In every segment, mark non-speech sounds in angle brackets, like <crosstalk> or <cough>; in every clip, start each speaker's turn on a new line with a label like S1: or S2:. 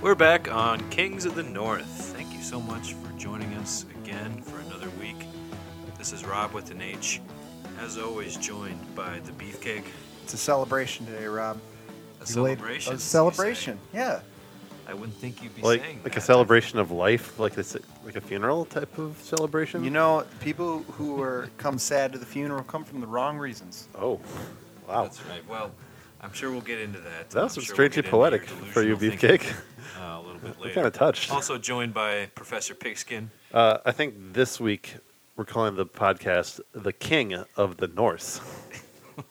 S1: We're back on Kings of the North. Thank you so much for joining us again for another week. This is Rob with an H, as always, joined by the Beefcake.
S2: It's a celebration today, Rob.
S1: A
S2: You laid-
S1: celebration.
S2: A celebration. Yeah.
S1: I wouldn't think you'd be
S3: like
S1: saying
S3: like
S1: that.
S3: a celebration of life, like this like a funeral type of celebration.
S2: You know, people who are come sad to the funeral come from the wrong reasons.
S3: Oh, wow.
S1: That's right. Well, I'm sure we'll get into that.
S3: that was
S1: I'm sure
S3: strangely
S1: we'll get
S3: poetic
S1: into your
S3: for you,
S1: delusional thinking, <laughs>
S3: Beefcake.
S1: Uh, a little
S3: <laughs>
S1: bit
S3: I'm
S1: later.
S3: kind of touched.
S1: Also joined by Professor Pigskin.
S3: Uh, I think this week we're calling the podcast "The King of the North."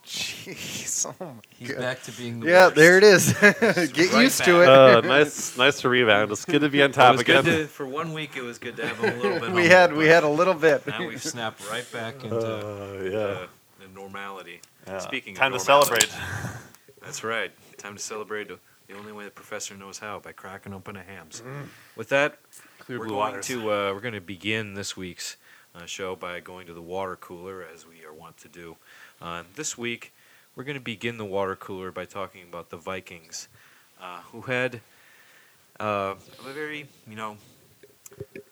S2: Jeez. Oh my
S1: He's
S2: God.
S1: back to being the
S2: Yeah,
S1: worst.
S2: there it is. <laughs> Get
S1: Right
S2: used to it.
S3: Uh, nice, nice to rebound. It's good
S1: <laughs>
S3: to be on
S1: It
S3: top
S1: was good
S3: again.
S1: to, for one week, it was good to have him a
S2: <laughs>
S1: little bit.
S2: we
S1: on
S2: had
S1: the
S2: we
S1: board.
S2: had a little bit.
S1: Now we've snapped right
S3: <laughs>
S1: back into
S3: uh, yeah.
S1: uh, the normality.
S3: yeah.
S1: Speaking of
S3: time to
S1: normality,
S3: celebrate.
S1: That's right. Time to celebrate the the only way the professor knows how by cracking open a hams.
S3: Mm-hmm.
S1: With that,
S3: Clear
S1: we're
S3: blue
S1: going
S3: waters.
S1: to uh, we're going to begin this week's uh, show by going to the water cooler as we are wont to do. Uh, this week, we're going to begin the water cooler by talking about the Vikings, uh, who had uh, a very you know.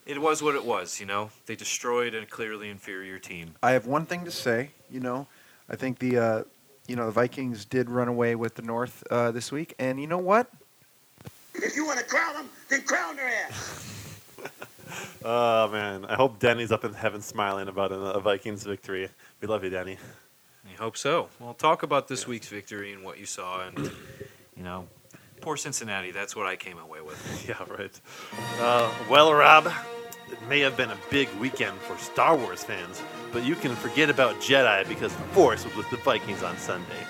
S1: It was what it was, you know. They destroyed a clearly inferior team.
S2: I have one thing to say. You know, I think the uh, you know the Vikings did run away with the North uh, this week, and you know what?
S4: If you want to crown them, then crown their
S5: <laughs>
S4: ass.
S3: Oh man, I hope Denny's up in heaven smiling about a, a Vikings victory. We love you, Denny.
S1: I hope so. Well, talk about this week's victory and what you saw, and you know, poor Cincinnati. That's what I came away with.
S3: <laughs> Yeah, right. Uh, well, Rob, it may have been a big weekend for Star Wars fans, but you can forget about Jedi because the Force was with the Vikings on Sunday.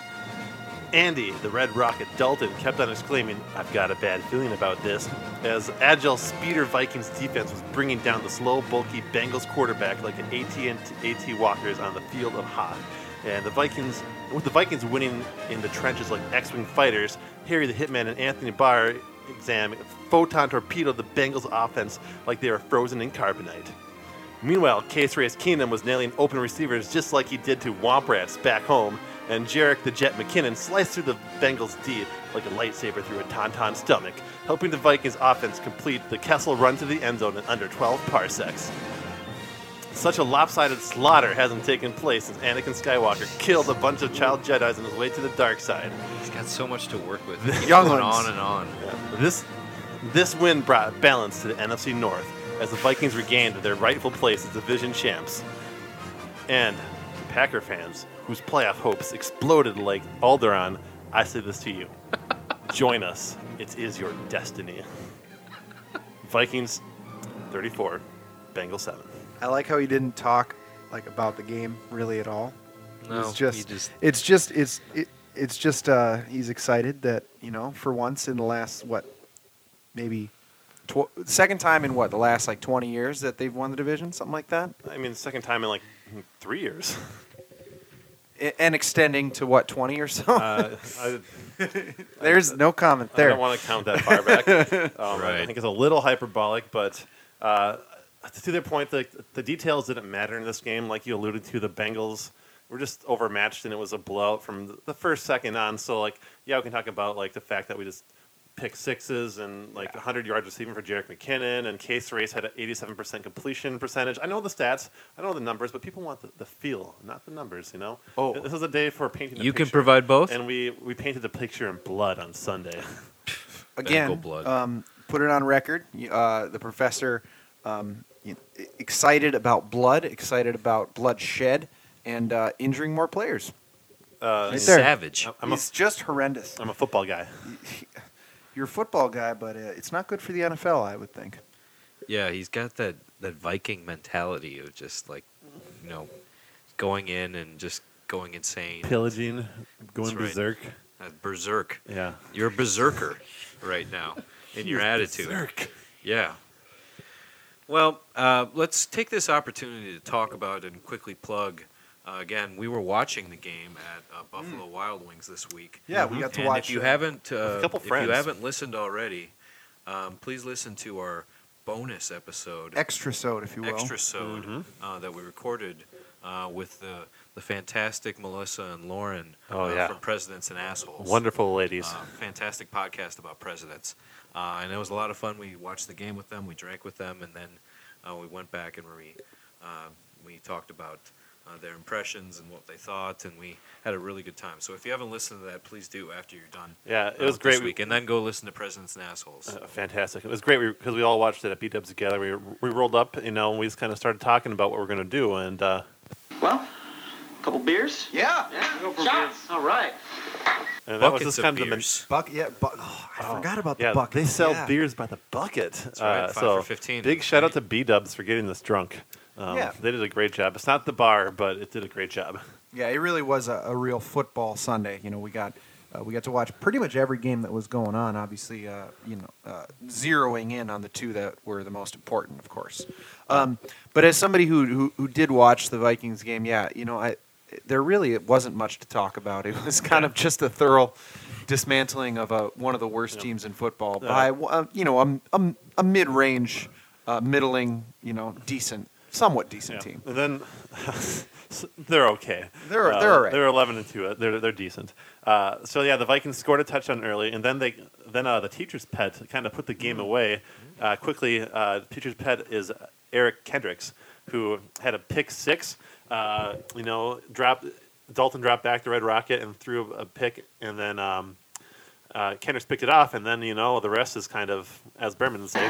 S3: Andy, the Red Rocket Dalton, kept on exclaiming, I've got a bad feeling about this, as agile speeder Vikings defense was bringing down the slow, bulky Bengals quarterback like an AT and AT walkers on the field of Hoth. And the Vikings, with the Vikings winning in the trenches like X-wing fighters, Harry the Hitman and Anthony Barr exam photon torpedoed the Bengals offense like they were frozen in carbonite. Meanwhile, Case Reyes Keenum was nailing open receivers just like he did to Womp Rats back home, and Jarek the Jet McKinnon sliced through the Bengals' D like a lightsaber through a tauntaun stomach, helping the Vikings' offense complete the Kessel run to the end zone in under 12 parsecs. Such a lopsided slaughter hasn't taken place since Anakin Skywalker killed a bunch of child Jedi's on his way to the dark side.
S1: He's got so much to work with. He keeps
S2: Young
S1: going
S2: ones.
S1: on and on.
S3: This this win brought balance to the NFC North as the Vikings regained their rightful place as division champs. And to Packer fans, whose playoff hopes exploded like Alderon, I say this to <laughs> you. Join us. It is your destiny. Vikings 34, Bengals 7.
S2: I like how he didn't talk like about the game really at all.
S1: No,
S2: it's just,
S1: he just
S2: it's just it's it, it's just uh, he's excited that you know for once in the last what maybe tw- second time in what the last like 20 years that they've won the division something like that
S3: I mean, second time in like three years.
S2: A- and extending to what 20 or so
S3: <laughs> Uh, I,
S2: <laughs> there's no comment
S3: I
S2: there
S3: don't want to count that
S2: <laughs>
S3: far back. Um,
S1: Right.
S3: I think it's a little hyperbolic, but uh, to their point, the, the details didn't matter in this game. Like you alluded to, the Bengals were just overmatched, and it was a blowout from the first second on. So, like, yeah, we can talk about like the fact that we just pick sixes and like 100 yards receiving for Jarek McKinnon, and Case Race had an 87% completion percentage. I know the stats, I know the numbers, but people want the, the feel, not the numbers. You know,
S2: Oh.
S3: this is a day for painting. the
S1: You can
S3: picture,
S1: provide both?
S3: and we we painted the picture in blood on Sunday. <laughs>
S2: again,
S1: Bengal blood.
S2: Um, put it on record. You- Uh, the professor um, you- excited about blood, excited about blood shed, and uh, injuring more players.
S3: Uh,
S2: Right there.
S1: savage.
S3: I'm a,
S2: He's just horrendous.
S3: I'm a football guy.
S2: You're a football guy, but uh, it's not good for the NFL, I would think.
S1: Yeah, he's got that that Viking mentality of just like, you know, going in and just going insane.
S3: Pillaging, going
S1: That's right.
S3: berserk.
S1: Uh, berserk.
S3: Yeah.
S1: You're a berserker right now in your attitude. Yeah. Well, uh, let's take this opportunity to talk about and quickly plug. Uh, again, we were watching the game at uh, Buffalo Wild Wings this week.
S2: Mm. Yeah, we got to
S1: and
S2: watch.
S1: If you
S2: uh,
S1: haven't, uh,
S3: couple
S1: if you
S3: friends.
S1: haven't listened already, um, please listen to our bonus episode,
S2: Extra Mm-hmm. sode, if you will.
S1: extra sode
S3: Mhm.
S1: uh, that we recorded uh, with the the fantastic Melissa and Lauren
S3: Oh,
S1: uh,
S3: yeah.
S1: from Presidents and Assholes.
S3: Wonderful ladies.
S1: Uh, fantastic podcast about presidents, uh, and it was a lot of fun. We watched the game with them, we drank with them, and then uh, we went back and we uh, we talked about uh, their impressions and what they thought, and we had a really good time. So if you haven't listened to that, please do after you're done.
S3: yeah, it
S1: uh,
S3: was
S1: this
S3: great.
S1: week, and then go listen to Presidents and Assholes.
S3: Uh, fantastic. It was great because we, all watched it at B Dubs together. We, we rolled up, you know, and we just kind of started talking about what we're going to do. And uh,
S5: Well, a couple beers?
S2: Yeah.
S5: Yeah. Shots. All right.
S3: and that
S1: Buckets
S3: was just
S1: of
S3: kind of the. men-
S1: beers.
S2: Buck, yeah, buck. Oh, I
S3: Oh,
S2: forgot about
S3: yeah,
S2: the buck.
S3: They sell
S2: yeah.
S3: beers by the bucket.
S1: right,
S3: Uh,
S1: five
S3: so
S1: for 15.
S3: Big shout out to B Dubs for getting this drunk. Um,
S2: Yeah.
S3: They did a great job. It's not the bar, but it did a great job.
S2: Yeah, it really was a, a real football Sunday. You know, we got uh, we got to watch pretty much every game that was going on. Obviously, uh, you know, uh, zeroing in on the two that were the most important, of course. Um, but as somebody who, who who did watch the Vikings game, yeah, you know, I there really it wasn't much to talk about. It was kind of just a thorough dismantling of a, one of the worst teams in football by uh, you know a, a, a mid range, uh, middling, you know, decent, somewhat decent
S3: Yeah.
S2: team.
S3: And then <laughs> s- they're okay. Uh,
S2: They're- they're all right.
S3: They're eleven and two. Uh, They're they're decent. Uh, so yeah, the Vikings scored a touchdown early, and then they then uh, the teacher's pet kind of put the
S2: Mm.
S3: game away uh, quickly. Uh, the teacher's pet is Eric Kendricks, who had a pick six. Uh, you know, dropped Dalton dropped back the red rocket and threw a pick, and then. Um, uh, Kendricks picked it off, and then you know the rest is kind of, as Berman would say,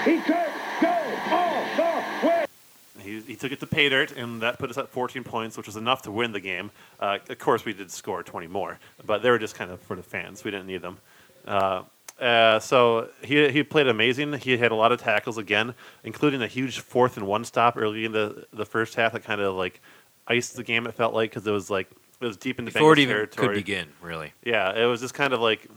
S3: he, he took it to pay dirt, and that put us at 14 points, which was enough to win the game. Uh, of course, we did score 20 more, but they were just kind of for the fans. We didn't need them. Uh, uh, so he, he played amazing. He had a lot of tackles again, including a huge fourth and one stop early in the, the first half that kind of like iced the game. It felt like because it was like it was deep into
S1: Before it
S3: Bengals
S1: even
S3: territory.
S1: could begin, really.
S3: Yeah, it was just kind of like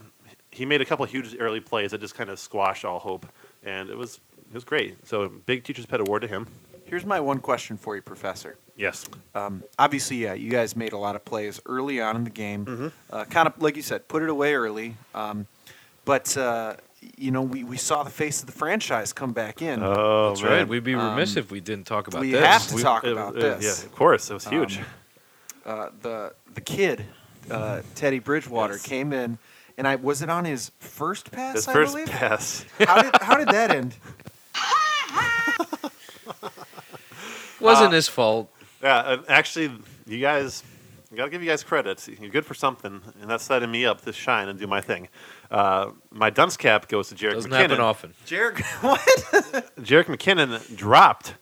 S3: he made a couple of huge early plays that just kind of squashed all hope, and it was it was great. So big teacher's pet award to him.
S2: Here's my one question for you, Professor.
S3: Yes.
S2: Um, obviously, yeah, you guys made a lot of plays early on in the game.
S3: Mm-hmm.
S2: Uh, kind of like you said, put it away early. Um, but uh, you know, we, we saw the face of the franchise come back in.
S3: Oh,
S1: That's right. We'd be remiss if we didn't talk about
S2: we
S1: this.
S2: have to talk about this.
S3: uh, Yeah, of course. It was huge.
S2: <laughs> Um, uh, the the kid, uh, Teddy Bridgewater,
S3: Yes.
S2: came in, and I was it on his first pass.
S3: His
S2: I
S3: first
S2: believe?
S3: pass.
S2: how did how did that end?
S1: Wasn't his fault.
S3: Yeah, uh, actually, you guys, I gotta give you guys credit. You're good for something, and that's setting me up to shine and do my thing. Uh, my dunce cap goes to Jarek
S1: Doesn't
S3: McKinnon.
S1: happen often.
S2: Jared, what?
S3: Jarek McKinnon dropped,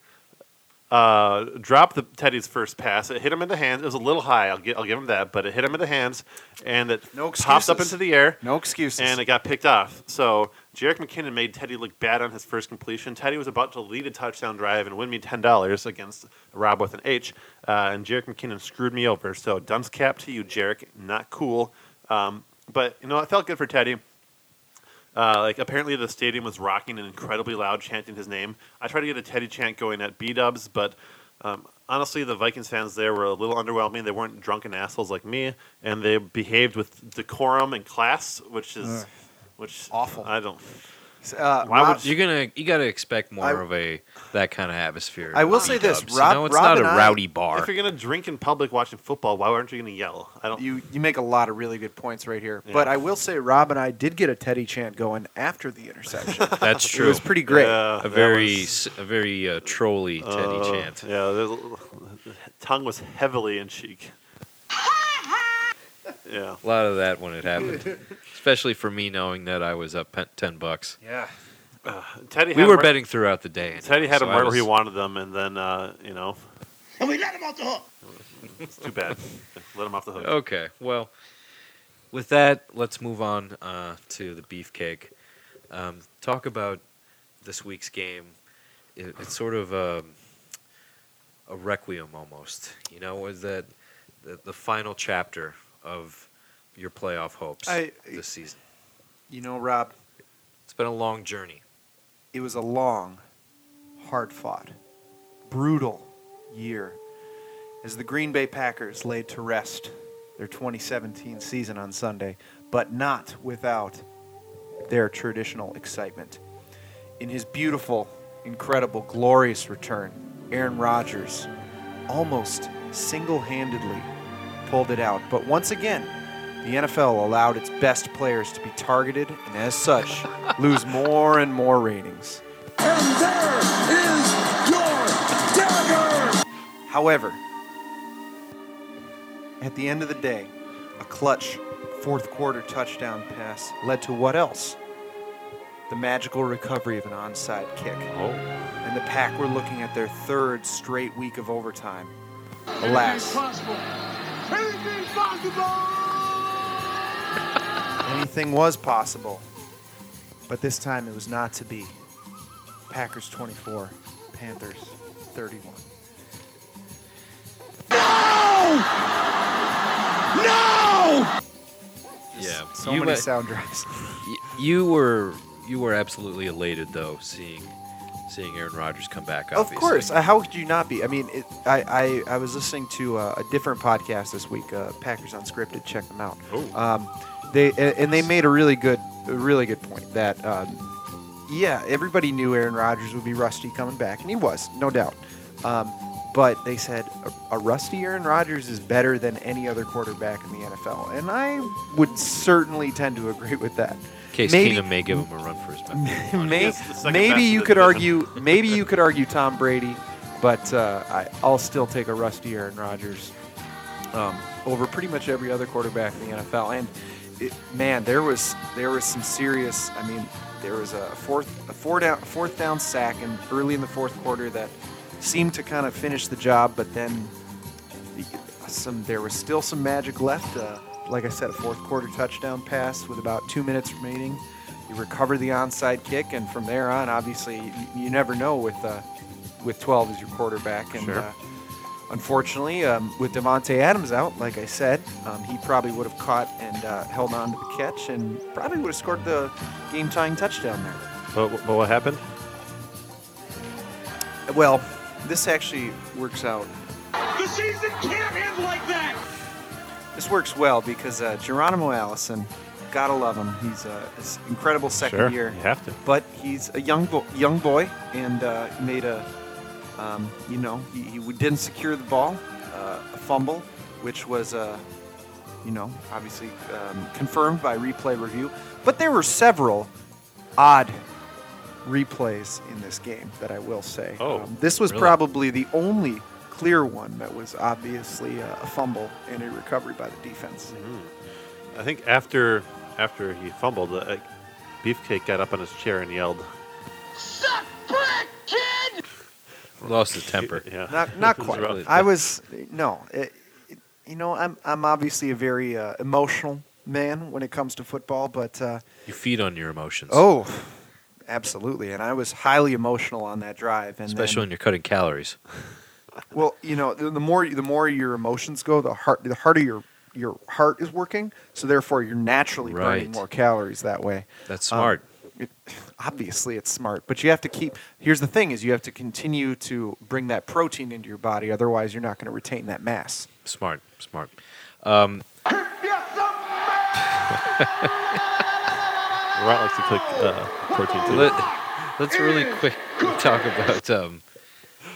S3: uh, dropped the Teddy's first pass. It hit him in the hands. It was a little high. I'll, gi- I'll give him that, but it hit him in the hands, and it
S2: No
S3: popped up
S2: excuses.
S3: into the air.
S2: No excuses.
S3: and it got picked off. So Jarek McKinnon made Teddy look bad on his first completion. Teddy was about to lead a touchdown drive and win me ten dollars against Rob with an H, uh, and Jarek McKinnon screwed me over. So dunce cap to you, Jarek. Not cool. Um, but you know, it felt good for Teddy. Uh, like apparently the stadium was rocking and incredibly loud, chanting his name. I tried to get a Teddy chant going at B Dubs, but um, honestly, the Vikings fans there were a little underwhelming. They weren't drunken assholes like me, and they behaved with decorum and class, which is
S2: Ugh.
S3: which
S2: Awful.
S3: I don't.
S2: Uh,
S3: Why would
S2: Rob-
S3: you-
S1: You're gonna you gotta expect more
S2: I-
S1: of a that kind of atmosphere.
S2: I will
S1: at
S2: say
S1: B-dubs.
S2: this,
S1: You
S2: Rob-
S1: know, it's
S2: Rob
S1: not a
S2: and I- <laughs>
S1: rowdy bar.
S3: If you're gonna drink in public watching football, why aren't you gonna yell? I don't.
S2: You you make a lot of really good points right here.
S3: Yeah.
S2: But I will say, Rob and I did get a Teddy chant going after the
S3: <laughs>
S2: interception.
S1: That's
S2: it
S1: true.
S2: was <laughs> pretty great.
S3: Yeah,
S1: a
S3: that
S1: very
S3: was-
S1: s a very uh, trolly Teddy
S3: uh,
S1: chant.
S3: Yeah, there's a- tongue was heavily in cheek. yeah.
S1: A lot of that when it
S2: <laughs>
S1: happened, especially for me knowing that I was up pe- ten bucks.
S2: yeah.
S3: Teddy.
S1: We
S3: had
S1: were
S3: right-
S1: betting throughout the day.
S3: Teddy had
S1: so
S3: him
S1: I
S3: right where he
S1: was-
S3: wanted them, and then uh, you know,
S4: And we let him off the hook.
S3: it's too bad. <laughs> Let him off the hook.
S1: Okay, well, with that, let's move on uh, to the beefcake. Um, talk about this week's game. It, it's sort of um a requiem, almost. You know, was that the, the final chapter of your playoff hopes
S2: I-
S1: this season?
S2: You know, Rob,
S1: It's been a long journey.
S2: it was a long, hard fought, brutal year as the Green Bay Packers laid to rest their 2017 season on Sunday, but not without their traditional excitement. In his beautiful incredible, glorious return, Aaron Rodgers almost single handedly pulled it out. But once again, the NFL allowed its best players to be targeted and, as such, lose more and more ratings.
S4: And there is your dagger!
S2: However, at the end of the day, a clutch fourth quarter touchdown pass led to what else? The magical recovery of an onside kick.
S1: Oh,
S2: And the Pack were looking at their third straight week of overtime. Alas,
S4: Anything possible!
S2: anything was possible. But this time it was not to be. Packers 24, Panthers 31.
S1: yeah.
S2: So
S1: you,
S2: many
S1: let-
S2: sound drops.
S1: y- you were you were absolutely elated though, seeing seeing Aaron Rodgers come back. Obviously.
S2: Of course. Uh, How could you not be? I mean, it, I, I, I was listening to uh, a different podcast this week, uh, Packers Unscripted. Check them out.
S1: Oh.
S2: Um, they a- and they made a really good, a really good point that, um, yeah, everybody knew Aaron Rodgers would be rusty coming back, and he was, no doubt. Um, but they said a, a rusty Aaron Rodgers is better than any other quarterback in the NFL, and I would certainly tend to agree with that.
S1: Case
S2: Maybe-
S1: Keenum may give him a run for his money.
S2: <laughs> May,
S3: Yes, the second
S2: maybe
S3: best in
S2: you
S3: the
S2: could
S3: division.
S2: argue. Maybe you could argue Tom Brady, but uh, I, I'll still take a rusty Aaron Rodgers um, over pretty much every other quarterback in the NFL. And it, man, there was there was some serious. I mean, there was a fourth a four down fourth down sack and early in the fourth quarter that seemed to kind of finish the job, but then the- some there was still some magic left. Uh, like I said, a fourth quarter touchdown pass with about two minutes remaining. You recover the onside kick, and from there on, obviously, you, you never know with uh, with 12 as your quarterback. And
S1: Sure.
S2: uh, unfortunately, um, with Devonte Adams out, like I said, um, he probably would have caught and uh, held on to the catch, and probably would have scored the game tying touchdown there.
S3: But, but what happened?
S2: Well, this actually works out
S4: The season can't end like that!
S2: This works well because uh, Geronimo Allison, gotta love him. He's uh, his incredible second
S3: sure,
S2: year,
S3: you have to.
S2: but he's a young bo- young boy and uh, made a, um, you know, he, he didn't secure the ball, uh, a fumble, which was, uh, you know, obviously um, confirmed by replay review. But there were several odd replays in this game that I will say. Um,
S3: Oh,
S2: this was
S1: really?
S2: probably the only clear one that was obviously uh, a fumble and a recovery by the defense.
S1: Mm-hmm.
S3: I think after after he fumbled, uh, Beefcake got up on his chair and yelled.
S4: Suck brick, kid!
S1: Lost <laughs> his temper.
S3: Yeah,
S2: Not not
S1: <laughs>
S3: It was
S2: quite.
S3: rough.
S2: I was no, it, it- you know, I'm I'm obviously a very uh, emotional man when it comes to football, but uh,
S1: You feed on your emotions.
S2: oh, absolutely, and I was highly emotional on that drive, and
S1: especially
S2: then-
S1: when you're cutting calories.
S2: Well, you know, the, the more the more your emotions go, the heart the harder your your heart is working. So therefore, you're naturally burning
S1: Right.
S2: more calories that way.
S1: That's
S2: Um,
S1: smart.
S2: It, obviously, it's smart, but you have to keep. Here's the thing: is you have to continue to bring that protein into your body, otherwise, you're not going to retain that mass.
S1: smart. Smart.
S3: Ron likes to click uh, protein too.
S1: Let, let's really quick <laughs> talk about um,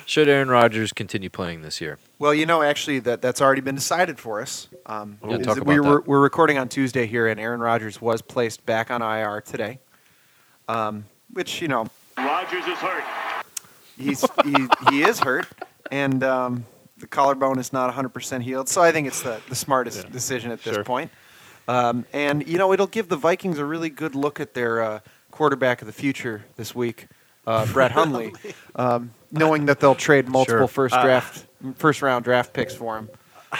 S1: should Aaron Rodgers continue playing this year?
S2: Well, you know, actually, that that's already been decided for us. Um,
S1: Yeah,
S2: is
S1: talk
S2: that we
S1: about
S2: were
S1: that.
S2: we're recording on Tuesday here, and Aaron Rodgers was placed back on IR today, um, which you know
S5: Rogers is hurt.
S2: he's he, he is hurt, and um, the collarbone is not 100% healed. So I think it's the, the smartest
S3: Yeah.
S2: decision at this
S3: Sure.
S2: point. Um, and you know, it'll give the Vikings a really good look at their uh, quarterback of the future this week,
S3: <laughs>
S2: uh, Brett Hundley, um, knowing that they'll trade multiple
S1: Sure.
S2: first
S3: Uh,
S2: draft, first round draft picks for him.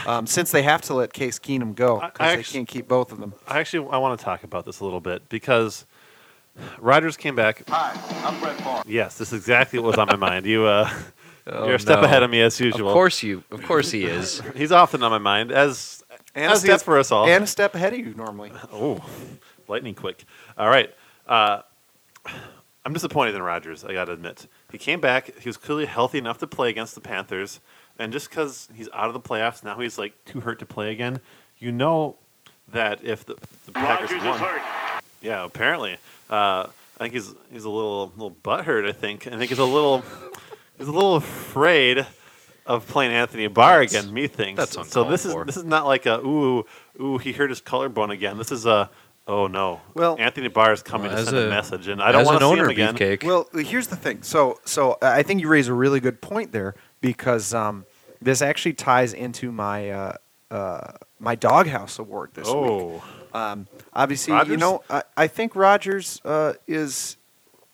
S2: Um, since they have to let Case Keenum go
S3: I- I
S2: because they
S3: actu-
S2: can't keep both of them.
S3: I actually I want to talk about this a little bit because Riders came back.
S4: Hi, I'm Brett Favre.
S3: Yes, this is exactly what was on my mind. You <laughs> uh,
S1: Oh,
S3: you're a step
S1: no.
S3: ahead of me as
S1: Of
S3: usual.
S1: course you. Of course he <laughs> is.
S3: he's often on my mind as
S2: And
S3: as he is for us all.
S2: And a step ahead of you normally.
S3: Oh, lightning quick. All right. Uh, I'm disappointed in Rodgers, I got to admit. He came back. He was clearly healthy enough to play against the Panthers. And just because he's out of the playoffs, now he's like too hurt to play again. You know that if the, the Packers
S5: Rogers is
S3: won.
S5: hurt.
S3: Yeah, apparently. Uh, I think he's he's a little little butthurt. I think I think he's a little he's a little afraid of playing Anthony Barr
S1: That's-
S3: again. Me thinks
S1: that's
S3: so.
S1: uncalled
S3: This is
S1: for.
S3: this is not like a ooh ooh he hurt his collarbone again. This is a oh no.
S2: Well-
S3: Anthony Barr is coming
S1: Well,
S3: to
S1: as
S3: send a,
S1: a-
S3: message, and I don't want to see him again.
S1: Beefcake.
S2: Well, here's the thing. So, so uh, I think you raise a really good point there because um, this actually ties into my uh, uh, my doghouse award this week.
S3: oh,
S2: Obviously, you
S3: Rodgers?
S2: know, I, I think Rogers uh, is.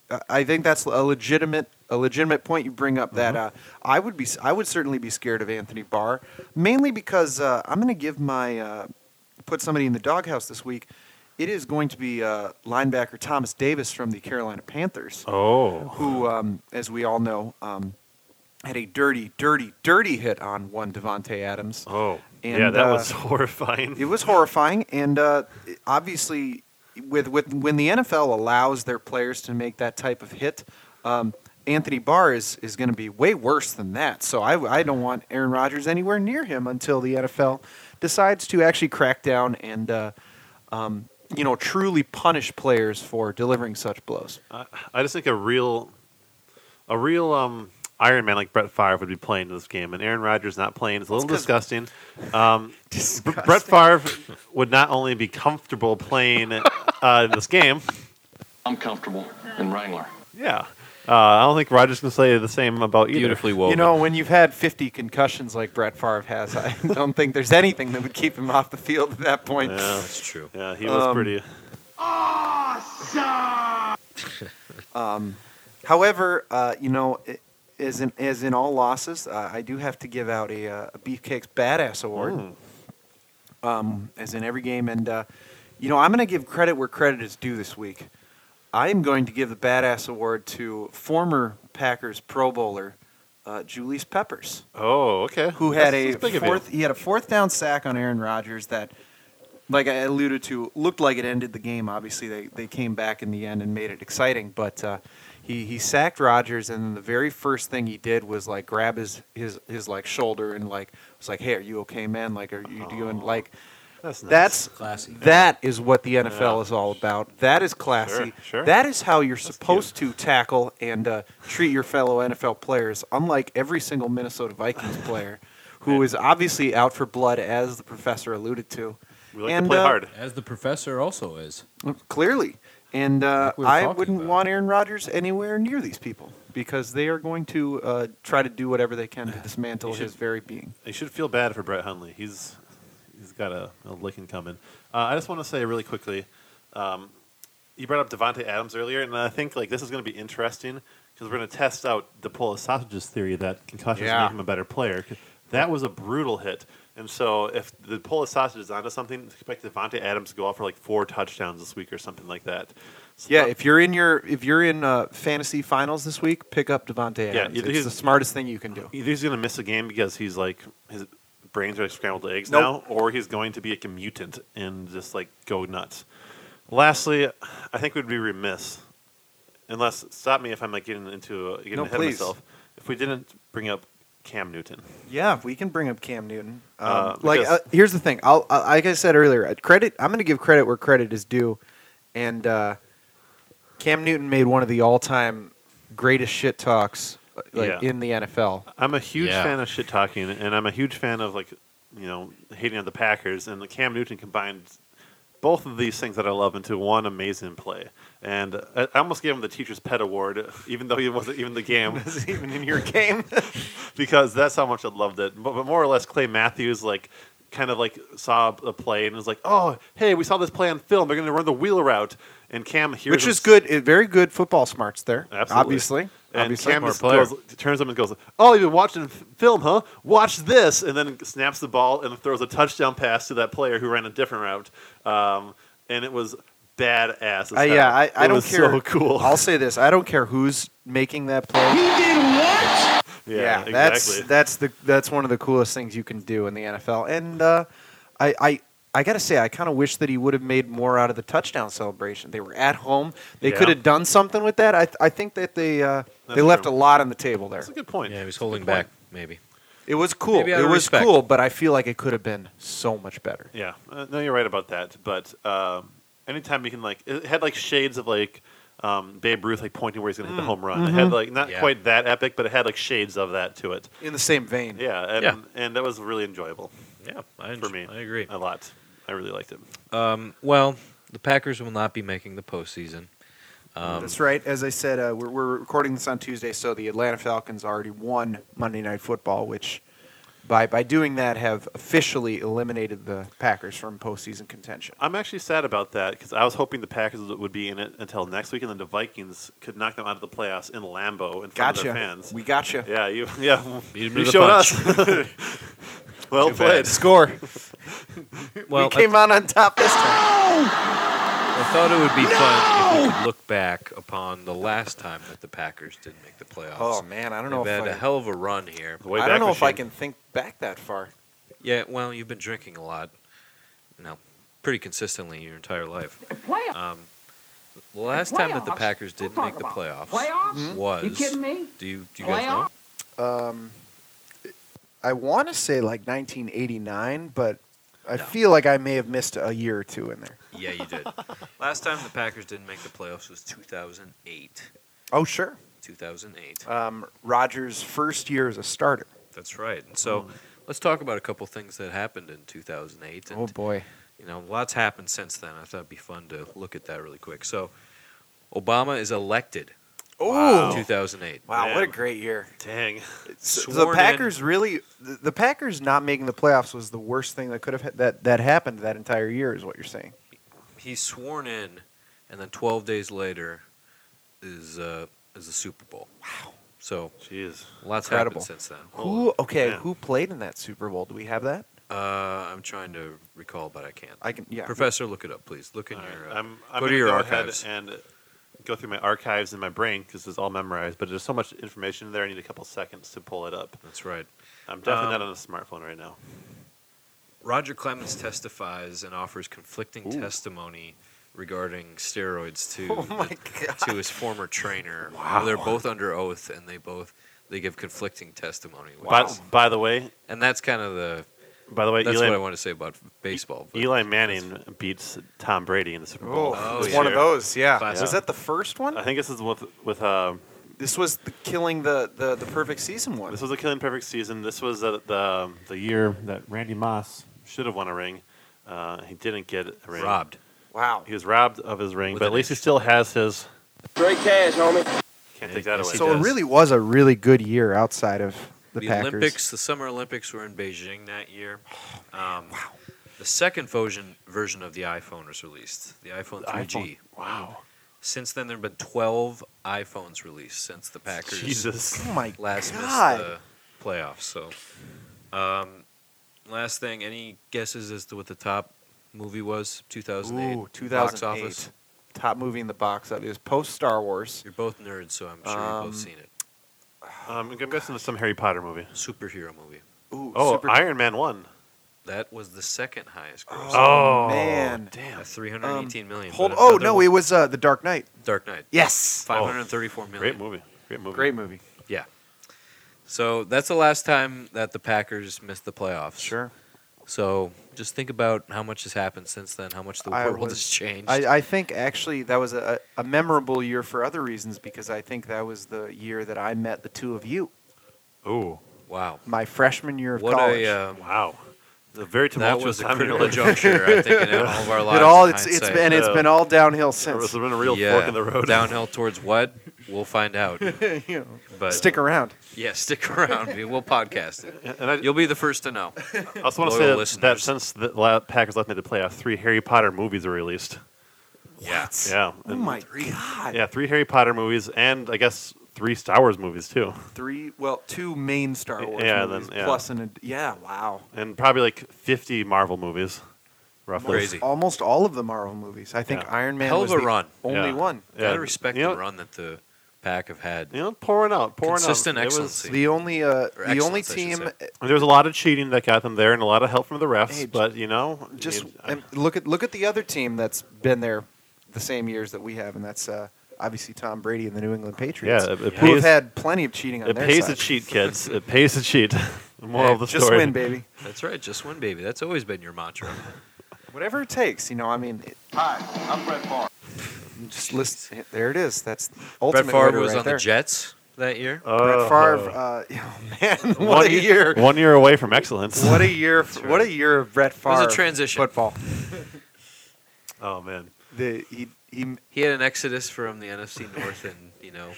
S2: I- I think that's a legitimate a legitimate point you bring up. That uh, I would be I would certainly be scared of Anthony Barr, mainly because uh, I'm going to give my uh, put somebody in the doghouse this week. It is going to be uh, linebacker Thomas Davis from the Carolina Panthers
S3: oh,
S2: who, um, as we all know, um, had a dirty, dirty, dirty hit on one Devonte Adams.
S3: oh,
S2: And,
S3: yeah, that
S2: uh,
S3: was <laughs> horrifying.
S2: It was horrifying, and uh, obviously, with, with when the NFL allows their players to make that type of hit, um, Anthony Barr is, is going to be way worse than that. So I, I don't want Aaron Rodgers anywhere near him until the NFL decides to actually crack down and. Uh, um, you know, truly punish players for delivering such blows.
S3: I, I just think a real, a real um, Iron Man like Brett Favre would be playing this game, and Aaron Rodgers not playing is a little
S2: 'cause-
S3: disgusting. Um, B- Brett Favre would not only be comfortable playing uh, in this game,
S5: I'm comfortable in Wrangler.
S3: yeah. Uh, I don't think Rodgers can say the same about either.
S1: Beautifully woven.
S2: You know, when you've had 50 concussions like Brett Favre has, I <laughs> don't think there's anything that would keep him off the field at that point.
S3: Yeah.
S1: that's true.
S3: Yeah, he was
S2: Um,
S3: pretty.
S2: However, uh, you know, i- as in, as in all losses, uh, I do have to give out a, uh, a Beefcake's Badass Award, um, as in every game. And, uh, you know, I'm going to give credit where credit is due this week. I am going to give the Badass Award to former Packers Pro Bowler uh, Julius Peppers.
S3: Oh, okay.
S2: who had
S3: That's- that's big
S2: a
S3: of you.
S2: fourth. He had a fourth down sack on Aaron Rodgers that, like I alluded to, looked like it ended the game. Obviously, they they came back in the end and made it exciting. But uh, he he sacked Rodgers, and then the very first thing he did was like grab his his his like shoulder and like was like, "Hey, are you okay, man? Like, are you doing like?"
S3: That's nice.
S2: That's
S1: Classy.
S2: that is what the NFL
S3: Yeah.
S2: is all about. That is classy.
S3: Sure, sure.
S2: That is how you're supposed to tackle and uh, treat your fellow NFL players, unlike every single Minnesota
S3: <laughs>
S2: Vikings player who is obviously out for blood, as the professor alluded to.
S3: we like
S2: And,
S3: to play
S2: uh,
S3: hard.
S1: As the professor also is.
S2: Clearly. And uh,
S1: Like we were
S2: I
S1: talking
S2: wouldn't
S1: about.
S2: want Aaron Rodgers anywhere near these people because they are going to uh, try to do whatever
S1: <sighs>
S2: they can to dismantle
S3: You should-
S2: his very being.
S3: They should feel bad for Brett Hundley. He's he's got a, a licking coming. Uh, I just want to say really quickly, um, you brought up Devonte Adams earlier, and I think like this is going to be interesting because we're going to test out the pull of sausages theory that concussions
S2: Yeah.
S3: make him a better player. 'Cause That was a brutal hit, and so if the pull of sausages onto something, expect Devonte Adams to go off for like four touchdowns this week or something like that. So
S2: Yeah, if you're in your if you're in uh, fantasy finals this week, pick up Devontae
S3: Yeah,
S2: Adams.
S3: either
S2: it's
S3: he's-
S2: the smartest thing you can do.
S3: Either he's going to miss a game because he's like his brains are like scrambled eggs
S2: Nope.
S3: now, or he's going to be like a mutant and just like go nuts. Lastly, I think we'd be remiss, unless stop me if I'm like getting into uh, getting
S2: No,
S3: ahead
S2: please.
S3: of myself, if we didn't bring up Cam Newton.
S2: Yeah, we can bring up Cam Newton. Um,
S3: Uh,
S2: like,
S3: because-
S2: uh, here's the thing. I'll, I like I said earlier, uh, credit. I'm going to give credit where credit is due, and uh, Cam Newton made one of the all-time greatest shit talks uh, like
S3: Yeah.
S2: in the NFL.
S3: <laughs> I'm a huge
S1: Yeah.
S3: fan of shit talking, and I'm a huge fan of like you know hating on the Packers and the Cam Newton combined both of these things that I love into one amazing play. And uh, I I almost gave him the teacher's pet award, even though he wasn't even in
S2: <laughs>
S3: the game.
S2: Even in your game,
S3: because that's how much I loved it. But, but more or less, Clay Matthews like kind of like saw a play and was like, "Oh, hey, we saw this play on film. They're going to run the wheel route." And Cam
S2: <laughs>
S3: hears
S2: which
S3: him
S2: is
S3: s-
S2: good, uh, very good football smarts there.
S3: Absolutely.
S2: Obviously,
S3: And
S2: obviously,
S3: Cam
S1: More
S3: just
S1: player.
S3: goes, turns up and goes, "Oh, you've been watching f- film, huh? Watch this!" And then snaps the ball and throws a touchdown pass to that player who ran a different route. Um, and it was badass. as
S2: Uh,
S3: hell.
S2: yeah, I, I
S3: It
S2: don't
S3: was
S2: care.
S3: So cool.
S2: I'll say this: I don't care who's making that play.
S3: <laughs> yeah, exactly.
S2: that's that's the that's one of the coolest things you can do in the NFL. And uh, I I I gotta say, I kind of wish that he would have made more out of the touchdown celebration. They were at home; they
S3: Yeah.
S2: could have done something with that. I th- I think that they uh, they
S3: That's
S2: left
S3: true.
S2: a lot on the table there.
S3: that's a good point.
S1: Yeah, he was holding back, maybe.
S2: It was cool.
S1: Maybe out
S2: It
S1: of
S2: was
S1: respect.
S2: cool, but I feel like it could have been so much better.
S3: Yeah, uh, no, you're right about that. But um anytime you can like, it had like shades of like um, Babe Ruth like pointing where he's going to hit
S2: Mm.
S3: the home run.
S2: Mm-hmm.
S3: It had like not
S1: Yeah.
S3: quite that epic, but it had like shades of that to it.
S2: in the same vein.
S3: Yeah, and,
S1: Yeah.
S3: and that was really enjoyable
S1: Yeah, I,
S3: for me.
S1: I agree.
S3: a lot. I really liked it.
S1: Well, the Packers will not be making the postseason.
S2: That's right. As I said, uh, we're, we're recording this on Tuesday, so the Atlanta Falcons already won Monday Night Football, which by by doing that have officially eliminated the Packers from postseason contention.
S3: I'm actually sad about that because I was hoping the Packers would be in it until next week, and then the Vikings could knock them out of the playoffs in Lambeau in front of their
S2: Gotcha.
S3: fans.
S2: We gotcha.
S3: yeah, you, <laughs> yeah,
S1: Beat 'em to
S3: you
S1: the
S3: showed
S1: punch.
S3: us. <laughs> well
S1: Too
S3: played.
S1: bad.
S2: Score.
S1: Well,
S2: we came out on top this time.
S1: I thought it would be fun if we could look back upon the last time that the Packers did make the playoffs.
S2: Oh man, I don't know
S1: They've
S2: if
S1: had
S2: I,
S1: a hell of a run here.
S3: The way
S2: I
S3: back
S2: don't know if I
S3: machine.
S2: can think back that far.
S1: Yeah, well, you've been drinking a lot, you know, pretty consistently your entire life.
S6: Playoff.
S1: Um, the last time that the
S6: Playoffs?
S1: Packers did
S6: What
S1: make
S6: you
S1: the
S6: talking
S1: playoffs
S6: Playoffs?
S1: was.
S6: You kidding me?
S1: Do you, do you guys know?
S6: Playoffs?
S2: Um, I want to say like 1989, but I
S1: No.
S2: feel like I may have missed a year or two in there.
S1: Yeah, you
S6: <laughs>
S1: did. last time the Packers didn't make the playoffs was 2008.
S2: Oh sure,
S1: 2008.
S2: um, Rogers' first year as a starter.
S1: That's right. And so let's talk about a couple things that happened in 2008. And,
S2: boy.
S1: you know, lots happened since then. I thought it'd be fun to look at that really quick. So Obama is elected in
S2: Oh
S1: 2008.
S2: wow, what a
S3: Damn.
S2: great year!
S3: Dang.
S2: So the
S1: Sworn
S2: Packers really, the, the Packers not making the playoffs was the worst thing that could have ha- that that happened that entire year, is what you're saying.
S1: He's sworn in, and then 12 days later is uh, is the Super Bowl. Wow. So
S3: Jeez.
S1: lots
S2: Incredible.
S1: happened since then.
S2: Who? Okay,
S3: man.
S2: who played in that Super Bowl? Do we have that?
S1: Uh, I'm trying to recall, but I can't.
S2: I can. Yeah.
S1: Professor, look it up, please. Look in
S3: All
S1: your.
S3: right,
S1: Uh,
S3: I'm, I'm
S1: go to
S3: gonna
S1: your
S3: go
S1: archives.
S3: ahead and go through my archives in my brain because it's all memorized. But there's so much information in there. I need a couple seconds to pull it up.
S1: That's right.
S3: I'm definitely
S1: Um,
S3: not on a smartphone right now.
S1: Roger Clemens testifies and offers conflicting testimony regarding steroids to the- to his former trainer. Wow. They're both under oath, and they both they give conflicting testimony. which is-
S3: By, by the way,
S1: and that's kind of the
S3: by the way,
S1: that's
S3: Eli,
S1: what I want to say about baseball. but-
S3: Eli Manning beats Tom Brady in the Super Bowl.
S1: Oh,
S2: it's
S1: yeah.
S2: one of those. Yeah.
S1: Classic.
S2: Was that the first one?
S3: I think this is with with uh,
S2: This was the killing the the, the perfect season one.
S3: this was a killing perfect season. This was the the, the year that Randy Moss should have won a ring. Uh, he didn't get a ring.
S1: robbed.
S2: wow.
S3: He was robbed of his ring,
S1: With
S3: but at
S1: an
S3: least he
S1: inch.
S3: still has his.
S4: Straight cash, homie.
S3: Can't
S1: Yeah,
S3: take that
S1: yes,
S3: away.
S1: he
S2: So it
S1: does.
S2: really was a really good year outside of the,
S1: The
S2: Packers.
S1: Olympics, the Summer Olympics were in Beijing that year. Um, The second version version of the iPhone was released, the iPhone 3G.
S3: Wow.
S1: Since then, there have been 12 iPhones released since the Packers
S3: Jesus.
S2: Oh my
S1: last
S2: God.
S1: missed the playoffs. So, um, last thing, any guesses as to what the top movie was? 2008.
S2: Ooh,
S1: Box
S2: 2008.
S1: office.
S2: Top movie in the box office. It was post Star Wars.
S1: You're both nerds, so I'm sure you've
S2: Um,
S1: both seen it.
S3: Um, I'm guessing it's some Harry Potter movie.
S1: Superhero movie.
S2: Ooh,
S3: Oh,
S2: Super-
S3: Iron Man one.
S1: That was the second highest gross.
S3: Oh,
S2: man.
S3: damn.
S1: At 318 million.
S2: Um, Hold.
S1: but
S2: Oh
S1: another
S2: no, Oh,
S1: one-
S2: it was uh, the Dark Knight.
S1: Dark Knight.
S2: Yes.
S1: Five hundred thirty-four million.
S3: Great movie. Great movie.
S2: Great movie.
S1: Yeah. So that's the last time that the Packers missed the playoffs.
S2: Sure.
S1: So just think about how much has happened since then, how much the
S2: I
S1: world
S2: was-
S1: has changed.
S2: I, I think actually that was a, a memorable year for other reasons because I think that was the year that I met the two of you,
S3: Ooh.
S1: wow.
S2: my freshman year of
S1: What
S2: college.
S1: a um,
S3: Wow. It's a very
S1: that
S3: tumultuous
S1: was a
S3: time in your
S1: critical
S3: life.
S1: juncture. I think in
S3: <laughs>
S1: all of our lives.
S2: it all
S1: in
S2: it's it's
S1: hindsight.
S2: been it's
S3: Yeah.
S2: been all downhill
S3: It's
S2: since.
S3: been a real
S1: yeah,
S3: fork in the road.
S1: downhill towards what? We'll find out.
S2: <laughs>
S1: But uh,
S2: Stick around.
S1: yeah, stick around. We- We'll podcast it.
S3: <laughs> And I
S1: You'll be the first to know.
S3: I also want to
S1: loyal
S3: say that, that
S1: listeners.
S3: since the la- Packers left me to playoff, three Harry Potter movies were released.
S1: Yeah.
S3: Yeah.
S2: Oh my god.
S3: Yeah, three Harry Potter movies, and I guess three Star Wars movies too,
S2: Three well, two main Star Wars
S3: Yeah,
S2: movies
S3: then- yeah.
S2: plus an ad- yeah, wow.
S3: and probably like fifty Marvel movies, roughly.
S1: Crazy.
S2: Almost all of the Marvel movies. I think
S3: Yeah.
S2: Iron Man
S1: Hell
S2: was
S1: of a
S2: the
S1: run.
S2: only
S3: Yeah.
S2: one.
S3: Yeah.
S1: Gotta respect
S3: You know-
S1: the run that the pack have had.
S3: You know, pouring out, pouring
S1: Consistent
S3: out. It was-
S1: excellence.
S2: The only uh, the only
S1: excellence, I should
S2: team uh,
S1: say.
S3: there was a lot of cheating that got them there, and a lot of help from the refs.
S2: Hey, j-
S3: but you know,
S2: just
S3: you- I-
S2: and look at look at the other team that's been there the same years that we have, and that's uh, obviously Tom Brady and the New England
S3: yeah,
S2: Patriots,
S3: it, it
S2: who have
S3: pays.
S2: had plenty of cheating on
S3: it
S2: their
S3: pays
S2: side.
S3: to cheat, kids. It pays to cheat. <laughs> the moral
S1: Hey,
S3: of the
S2: Just
S3: story.
S2: win, baby.
S1: That's right. Just win, baby. That's always been your mantra.
S2: Whatever it takes, you know. I mean, it-
S5: Hi, I'm Brett Barr.
S2: Just list. There it is. That's
S1: Brett
S2: ultimate
S1: Favre
S2: hitter
S1: was
S2: right
S1: on
S2: there.
S1: the Jets that year.
S2: Brett
S3: Oh.
S2: Favre. Uh, <laughs> man, what
S3: one
S2: a year!
S3: <laughs> One year away from excellence.
S2: What a year! f- What a year of Brett
S1: was
S2: Favre.
S1: a transition.
S2: Football.
S3: <laughs> oh man.
S2: The, he, he,
S1: He had an exodus from the NFC North, and you know,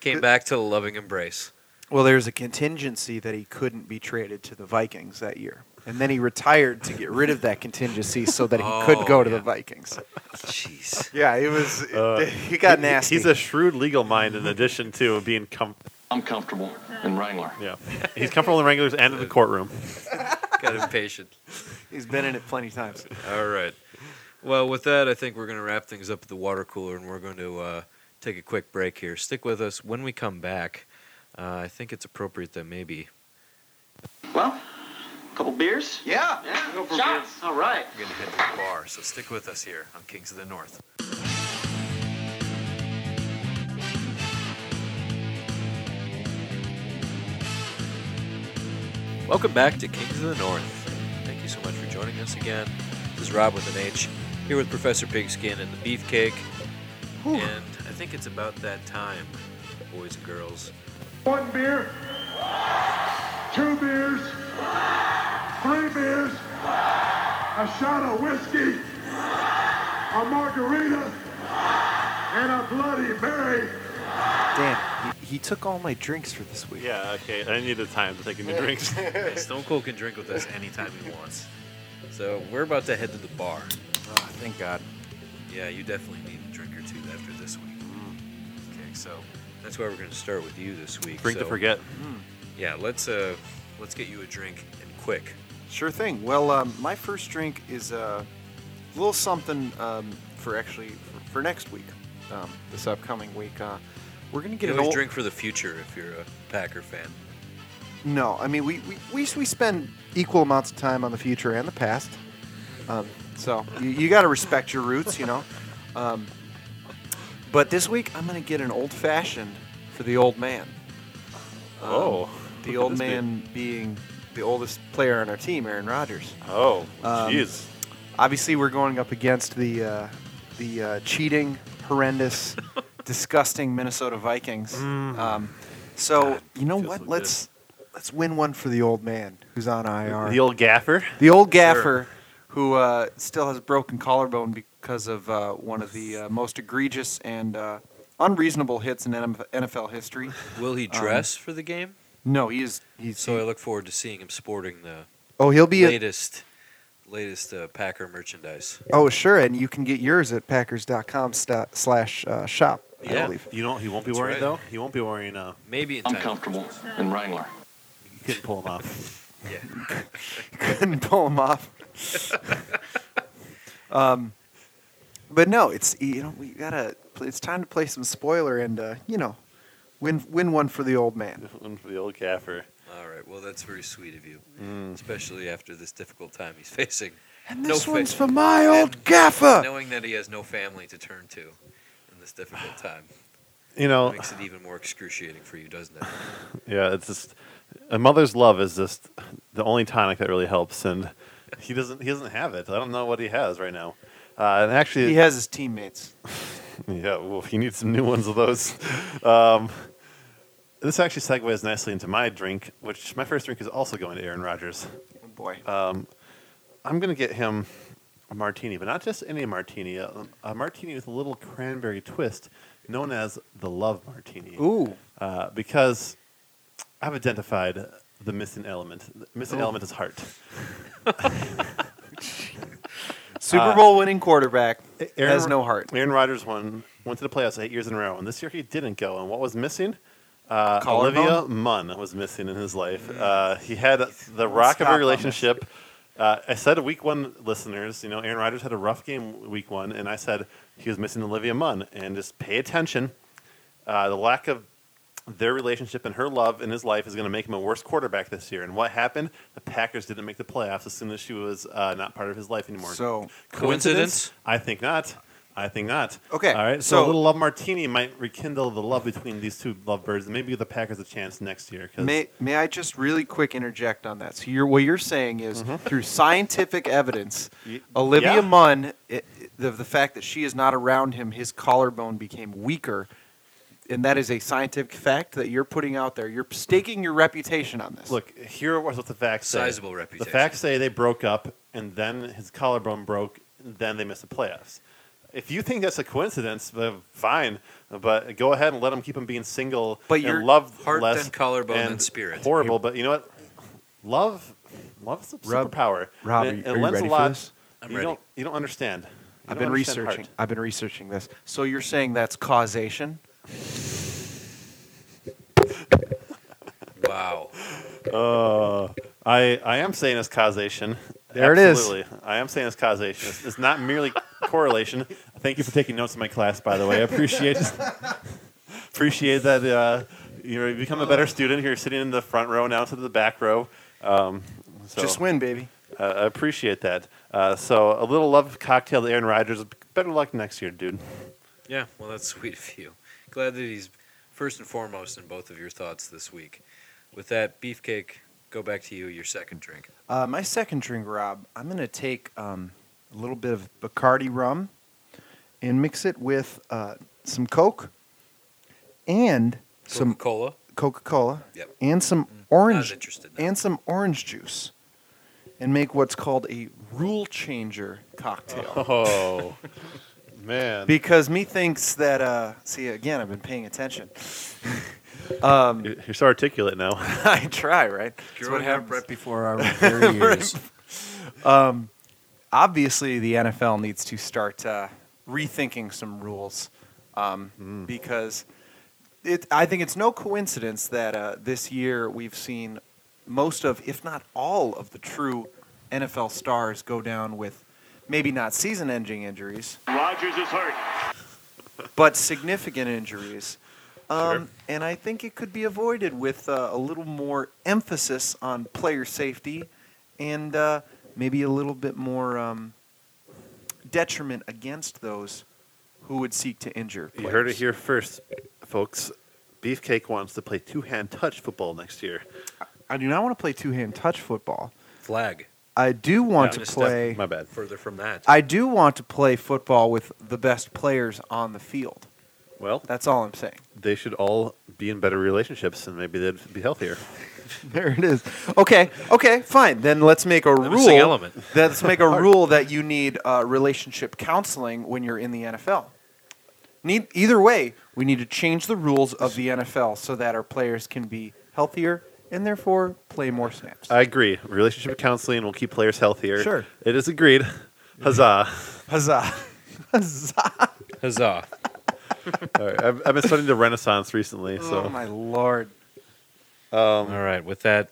S1: came back to the loving embrace.
S2: well, there's a contingency that he couldn't be traded to the Vikings that year, and then he retired to get rid of that contingency so that he
S1: Oh,
S2: could go to
S1: yeah.
S2: the Vikings.
S1: Jeez.
S2: Yeah,
S1: <laughs>
S2: it was.
S3: Uh,
S2: <laughs> he got
S3: He-
S2: nasty.
S3: He's a shrewd legal mind in addition to being com-
S5: I'm comfortable in Wrangler.
S3: yeah. He's comfortable in the Wranglers and in the courtroom.
S1: Got impatient.
S2: he's been in it plenty of times.
S1: All right. Well, with that, I think we're going to wrap things up at the water cooler, and we're going to uh, take a quick break here. Stick with us. When we come back, uh, I think it's appropriate that maybe
S5: Well, a couple beers?
S4: Yeah.
S5: Yeah, go for Shots. All right.
S1: we're going to hit the bar. So stick with us here on Kings of the North. Welcome back to Kings of the North. Thank you so much for joining us again. This is Rob with an H, here with Professor Pigskin and the Beefcake. And I think it's about that time, boys and girls.
S6: One beer, two beers, three beers, a shot of whiskey, a margarita, and a Bloody Mary.
S2: Damn, he, he took all my drinks for this week.
S3: Yeah, okay. I need the time to take a new
S2: <laughs>
S3: drinks.
S1: Hey, Stone Cold can drink with us anytime he wants. So we're about to head to the bar.
S2: Ah, thank God.
S1: Yeah, you definitely need a drink or two after this week. Okay, so that's why we're going to start with you this week.
S3: Drink to
S1: So,
S3: forget.
S2: um,
S1: Yeah, let's uh, let's get you a drink and quick.
S2: Sure thing. Well, um, my first drink is uh, a little something um, for actually for, for next week, um, this upcoming week. Uh, we're gonna
S1: You
S2: get
S1: can
S2: an
S1: always
S2: old
S1: drink for the future if you're a Packer fan.
S2: No, I mean we we, we, we spend equal amounts of time on the future and the past, um, so you, you got to respect your roots, you know. Um, but this week I'm gonna get an old fashioned for the old man. Um,
S3: Oh,
S2: the
S3: look at
S2: old
S3: this bit.
S2: man being the oldest player on our team, Aaron Rodgers.
S3: Oh,
S2: Um,
S3: jeez.
S2: Obviously, we're going up against the uh, the uh, cheating,
S3: <laughs>
S2: horrendous, disgusting Minnesota Vikings. Um, so
S3: Mm. God,
S2: you know
S3: feels
S2: what?
S3: so
S2: let's let's win one for the old man who's on IR.
S3: the old gaffer.
S2: The old gaffer who uh, still has a broken collarbone because of uh, one of the uh, most egregious and uh, unreasonable hits in NM NFL history.
S1: Will he dress for the game?
S2: No, he is he's
S1: So I look forward to seeing him sporting the
S2: oh he'll be a,
S1: latest latest uh, Packer merchandise.
S2: oh sure, and you can get yours at Packers.com sta- slash uh, shop. I
S1: Yeah.
S2: believe. <laughs>
S3: You know he won't be
S1: That's
S3: wearing
S1: right.
S3: though. He won't be wearing. Uh,
S1: Maybe in
S5: I'm
S1: time.
S5: comfortable in Wrangler.
S3: you couldn't pull him off.
S1: Yeah.
S2: couldn't pull him off.
S1: <laughs>
S2: um, but no, it's you know we gotta. It's time to play some spoiler and uh, you know, win win one for the old man.
S3: One for <laughs> the old gaffer.
S1: All right. Well, that's very sweet of you, especially after this difficult time he's <laughs> facing.
S2: And
S1: No
S2: this
S1: fit.
S2: one's for my old gaffer.
S1: knowing that he has no family to turn to in this difficult time
S3: You know,
S1: makes it even more excruciating for you, doesn't it?
S3: yeah. It's just a mother's love is just the only tonic that really helps, and he doesn't. He doesn't have it. I don't know what he has right now. Uh, and actually,
S2: He has his teammates.
S3: Yeah, well, you need some new ones of those. Um, this actually segues nicely into my drink, which my first drink is also going to Aaron Rodgers.
S2: Oh boy,
S3: Uh, I'm going to get him a martini, but not just any martini, a, a martini with a little cranberry twist known as the Love Martini.
S2: ooh,
S3: Uh, because I've identified the missing element. The missing element is heart.
S2: Super Bowl winning quarterback
S3: Aaron-
S2: has no heart.
S3: Aaron Rodgers won, went to the playoffs eight years in a row, and this year he didn't go. And what was missing? Uh,
S2: Collarbone? Mm.
S3: Olivia Munn was missing in his life. Uh, he had the rock of
S2: stop
S3: a
S2: on
S3: relationship. Uh, I said week one listeners, you know, Aaron Rodgers had a rough game week one, and I said he was missing Olivia Munn. And just pay attention. Uh, the lack of their relationship and her love in his life is going to make him a worse quarterback this year. And what happened? The Packers didn't make the playoffs as soon as she was uh, not part of his life anymore.
S2: So
S1: Coincidence?
S3: I think not. I think not.
S2: Okay,
S3: All right. So, a
S2: so-
S3: little love martini might rekindle the love between these two lovebirds, and maybe give the Packers a chance next year. 'cause-
S2: May, may I just really quick interject on that? So you're, what you're saying is through scientific evidence,
S3: Y-
S2: Olivia
S3: Mm-hmm. yeah.
S2: Munn, i- i- the, the fact that she is not around him, his collarbone became weaker. And that is a scientific fact that you're putting out there. You're staking your reputation on this.
S3: Look, here was what the facts say.
S1: Sizable
S3: The
S1: reputation.
S3: facts say they broke up, and then his collarbone broke, and then they missed the playoffs. If you think that's a coincidence, uh, fine. But go ahead and let him keep him being single.
S2: But
S3: and
S2: your
S3: love
S1: heart,
S3: less
S1: then collarbone,
S3: and
S1: then spirit.
S3: Horrible, but you know what? Love, love's a
S2: Rob-
S3: superpower.
S2: Rob,
S3: and,
S2: are you-
S3: it
S2: are you
S3: lends
S2: ready
S3: a
S2: for
S3: lot.
S2: this?
S1: I'm
S3: you
S1: ready.
S3: don't. You don't understand. You
S2: I've
S3: don't
S2: been
S3: understand
S2: researching.
S3: heart.
S2: I've been researching this. So you're saying that's causation?
S1: Wow.
S3: Uh, I, I am saying it's causation.
S2: There it is.
S3: Absolutely. I am saying it's causation. It's, it's not merely <laughs> correlation. Thank you for taking notes in my class, by the way. I appreciate <laughs> appreciate that uh, you become a better student. You're sitting in the front row now instead of the back row. Um, so
S2: Just win, baby.
S3: uh, I appreciate that. Uh, so a little love cocktail to Aaron Rodgers. Better luck next year, dude.
S1: Yeah, well, that's sweet of you. Glad that he's first and foremost in both of your thoughts this week. With that, Beefcake, go back to you, your second drink.
S2: Uh, my second drink, Rob, I'm going to take um, a little bit of Bacardi rum and mix it with uh, some Coke and some
S1: Coca-Cola.
S2: Coca Cola
S1: Yep.
S2: and some
S1: Not
S2: orange
S1: interested now.
S2: and some orange juice and make what's called a rule changer cocktail.
S3: Oh, man.
S2: Because methinks that, uh, see, again, I've been paying attention. <laughs>
S3: You're you're so articulate now.
S2: I try, right? That's what
S1: Growing up
S2: happens.
S1: right before <laughs> our very ears.
S2: obviously the NFL needs to start uh, rethinking some rules um, because it, I think it's no coincidence that uh, this year we've seen most of, if not all, of the true NFL stars go down with maybe not season-ending injuries,
S6: Rogers is hurt.
S2: but significant injuries. Um, And I think it could be avoided with uh, a little more emphasis on player safety and uh, maybe a little bit more um, detriment against those who would seek to injure.
S3: You heard it
S2: players.
S3: here first, folks. Beefcake wants to play two hand touch football next year.
S2: I do not want to play two hand touch football.
S1: Flag.
S2: I do want
S1: Yeah,
S2: to
S1: just
S2: play.
S3: My bad.
S1: Further from that.
S2: I do want to play football with the best players on the field.
S3: Well,
S2: That's all I'm saying.
S3: they should all be in better relationships and maybe they'd be healthier.
S2: <laughs> There it is. Okay, okay, fine. Then let's make a rule.
S1: Missing
S2: <laughs>
S1: element.
S2: Let's make a rule that you need uh, relationship counseling when you're in the NFL. Need either way, we need to change the rules of the NFL so that our players can be healthier and therefore play more snaps.
S3: I agree. Relationship counseling will keep players healthier.
S2: Sure.
S3: It is agreed.
S2: <laughs>
S3: Huzzah. <laughs>
S2: Huzzah! Huzzah!
S1: Huzzah.
S3: all right. I've, I've been studying the Renaissance recently, so
S2: Oh my lord!
S1: All right, with that,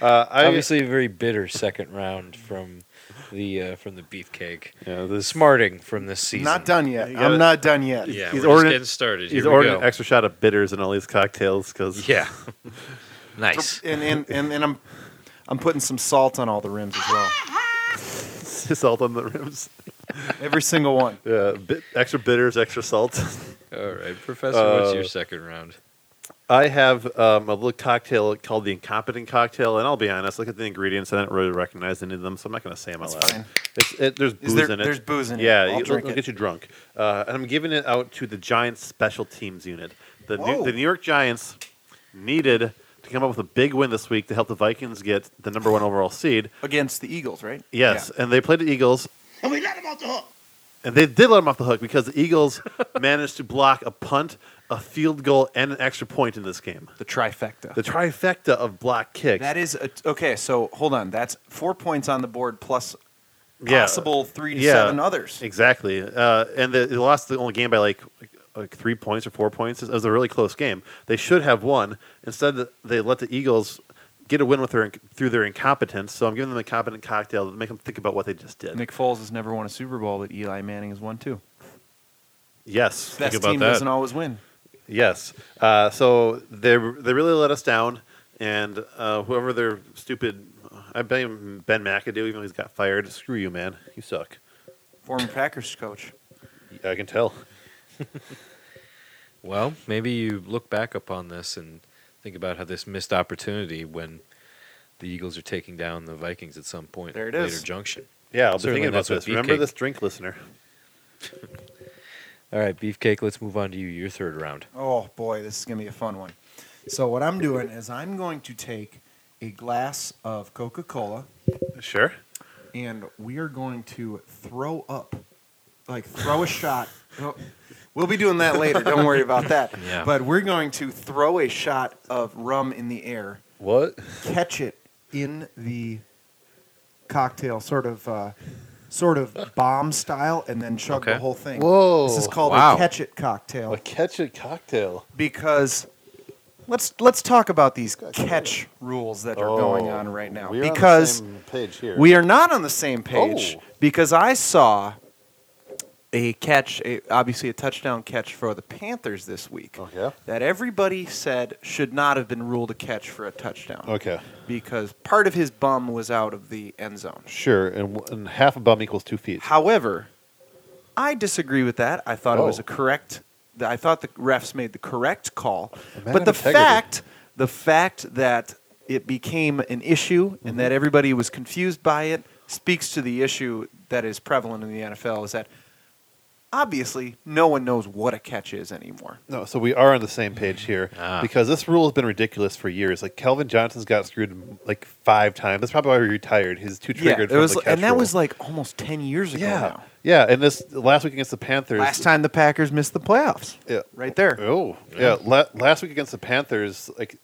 S3: uh, I
S1: obviously a very bitter second round from the uh, from the Beefcake.
S3: Yeah, this-
S1: Smarting from this season.
S2: Not done yet.
S3: You gotta-
S2: I'm not done yet.
S1: Yeah,
S3: He's
S1: we're
S3: ordering-
S1: just getting started.
S3: he's
S1: Here we
S3: ordering an
S1: go.
S3: extra shot of bitters in all these cocktails because <laughs>
S1: Yeah. <laughs> nice.
S2: And, and and and I'm I'm putting some salt on all the rims as
S1: <laughs>
S2: well.
S3: salt on the rims.
S2: Every single one.
S3: Yeah, bit, extra bitters, extra salt.
S1: All right, Professor, what's your second round?
S3: I have um, a little cocktail called the Incompetent Cocktail, and I'll be honest, look at the ingredients. I didn't really recognize any of them, so I'm not going to say them out
S2: That's
S3: loud.
S2: fine.
S3: It's, it, there's booze
S2: Is there,
S3: in it.
S2: There's booze in it.
S3: yeah,
S2: I'll
S3: you-
S2: drink
S3: it'll
S2: it.
S3: get you drunk. Uh, and I'm giving it out to the Giants special teams unit. The
S2: Whoa.
S3: New, the New York Giants needed to come up with a big win this week to help the Vikings get the number one overall seed.
S2: against the Eagles, right?
S3: Yes, and they played the Eagles,
S4: <laughs> And we let him off the hook.
S3: and they did let them off the hook because the
S2: <laughs>
S3: Eagles managed to block a punt, a field goal, and an extra point in this game.
S2: The trifecta.
S3: The trifecta of block kicks.
S2: that is a, okay. So hold on. That's four points on the board plus
S3: Yeah.
S2: possible three to
S3: Yeah.
S2: seven others.
S3: Exactly. Uh, and they, they lost the only game by like like three points or four points. It was a really close game. They should have won. Instead, they let the Eagles get a win with their through their incompetence. So I'm giving them a competent cocktail to make them think about what they just did.
S2: Nick Foles has never won a Super Bowl, but Eli Manning has won two.
S3: yes,
S2: Best
S3: think about
S2: team
S3: that.
S2: doesn't always win.
S3: Yes. Uh, so they they really let us down, and uh, whoever their stupid, I blame Ben McAdoo, even though he's got fired. Screw you, man. You suck.
S2: Former Packers coach.
S3: I can tell.
S1: Well, maybe you look back upon this and think about how this missed opportunity when the Eagles are taking down the Vikings at some point
S2: There it
S1: later
S2: is.
S1: junction.
S3: Yeah, I'll be
S1: Certainly
S3: thinking about
S1: that's what
S3: this. Remember
S1: Beefcake-
S3: this drink, listener.
S1: All right, Beefcake, let's move on to you. Your third round.
S2: Oh boy, this is gonna be a fun one. So what I'm doing is I'm going to take a glass of Coca-Cola
S3: Sure.
S2: and we are going to throw up, like throw a shot. Oh, We'll be doing that later. Don't worry about
S3: <laughs>
S2: that.
S1: Yeah.
S2: But we're going to throw a shot of rum in the air,
S3: What?
S2: catch it in the cocktail, sort of, uh, sort of bomb style, and then chug
S1: Okay.
S2: the whole thing.
S3: Whoa.
S2: This is called
S1: Wow.
S2: a catch it cocktail
S3: A catch it cocktail.
S2: because let's let's talk about these catch rules that Oh, are going on right now.
S3: We're
S2: because
S3: Oh, on the same page here.
S2: we are not on the same page
S3: Oh.
S2: because I saw a catch, a, obviously a touchdown catch for the Panthers this week
S3: Oh, yeah?
S2: that everybody said should not have been ruled a catch for a touchdown
S3: Okay.
S2: because part of his bum was out of the end zone.
S3: Sure. And, and half a bum equals two feet.
S2: However, I disagree with that. I thought it was
S3: Oh.
S2: a correct. th- I thought the refs made the correct call,
S3: man
S2: but
S3: of
S2: the
S3: integrity.
S2: fact, the fact that it became an issue
S3: Mm-hmm.
S2: and that everybody was confused by it speaks to the issue that is prevalent in the NFL. Is that obviously no one knows what a catch is anymore.
S3: No, so we are on the same page here
S1: Ah.
S3: because this rule has been ridiculous for years. Like Kelvin Johnson's got screwed like five times. That's probably why he retired. He's too triggered.
S2: it
S3: from
S2: was,
S3: the catch
S2: and that
S3: rule.
S2: was like almost ten years ago.
S3: yeah,
S2: now.
S3: yeah. And this last week against the Panthers,
S2: Last time the Packers missed the playoffs,
S3: Yeah.
S2: right there.
S3: Oh, yeah. La- last week against the Panthers, like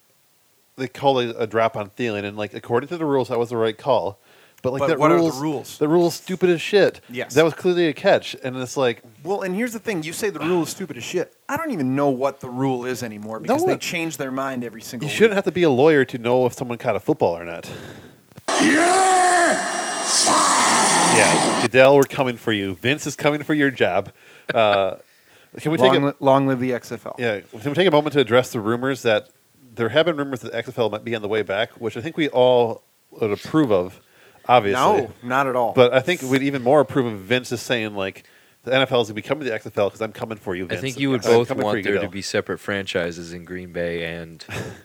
S3: they called a, a drop on Thielen, and like according to the rules, that was the right call. But like
S2: But
S3: that
S2: what are the
S3: rules,
S2: rules?
S3: The rules stupid as shit.
S2: Yes.
S3: that was clearly a catch, and it's like
S2: Well, and here's the thing: you say the rule is stupid as shit. I don't even know what the rule is anymore because they
S3: it-
S2: change their mind every single.
S3: you
S2: week.
S3: shouldn't have to be a lawyer to know if someone caught a football or not. Yeah, Goodell, we're coming for you. Vince is coming for your job. Uh, can we take
S2: long,
S3: a,
S2: li- long live the XFL.
S3: yeah? Can we take a moment to address the rumors that there have been rumors that XFL might be on the way back, which I think we all would approve of, obviously.
S2: no, not at all.
S3: But I think we'd even more approve of Vince is saying like the NFL is becoming the XFL because I'm coming for you.
S1: I
S3: Vince.
S1: think you would
S3: I'm
S1: both
S3: coming for
S1: want
S3: you,
S1: there to
S3: Goodell."
S1: be separate franchises in Green Bay
S2: <laughs>
S1: and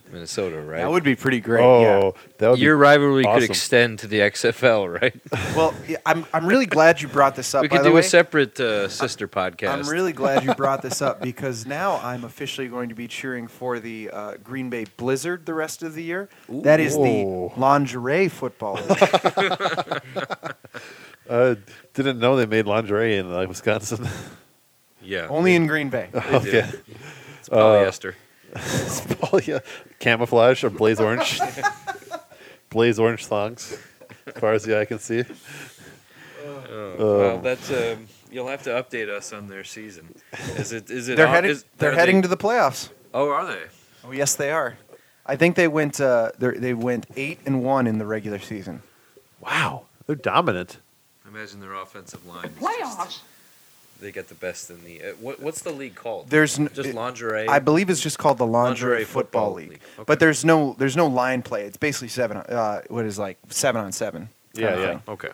S1: Minnesota, right?
S2: that would be pretty great.
S3: Oh, that would be
S1: Your rivalry
S3: awesome.
S1: could extend to the XFL, <laughs> right?
S2: yeah. Well, yeah, I'm I'm really glad you brought this up.
S1: we
S2: by
S1: could
S2: the
S1: do
S2: way.
S1: a separate uh, sister podcast.
S2: I'm really glad you brought this up because now I'm officially going to be cheering for the uh, Green Bay Blizzard the rest of the year. That is
S3: Ooh.
S2: the lingerie football. league.
S3: Uh, didn't know they made lingerie in uh, Wisconsin. <laughs>
S1: yeah, <laughs>
S2: Only in Green Bay.
S3: okay.
S1: it's polyester.
S3: Oh yeah, camouflage or blaze orange, <laughs> blaze orange thongs, as far as the eye can see.
S1: Oh, well, that's um, you'll have to update us on their season. Is it? Is it?
S2: They're
S1: on-
S2: heading.
S1: is-
S2: they're
S1: are they-
S2: heading to the playoffs.
S1: Oh, are they?
S2: Oh yes, they are. I think they went. Uh, they're- they went eight and one in the regular season.
S3: Wow, they're dominant.
S1: Imagine their offensive line. is just-
S5: Playoffs.
S1: They get the best in the. Uh, what, what's the league called?
S2: There's n-
S1: just
S2: it-
S1: lingerie.
S2: I believe it's just called the Lingerie,
S1: Lingerie
S2: Football,
S1: Football
S2: League.
S1: League. Okay.
S2: But there's no there's no line play. It's basically seven. Uh, what is like seven on seven. kind
S3: Yeah,
S2: of
S3: yeah.
S2: thing.
S1: okay,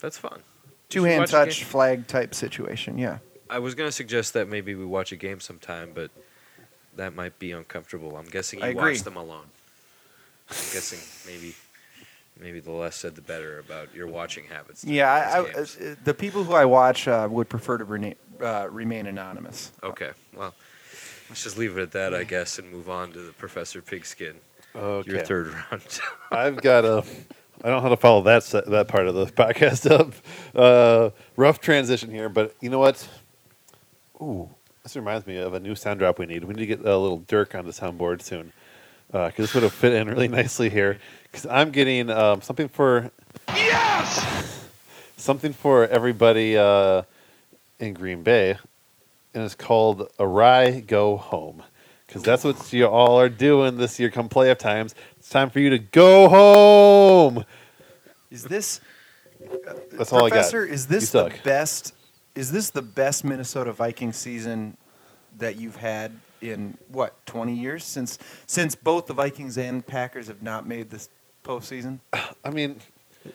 S1: that's fun.
S2: Two
S1: should
S2: hand
S1: watch the
S2: touch
S1: game.
S2: flag type situation. Yeah.
S1: I was gonna suggest that maybe we watch a game sometime, but that might be uncomfortable. I'm guessing
S2: I
S1: you
S2: agree.
S1: watch them alone. I'm guessing maybe maybe the less said the better about your watching habits. during
S2: Yeah. I,
S1: these
S2: I, uh,
S1: games.
S2: the people who I watch uh, would prefer to rena- uh, remain anonymous.
S1: okay. Well, let's just leave it at that, I guess, and move on to the Professor Pigskin.
S3: Okay.
S1: Your third <laughs> round.
S3: I've got a. I don't know how to follow that se- that part of the <laughs> podcast up. Uh, rough transition here, but you know what? Ooh, this reminds me of a new sound drop we need. We need to get a little Dirk on the soundboard soon because this would have fit in really <laughs> nicely here. Because I'm getting um, something for
S4: Yes!
S3: <laughs> something for everybody uh, in Green Bay, and it's called "Awry Go Home," because that's what you all are doing this year. Come playoff times, it's time for you to go home.
S2: Is this
S3: That's all
S2: Professor?
S3: I got.
S2: Is
S3: You
S2: this the
S3: suck.
S2: best? Is this the best Minnesota Viking season that you've had in what twenty years since since both the Vikings and Packers have not made this postseason?
S3: I mean,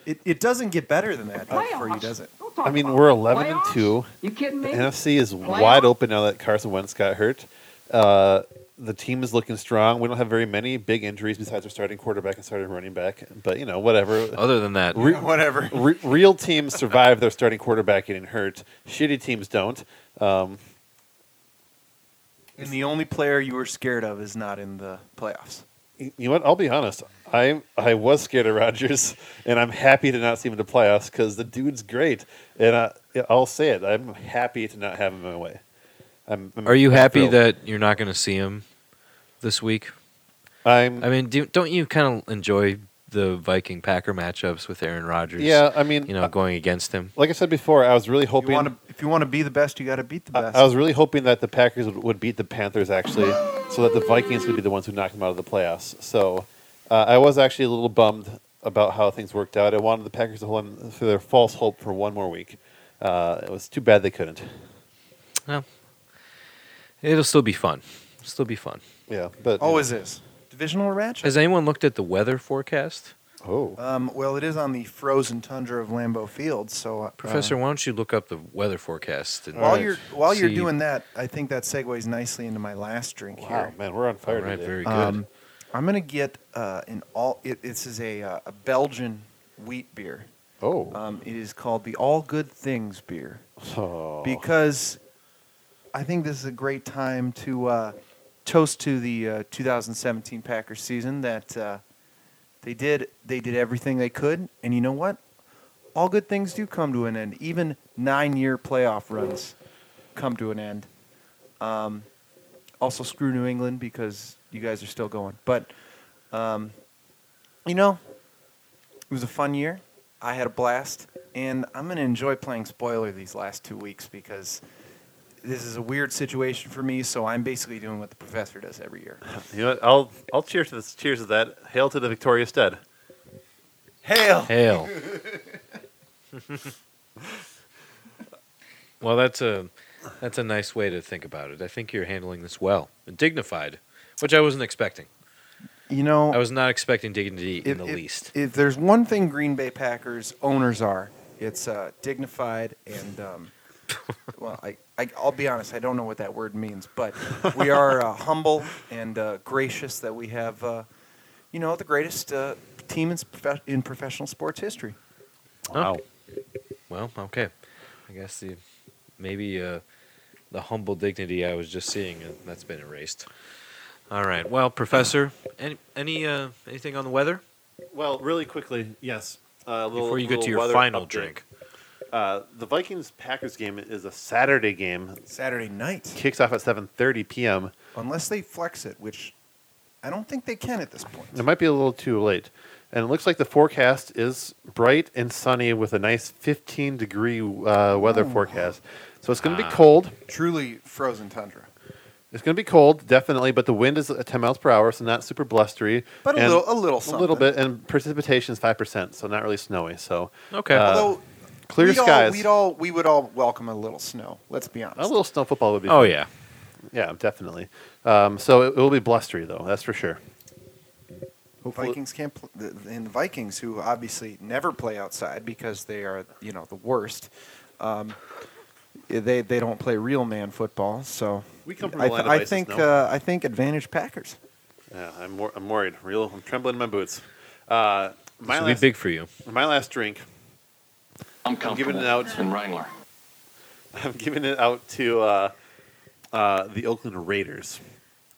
S2: It, it doesn't get better than that for you, does it?
S3: I mean, we're eleven and
S7: Playoffs?
S3: two.
S7: You kidding
S3: The
S7: me?
S3: NFC is wide open now that Carson Wentz got hurt. Uh, the team is looking strong. We don't have very many big injuries besides our starting quarterback and starting running back. But you know, whatever.
S1: Other than that,
S2: <laughs>
S3: Re-
S2: Whatever.
S3: Re- real teams survive their starting quarterback getting hurt. Shitty teams don't. Um,
S2: And the only player you were scared of is not in the playoffs.
S3: you know what? I'll be honest. I I was scared of Rodgers, and I'm happy to not see him in the playoffs because the dude's great. And I, I'll say it. I'm happy to not have him in my way. I'm, I'm-
S1: are you
S3: I'm
S1: happy
S3: thrilled.
S1: that you're not going to see him this week?
S3: I'm?
S1: I mean, do, don't you kind of enjoy the Viking Packer matchups with Aaron Rodgers?
S3: yeah, I mean,
S1: you know, going against him.
S3: like I said before, I was really
S2: If you,
S3: hoping.
S2: want to, if you want to be the best, you got to beat the
S3: I,
S2: best.
S3: I was really hoping that the Packers would, would beat the Panthers actually, so that the Vikings would be the ones who knocked them out of the playoffs. So uh, I was actually a little bummed about how things worked out. I wanted the Packers to hold on to their false hope for one more week. Uh, it was too bad they couldn't.
S1: Well, it'll still be fun. It'll still be fun.
S3: Yeah, but
S2: Always Oh, is. Divisional match?
S1: Has anyone looked at the weather forecast?
S3: Oh,
S2: Um, well, it is on the frozen tundra of Lambeau Field, so uh,
S1: Professor, why don't you look up the weather forecast? And
S2: While
S3: Alright.
S2: you're while you're
S1: See-
S2: doing that, I think that segues nicely into my last drink
S3: wow,
S2: here.
S3: man, we're on
S1: all
S3: fire
S1: right,
S3: today.
S1: very good.
S2: Um, I'm gonna get uh, an all. It, this is a, uh, a Belgian wheat beer.
S3: oh,
S2: Um, it is called the All Good Things beer
S3: oh,
S2: because I think this is a great time to uh, toast to the uh, 2017 Packers season that uh, they did they did everything they could, and you know what? All good things do come to an end. Even nine-year playoff runs come to an end. Um, also, screw New England because you guys are still going. But um, you know, it was a fun year. I had a blast, and I'm going to enjoy playing spoiler these last two weeks because this is a weird situation for me. So I'm basically doing what the professor does every year.
S3: you know, what? I'll I'll cheers to this. Cheers to that. Hail to the victorious dead.
S2: Hail! <laughs>
S1: Hail. well, that's a that's a nice way to think about it. I think you're handling this well and dignified, which I wasn't expecting.
S2: You know,
S1: I was not expecting dignity in
S2: if-
S1: the
S2: if-
S1: least.
S2: If there's one thing Green Bay Packers owners are, it's uh, dignified
S1: <laughs>
S2: and. Um, Well, I, I, I'll be honest, I don't know what that word means, but we are uh, humble and uh, gracious that we have, uh, you know, the greatest uh, team in, prof- in professional sports history.
S1: Wow. Oh, Well, okay. I guess the maybe uh, the humble dignity I was just seeing uh, that's been erased. All right. Well, Professor, any any uh, anything on the weather
S3: Well, really quickly, yes. Uh, a little,
S1: before you get to
S3: little
S1: your
S3: weather
S1: final
S3: update.
S1: drink?
S3: Uh, the Vikings Packers game is a Saturday game.
S2: Saturday night.
S3: Kicks off at 7:30 p.m.
S2: unless they flex it, which I don't think they can at this point.
S3: It might be a little too late. And it looks like the forecast is bright and sunny with a nice 15 degree uh, weather forecast. So it's going to
S1: Ah.
S3: be cold.
S2: Truly frozen tundra,
S3: It's going to be cold, definitely, but the wind is at 10 miles per hour, so not super blustery.
S2: but a
S3: And
S2: little, a little,
S3: a
S2: something.
S3: little bit. And precipitation is 5%, so not really snowy. So
S1: Okay.
S3: Uh,
S2: Although
S3: clear
S2: we'd all,
S3: skies.
S2: we'd all, we would all welcome a little snow. Let's be honest.
S3: a little snow football would be
S1: oh
S3: fun.
S1: yeah.
S3: Yeah, definitely. Um, so it, it will be blustery, though, that's for sure. Hopefully-
S2: Vikings can't, pl- the, and the Vikings, who obviously never play outside because they are, you know, the worst. Um, they they don't play real man football, so
S3: We come from
S2: I,
S3: a line of
S2: I
S3: ice,
S2: think
S3: no?
S2: uh, I think advantage Packers.
S3: Yeah, I'm, wor- I'm worried. Real, I'm trembling in my boots. Uh,
S1: This
S3: my,
S1: will be
S3: last,
S1: big for you.
S3: my last drink, <laughs>
S5: I'm
S3: I'm giving
S5: comfortable.
S3: it out.
S5: In Wrangler.
S3: I'm giving it out to uh, uh, the Oakland Raiders,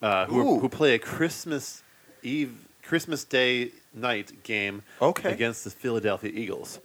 S3: uh, who,
S2: Ooh.
S3: who play a Christmas Eve, Christmas Day night game
S2: Okay.
S3: against the Philadelphia Eagles,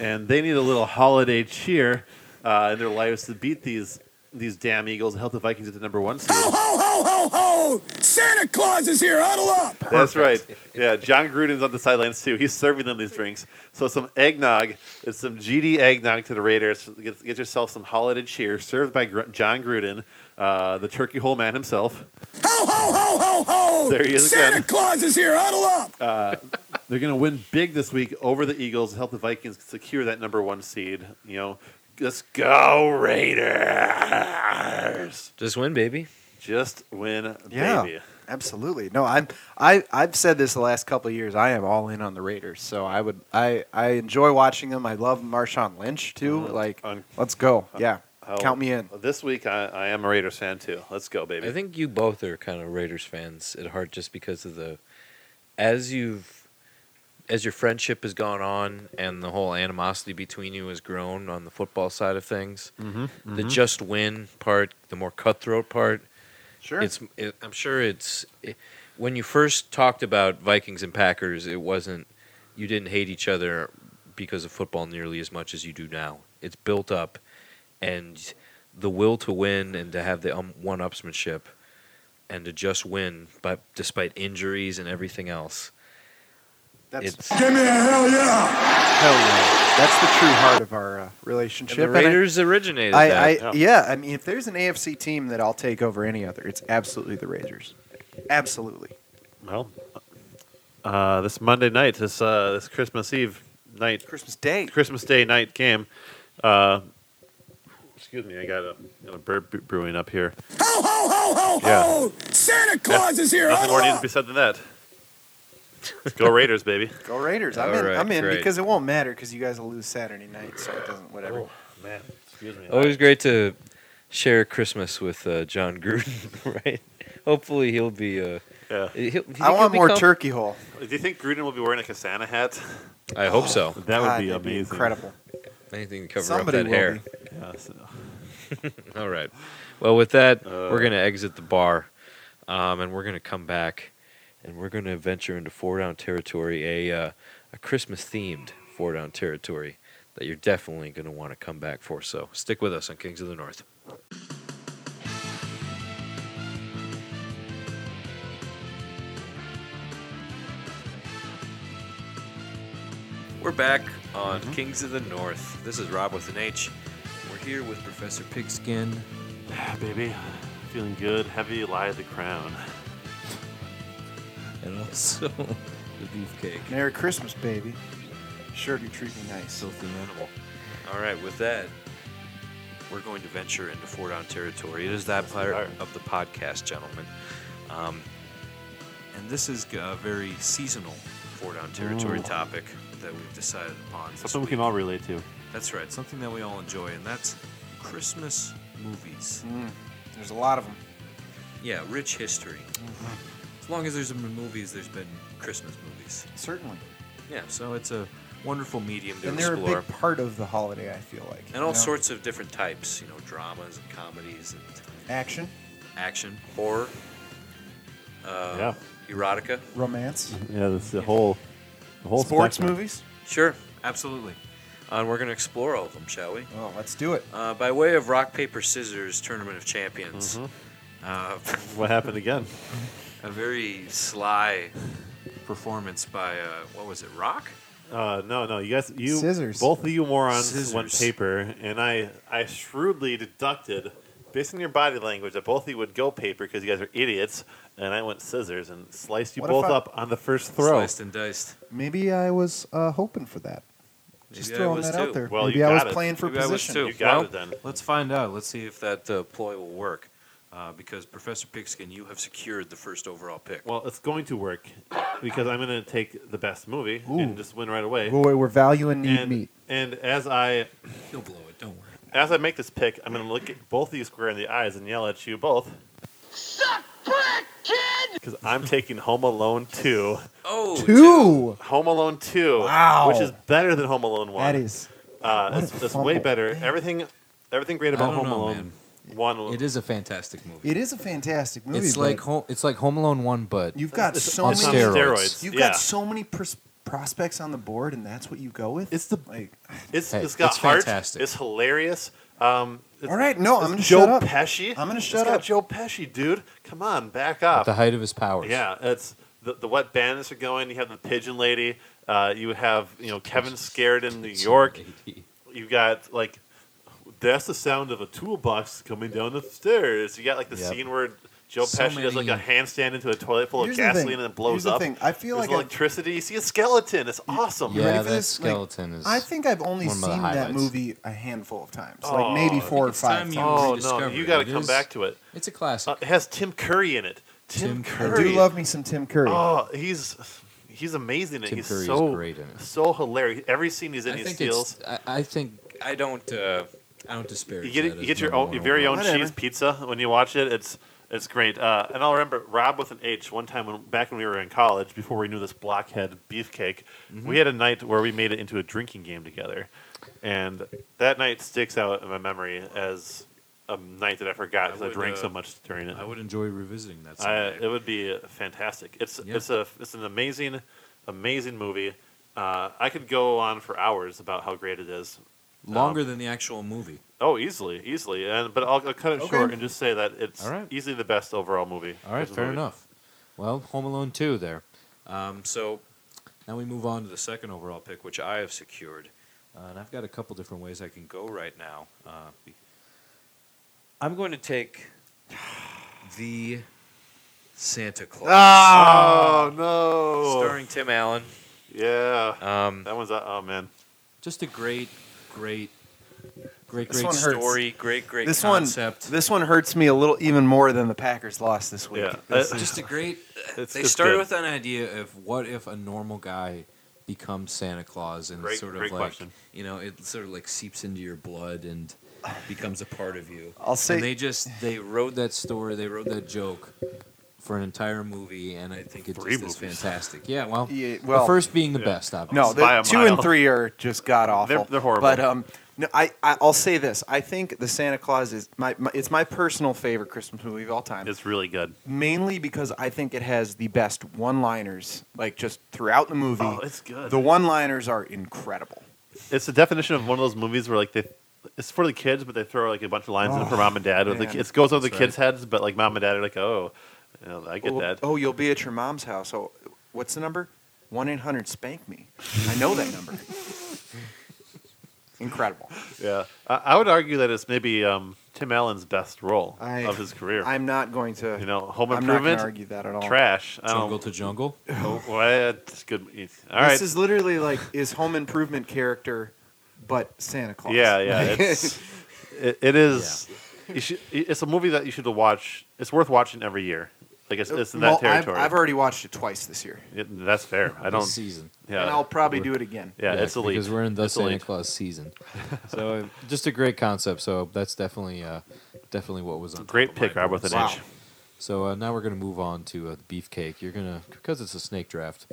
S3: and they need a little holiday cheer uh, in their lives to beat these these damn Eagles and help the Vikings at the number one seed.
S4: Ho, ho, ho, ho, ho! Santa Claus is here! Huddle up!
S3: That's right. Yeah, John Gruden's on the sidelines too. He's serving them these drinks. So some eggnog, it's some GD eggnog to the Raiders. Get, get yourself some holiday cheer served by Gr- John Gruden, uh, the turkey hole man himself.
S4: Ho, ho, ho, ho, ho!
S3: There he is
S4: Santa
S3: again.
S4: Claus is here! Huddle up!
S3: They're going to win big this week over the Eagles and help the Vikings secure that number one seed. You know, let's go Raiders.
S1: Just win, baby.
S3: Just win,
S2: Yeah.
S3: baby.
S2: Absolutely. No, I'm I I've said this the last couple of years. I am all in on the Raiders. So I
S1: Uh-huh.
S2: would I I enjoy watching them. I love Marshawn Lynch too.
S3: Uh,
S2: like
S3: un-
S1: uh,
S2: let's go. yeah.
S3: I'll-
S2: Count me in.
S3: This week, I, I am a Raiders fan too. Let's go, baby.
S1: I think you both are kind of Raiders fans at heart, just because of the as you've as your friendship has gone on and the whole animosity between you has grown on the football side of things. The just win part, the more cutthroat part.
S3: sure.
S1: It's it, I'm sure it's it, when you first talked about Vikings and Packers, it wasn't you didn't hate each other because of football nearly as much as you do now. It's built up, and the will to win and to have the um, one-upsmanship and to just win, but despite injuries and everything else,
S2: That's
S1: it's
S2: hell yeah. That's the true heart of our uh,
S1: and
S2: relationship.
S1: the
S2: and I-
S1: Raiders originated
S2: I,
S1: that.
S2: I
S3: yeah.
S2: yeah. I mean, if there's an AFC team that I'll take over any other, it's absolutely the Raiders. Absolutely.
S3: well, uh, this Monday night, this uh, this Christmas Eve night,
S2: Christmas Day.
S3: Christmas Day night game. Uh, excuse me, I got a, got a burp brewing up here.
S4: Ho, ho, ho, ho,
S3: Yeah.
S4: ho! Santa Claus is here!
S3: Nothing more needs
S4: Ottawa!
S3: to be said than that. Go Raiders, baby.
S2: Go Raiders. I'm
S1: All
S2: in.
S1: right,
S2: I'm in
S1: great.
S2: because it won't matter because you guys will lose Saturday night, so it doesn't. Whatever.
S1: Oh.
S3: man, excuse me.
S1: Always great to share Christmas with uh, John Gruden, <laughs> right? Hopefully he'll be. Uh,
S3: Yeah.
S1: he'll- he'll,
S2: I want more
S1: become-
S2: turkey hole.
S3: Do you think Gruden will be wearing a Cassana hat?
S1: I hope so.
S3: That would
S2: God,
S3: be
S2: that'd
S3: amazing.
S2: incredible.
S1: Anything to cover
S2: Somebody
S1: up that
S2: will
S1: hair.
S2: be.
S3: Yeah, so-
S1: All right. Well, with that,
S3: Uh,
S1: we're going to exit the bar um, and we're going to come back and we're going to venture into Four Down territory, a, uh, a Christmas themed Four Down territory that you're definitely going to want to come back for. So stick with us on Kings of the North. We're back on Kings of the North. This is Rob with an H. We're here with Professor Pigskin.
S3: Ah, baby, feeling good. Heavy lie the crown.
S1: and also the beefcake.
S2: Merry Christmas, baby. Sure, you treat me nice.
S1: Filthy animal. All right, with that, we're going to venture into four down territory. It is that part
S3: are.
S1: of the podcast, gentlemen. Um, and this is a very seasonal four down territory
S3: Ooh.
S1: topic that we've decided upon. this
S3: Something we
S1: week.
S3: can all relate to.
S1: That's right, something that we all enjoy, and that's Christmas movies.
S2: Mm, there's a lot of them.
S1: Yeah, rich history. As long as there's been movies, there's been Christmas movies.
S2: Certainly.
S1: Yeah, so it's a wonderful medium to
S2: and they're
S1: explore.
S2: a big part of the holiday. I feel like.
S1: and all
S2: you know?
S1: sorts of different types you know dramas and comedies and
S2: Action,
S1: action horror uh,
S3: yeah,
S1: erotica
S2: romance,
S3: yeah. That's the whole, the whole
S2: sports
S3: spectrum.
S2: movies.
S1: sure absolutely uh, and we're going to explore all of them shall we
S2: Oh, let's do it.
S1: uh, by way of rock paper scissors tournament of champions uh,
S3: What happened again?
S1: a very sly performance by uh, what was it rock
S3: Uh, no, no. You guys, you
S2: Scissors.
S3: Both of you morons went
S1: Scissors.
S3: paper, and I, I shrewdly deducted, based on your body language, that both of you would go paper because you guys are idiots, and I went scissors and sliced you
S2: What if
S3: both
S2: I-
S3: up on the first throw.
S1: sliced and diced
S2: Maybe I was uh, hoping for that. Just
S1: Maybe I
S2: throwing
S1: was
S2: that
S1: too.
S2: out there.
S3: Well,
S2: Maybe
S3: you
S2: I was
S3: got it.
S2: playing for
S1: Maybe I was
S2: position.
S1: too.
S3: You got
S1: Well,
S3: it then.
S1: Let's find out. Let's see if that uh, ploy will work. Uh, because Professor Pigskin, you have secured the first overall pick.
S3: Well, it's going to work because I'm going to take the best movie and
S2: Ooh.
S3: just win right away.
S2: Well, wait, we're valuing need
S3: and,
S2: meat.
S3: and as I
S1: He'll blow it. Don't worry.
S3: as I make this pick, I'm going to look at both of you square in the eyes and yell at you both
S4: Suck brick, kid!
S3: because I'm taking Home Alone 2.
S1: Oh,
S2: Two.
S3: Home Alone 2,
S2: Wow.
S3: which is better than Home Alone 1.
S2: That is.
S3: Uh,
S2: What
S3: it's,
S2: a
S3: it's way
S2: fumble.
S3: better. Everything, everything great
S7: I
S3: about
S7: don't
S3: Home
S7: know,
S3: Alone One.
S7: It is a fantastic movie.
S2: It is a fantastic movie.
S7: it's like
S2: but
S7: home, it's like Home Alone one, but
S2: you've got
S3: it's
S2: so
S7: on
S2: many.
S7: steroids.
S2: You've
S3: yeah.
S2: got so many pers- prospects on the board, and that's what you go with.
S3: It's the-
S2: like.
S3: it's,
S7: Hey,
S3: it's got
S7: it's
S3: heart.
S7: fantastic.
S3: It's hilarious. Um, it's,
S2: All right, no,
S3: it's
S2: I'm gonna
S3: Joe
S2: shut up.
S3: Pesci.
S2: I'm gonna
S3: It's
S2: shut
S3: got
S2: up.
S3: Joe Pesci, dude. Come on, back
S7: at
S3: up.
S7: the height of his powers.
S3: Yeah, it's the, the wet bandits are going. You have the pigeon lady. Uh, you have you know Kevin scared in New York. You got like that's the sound of a toolbox coming down the stairs. You got like the
S7: Yep.
S3: scene where Joe
S1: So
S3: Pesci does like a
S1: many-
S3: handstand into a toilet full
S2: Here's the
S3: of
S2: thing.
S3: gasoline and it blows
S2: Here's the
S3: up.
S2: thing. I feel
S3: There's
S2: like I-
S3: electricity. You see a skeleton. It's awesome.
S7: Yeah,
S2: ready for
S7: that
S2: this? Like,
S7: skeleton is.
S2: I think I've only
S7: One of the
S2: seen that
S7: highlights.
S2: movie a handful of times,
S3: Oh,
S2: like maybe four or
S1: it's
S2: five
S1: time you-
S2: times.
S3: Oh no,
S1: rediscover
S3: you
S1: it.
S3: got to
S1: It
S3: come
S1: is-
S3: back to it.
S7: it's a
S3: Uh,
S7: classic.
S3: it has Tim Curry in it. Tim,
S7: Tim Curry.
S2: I do love me some Tim Curry.
S3: Oh, he's he's amazing. in it.
S7: Tim
S3: he's
S7: Curry is
S3: so
S7: great in it.
S3: so hilarious. Every scene he's in,
S7: I
S3: he
S7: think
S3: steals.
S7: it's. I, I think
S1: I don't. Uh,
S7: I don't disparage.
S3: You get
S7: that
S3: it, you
S7: as
S3: get your
S7: number
S3: own,
S7: one
S3: your very own
S7: overall.
S2: Whatever.
S3: cheese pizza when you watch it. It's it's great. Uh, and I'll remember Rob with an H one time when back when we were in college before we knew this blockhead beefcake.
S1: Mm-hmm.
S3: We had a night where we made it into a drinking game together, and that night sticks out in my memory as a night that I forgot
S1: I
S3: because I,
S1: would,
S3: drank so
S1: uh,
S3: much during it.
S1: I would enjoy revisiting that.
S3: I, uh,
S1: someday.
S3: it would be fantastic. It's
S7: Yeah.
S3: it's a it's an amazing amazing movie. Uh, I could go on for hours about how great it is.
S7: longer than the actual movie.
S3: Oh, easily, easily. And but I'll, I'll cut it
S2: Okay.
S3: short and just say that it's
S7: All right.
S3: easily the best overall movie.
S7: All right,
S3: Christmas
S7: fair
S3: movie.
S7: enough. Well, Home Alone two there.
S1: Um, so now we move on to the second overall pick, which I have secured, uh, and I've got a couple different ways I can go right now. Uh, be- I'm going to take the Santa Claus,
S2: Ah!
S3: Oh no!
S1: starring Tim Allen.
S3: Yeah,
S1: Um,
S3: that one's. Uh, oh man,
S1: just a great, great, great,
S2: This
S1: great
S2: one hurts.
S1: story. Great, great
S2: This
S1: concept.
S2: one, this one hurts me a little even more than the Packers lost this week.
S3: Yeah.
S2: This
S3: Uh,
S2: is-
S7: Just a great.
S3: It's-
S7: they
S3: it's
S7: started
S3: good.
S7: with an idea of what if a normal guy becomes Santa Claus and
S3: Great-
S7: sort of
S3: great
S7: like
S3: question.
S7: you know it sort of like seeps into your blood and becomes a part of you.
S2: I'll say
S7: and they just they wrote that story, they wrote that joke for an entire movie, and I think it
S3: Three
S7: just is
S3: movies.
S7: fantastic. Yeah, well,
S2: Yeah,
S7: the
S2: well,
S7: first being the
S3: yeah.
S7: best,
S2: No,
S7: obviously.
S3: by a
S2: the two
S3: mile.
S2: and three are just god awful.
S3: They're- they're horrible.
S2: But um, no, I, I I'll say this. I think the Santa Claus is my, my it's my personal favorite Christmas movie of all time.
S3: it's really good.
S2: mainly because I think it has the best one-liners, like just throughout the movie.
S3: Oh, it's good.
S2: The one-liners are incredible.
S3: It's the definition of one of those movies where like they. It's for the kids, but they throw like a bunch of lines in it for mom and dad. With the,
S2: man.
S3: ki- it goes over the
S7: Oh, That's right.
S3: kids' heads, but like mom and dad are like, "Oh, you know, I get
S2: oh,
S3: that."
S2: oh, you'll be at your mom's house. Oh, what's the number? One eight hundred spank me. I know that number. Incredible.
S3: Yeah, I, I would argue that it's maybe um, Tim Allen's best role
S2: I-
S3: of his career.
S2: I'm not going to.
S3: you know, Home
S2: I'm not going
S3: Improvement,
S2: to argue that at all.
S3: trash. Um, I
S7: jungle
S3: don't,
S7: to jungle.
S3: oh, well, that's good. All
S2: this
S3: right,
S2: is literally like his home improvement character, but Santa Claus. <laughs>
S3: Yeah, yeah. It's, it, it is. You should, it's a movie that you should watch. It's worth watching every year. Like it's, it's in
S2: Well,
S3: that
S2: I've-
S3: territory.
S2: I've, already watched it twice this year,
S3: It- that's
S2: <laughs>
S3: fair. I
S7: This
S3: don't.
S7: season.
S3: Yeah,
S2: and I'll probably do it again.
S3: yeah, it's elite.
S7: because we're in the
S3: It's
S7: Santa
S3: elite.
S7: Claus
S3: <laughs>
S7: season. So uh, just a great concept. So that's definitely uh, definitely what was on. top
S3: Great
S7: of my
S3: pick, Rob, with an
S7: list.
S2: Wow.
S3: H.
S7: So uh, now we're gonna move on to uh, the beefcake. You're gonna because it's a snake draft.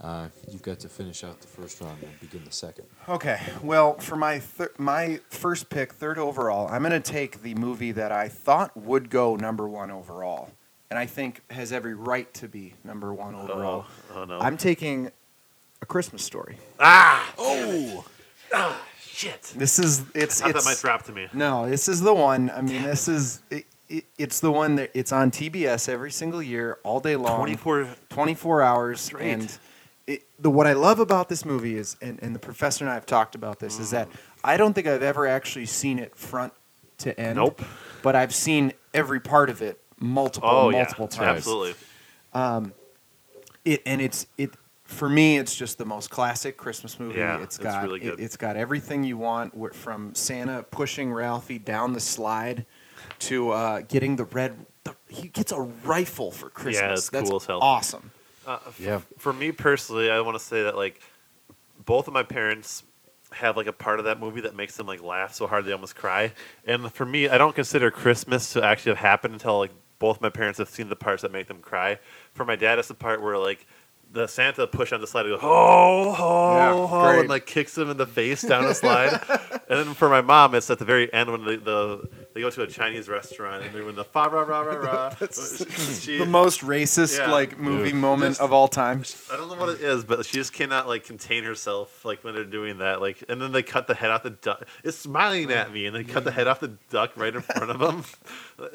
S7: Uh, you've got to finish out the first round and begin the second.
S2: Okay. Well, for my thir- my first pick, third overall, I'm going to take the movie that I thought would go number one overall, and I think has every right to be number one overall.
S3: Oh, oh no.
S2: I'm taking a Christmas story.
S3: ah,
S2: This is it's
S3: not that
S2: it's
S3: might drop to me.
S2: no, this is the one. I mean, this is it, it, it's the one that it's on TBS every single year, all day long.
S3: Twenty-four.
S2: 24 hours
S3: Great.
S2: and it, the what i love about this movie is and, and the professor and i have talked about this is that
S3: Mm.
S2: i don't think i've ever actually seen it front to end
S3: Nope.
S2: but i've seen every part of it multiple
S3: Oh yeah,
S2: multiple times
S3: absolutely.
S2: it and it's it for me it's just the most classic christmas movie
S3: Yeah,
S2: it's
S3: it's
S2: got
S3: really good.
S2: It, has got everything you want wh- from santa pushing ralphie down the slide to uh, getting the red the, he gets a rifle for christmas
S3: it's
S2: that's
S3: cool as hell.
S2: awesome
S7: Yeah,
S3: For me personally, I want to say that like both of my parents have like a part of that movie that makes them like laugh so hard they almost cry. And for me, I don't consider Christmas to actually have happened until like both my parents have seen the parts that make them cry. For my dad, it's the part where like the Santa push on the slide and goes ho ho
S2: Yeah,
S3: ho
S2: great.
S3: and like kicks him in the face down the slide. and then for my mom, it's at the very end when the, the they go to a Chinese restaurant and they're in the fa ra ra ra
S2: <laughs>
S3: ra. She-
S2: the most racist
S3: Yeah.
S2: like movie
S3: Dude.
S2: moment
S3: Just-
S2: of all time.
S3: I don't know what it is, but she just cannot like contain herself like when they're doing that. Like, and then they cut the head off the duck. It's smiling at me, and they cut the head off the duck right in front of him.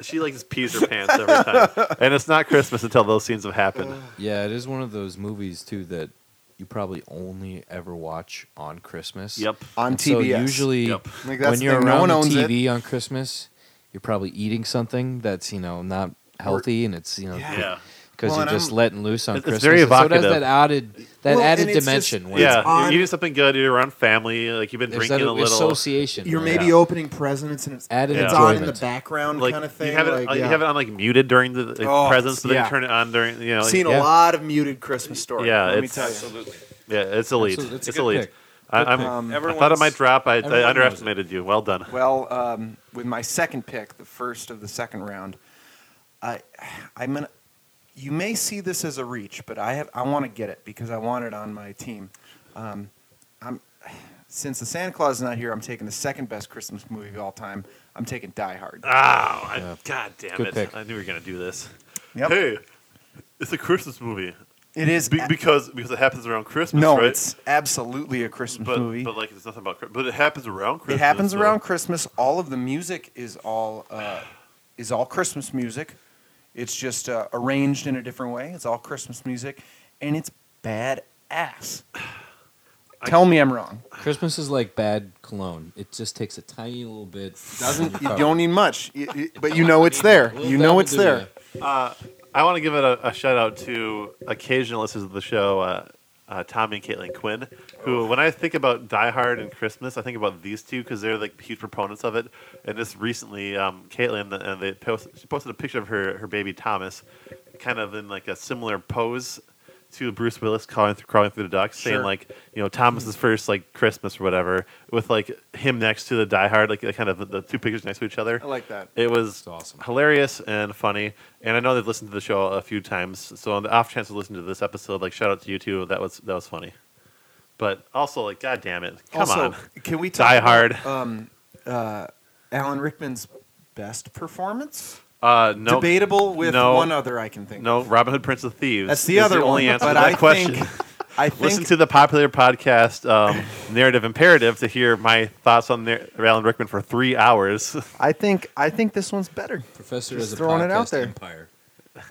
S3: <laughs> she like just pees her pants every time, and it's not Christmas until those scenes have happened.
S7: yeah. It is one of those movies too that you probably only ever watch on Christmas.
S3: Yep.
S2: On
S7: And so
S2: TBS.
S7: usually,
S3: Yep.
S2: Like, that's
S7: when
S2: the
S7: you're
S2: thing, no
S7: around
S2: one owns
S7: the
S2: it.
S7: TV on Christmas, you're probably eating something that's you know not healthy, and it's you know
S2: Yeah.
S3: Yeah.
S7: because
S2: Well,
S7: you're
S2: and
S7: just
S2: I'm-
S7: letting loose on
S3: It's-
S7: Christmas.
S3: it's very
S7: and so it has
S3: evocative.
S7: that added that
S2: Well,
S7: added
S2: and it's
S7: dimension.
S2: just-
S7: where
S3: Yeah,
S7: it's-
S2: on-
S3: you do something good. You're around family, like you've been
S7: there's
S3: drinking a
S7: that
S3: little.
S7: association.
S2: You're
S7: right?
S2: maybe
S3: Yeah.
S2: opening presents and it's,
S7: Added
S2: it's
S3: Yeah.
S2: on in the
S7: enjoyment.
S2: background
S3: Like
S2: kind of thing.
S3: you have it,
S2: like,
S3: uh,
S2: yeah.
S3: you have it on like muted during the like,
S2: Oh,
S3: presents, but then
S2: yeah.
S3: you turn it on during you know. like-
S2: seen a
S7: yeah.
S2: lot of muted Christmas stories.
S3: Yeah,
S2: let me
S3: it's-
S2: tell you.
S1: Absolutely.
S3: yeah, it's elite.
S7: Absolutely, that's a
S3: it's
S7: good
S3: elite.
S7: pick.
S3: I, I'm,
S2: Um,
S3: I thought it
S1: everyone's-
S3: might drop. I,
S7: everyone
S3: I
S7: knows
S3: underestimated you. Well done.
S2: Well, um, with my second pick, the first of the second round, I, I'm gonna. You may see this as a reach, but I have. I want to get it because I want it on my team. Um, I'm since the Santa Claus is not here. I'm taking the second best Christmas movie of all time. I'm taking Die Hard.
S3: Oh, I,
S7: Yeah.
S3: God damn
S7: Good
S3: it.
S7: pick.
S3: I knew we were going to do this.
S2: Yep.
S3: Hey, it's a Christmas movie.
S2: it is
S3: Be-
S2: a-
S3: because because it happens around Christmas,
S2: no,
S3: right?
S2: it's absolutely a Christmas
S3: but,
S2: movie.
S3: but like it's nothing about Christmas. But it happens around Christmas.
S2: it happens
S3: though.
S2: around Christmas. All of the music is all uh, is all Christmas music. It's just uh, arranged in a different way. It's all Christmas music, and it's badass. Tell me I'm wrong.
S7: Christmas is like bad cologne. It just takes a tiny little bit.
S3: <laughs>
S2: Doesn't
S3: Oh.
S2: you don't need much, y- y- but you know it's there.
S7: Little
S2: You know
S7: dab
S2: it's
S7: will do
S2: there.
S7: ya.
S3: I want to give it a, a shout out to occasional listeners of the show, uh, uh, Tommy and Caitlin Quinn, who, when I think about Die Hard and Christmas, I think about these two because they're like huge proponents of it. And just recently, um, Caitlin and they post, she posted a picture of her her baby Thomas, kind of in like a similar pose to Bruce Willis crawling through, crawling through the ducks, saying
S2: Sure.
S3: like, you know, Thomas's first like Christmas or whatever, with like him next to the Die Hard, like kind of the- the two pictures next to each other.
S2: I like that.
S3: It was
S7: It's awesome.
S3: hilarious and funny. And I know they've listened to the show a few times. So on the off chance of listening to this episode, like shout out to you two. That was that was funny. But also, like, god damn it, come
S2: also,
S3: on,
S2: can we talk
S3: Die
S2: about,
S3: Hard.
S2: Um, uh, Alan Rickman's best performance,
S3: Uh, no,
S2: debatable with
S3: no,
S2: one other I can think. of.
S3: No, Robin Hood, Prince of Thieves.
S2: that's the
S3: is
S2: other
S3: only
S2: one.
S3: answer
S2: but
S3: to that
S2: I
S3: question.
S2: think I think
S3: Listen to the popular podcast um, <laughs> Narrative Imperative to hear my thoughts on Nar- Alan Rickman for three hours. <laughs>
S2: I think I think this one's better.
S7: Professor
S2: Just
S7: is a
S2: throwing it
S7: podcast
S2: out there.
S7: empire.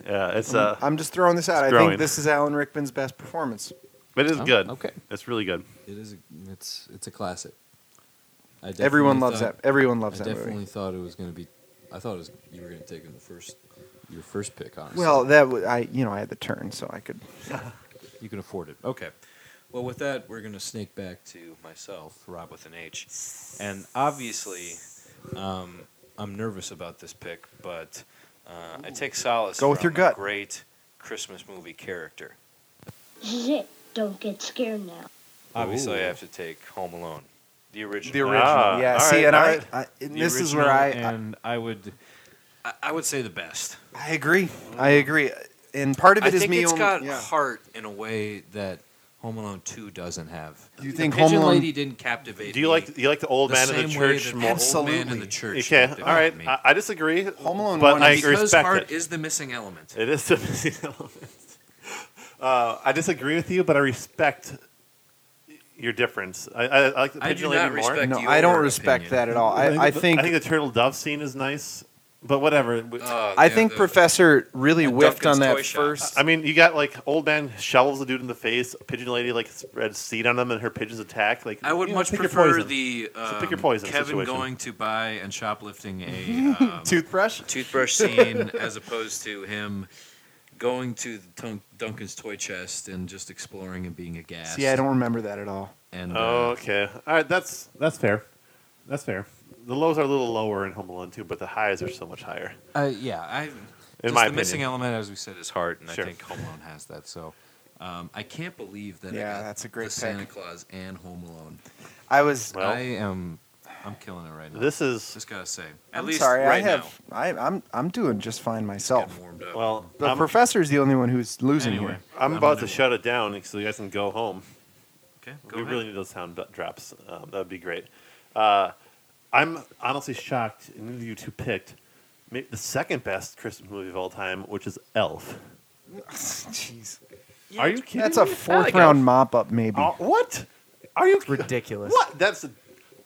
S3: yeah, it's uh,
S2: I'm just throwing this out. I
S3: It's
S2: think
S3: growing.
S2: this is Alan Rickman's best performance.
S3: it is
S7: Oh,
S3: good.
S7: okay.
S3: it's really good.
S7: It is. a- It's it's a classic. I
S1: uh,
S2: Everyone
S7: definitely
S2: loves
S7: thought-
S2: that. Everyone loves
S7: I
S2: that
S7: definitely
S2: movie.
S7: thought it was going to be. I thought it was, you were going to take him the first, your first pick. Honestly,
S2: Well, that w- I you know I had the turn, so I could.
S7: you can afford it. Okay. Well, with that, we're going to snake back to myself, Rob with an H, and obviously, um,
S1: I'm nervous about this pick, but uh, I take solace.
S2: Go with
S1: from
S2: your gut.
S1: A great Christmas movie character.
S8: Zit, don't get scared now.
S1: Obviously, I have to take Home Alone, the original.
S2: The original,
S3: Ah,
S2: yeah.
S3: all
S2: See,
S3: right,
S2: and
S3: all
S2: I,
S3: right.
S2: I and
S1: The
S2: this is where
S1: original,
S2: I, I
S1: and I, would, I, I would say the best.
S2: I agree. I agree. And part of
S1: I
S2: it is
S1: think
S2: me.
S1: it's
S2: only-
S1: got
S2: yeah.
S1: heart in a way that Home Alone Two doesn't have.
S2: Do you think
S1: the Pigeon
S2: Home Alone?
S1: Lady didn't captivate?
S3: Do you
S1: me
S3: like you like the old man in the
S1: same way
S3: church
S1: that
S3: more?
S1: the old man in
S2: Absolutely.
S1: the church?
S3: Okay, all
S1: captivated
S3: right.
S1: me.
S3: I, I disagree.
S2: Home Alone
S3: but
S2: one
S3: I
S2: is-
S1: because
S3: respect
S1: heart
S3: it.
S1: is the missing element.
S3: it is the missing element. <laughs> Uh, I disagree with you, but I respect your difference. I, I, I like the
S1: I do
S3: pigeon
S1: not
S3: lady more.
S1: respect-
S2: no,
S1: your
S2: I don't respect
S1: opinion.
S2: that at all. I, I think
S3: I think the turtle dove scene is nice, but whatever. We-
S1: Uh,
S2: I
S1: yeah,
S2: think
S1: the-
S2: Professor really whiffed
S1: Duncan's
S2: on that
S1: toy shop.
S2: first.
S3: I mean, you got like old man shovels the dude in the face. Pigeon lady like spreads seed on them, and her pigeons attack. Like
S1: I would
S3: you know,
S1: much
S3: pick your
S1: prefer
S3: poison.
S1: the um,
S3: pick your poison
S1: Kevin
S3: situation.
S1: going to buy and shoplifting
S2: <laughs>
S1: a um,
S2: Toothbrush.
S1: toothbrush scene as opposed to him going to Dun- Duncan's toy chest and just exploring and being aghast.
S2: See, I don't remember that at all.
S1: And
S3: Oh,
S1: uh,
S3: okay. All right, that's that's fair. That's fair. The lows are a little lower in Home Alone too, but the highs are so much higher.
S7: uh, yeah, I
S3: In
S1: just
S3: my
S1: the
S3: opinion.
S1: missing element, as we said, is heart, and
S3: Sure.
S1: I think Home Alone has that. So um, I can't believe that.
S2: Yeah,
S1: I got
S2: that's a
S1: the
S2: great pick.
S1: Santa Claus and Home Alone.
S2: I was.
S3: Well-
S7: I am
S1: I'm killing it right now.
S3: This is
S1: just gotta say. At
S2: I'm
S1: least
S2: sorry.
S1: right
S2: I have. Oh. I, I'm. I'm doing just fine <laughs>
S1: now.
S2: myself.
S1: Getting warmed up.
S3: well.
S2: The
S3: I'm,
S2: professor's the only one who's losing
S1: Anyway.
S2: here.
S3: I'm
S1: I'm
S3: about
S1: gonna-
S3: to shut it down so you guys can go home.
S1: okay, go
S3: we
S1: ahead.
S3: really need those sound dro- drops. Um, that would be great. Uh, I'm honestly shocked. None of you two picked ma- the second best Christmas movie of all time, which is Elf.
S2: Jeez.
S3: are you kidding?
S2: That's a
S3: me?
S2: fourth round mop up, maybe.
S3: Uh, what? Are you kidding?
S2: Ridiculous.
S3: What? That's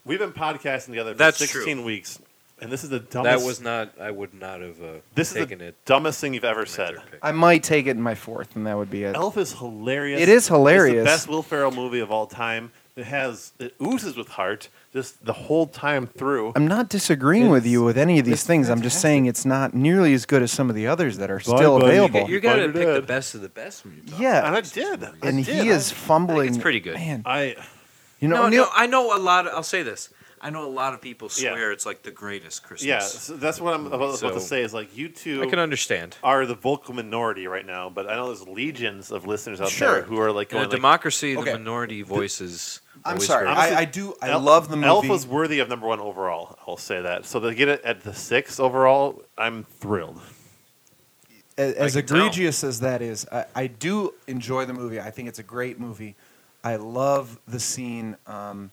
S3: we've been podcasting together for
S1: That's
S3: 16
S1: true.
S3: weeks, and this is the dumbest.
S1: that was not. I would not have uh,
S3: this is
S1: taken
S3: the
S1: it.
S3: dumbest thing you've ever
S1: my
S3: said.
S1: third pick.
S2: I might take it in my fourth, and that would be it.
S3: Elf is hilarious.
S2: It is
S3: It's
S2: hilarious.
S3: the best Will Ferrell movie of all time. It has it oozes with heart just the whole time through.
S2: I'm not disagreeing with you with any of these things. I'm just saying it's not nearly as good as some of the others that are still
S3: buddy.
S2: available.
S1: You
S3: Find
S1: gotta
S3: it
S1: pick the
S3: out.
S1: best of the best when you're talking.
S3: and
S2: yeah,
S3: I did. I
S2: and
S3: did.
S2: he is fumbling.
S1: it's pretty good.
S2: Man,
S3: I
S2: you know,
S1: No,
S2: Neil,
S1: no, I know a lot. I'll say this. I know a lot of people
S3: Yeah.
S1: swear it's like the greatest Christmas.
S3: yeah. So that's what I'm about, about
S1: So-
S3: to say. Is like you two
S1: I can understand.
S3: are the vocal minority right now, but I know there's legions of listeners out
S2: Sure.
S3: there who are like
S1: In a
S3: going like,
S1: democracy,
S2: Okay.
S1: the minority voices
S2: I'm
S1: Always
S2: sorry. <laughs>
S1: great.
S3: Honestly,
S2: I, I do. I
S3: Al-
S2: love the movie.
S3: Alpha's worthy of number one overall. I'll say that. So to get it at the six overall, I'm thrilled.
S2: as, as
S1: I can tell.
S2: egregious as that is, I, I do enjoy the movie. I think it's a great movie. I love the scene. Um,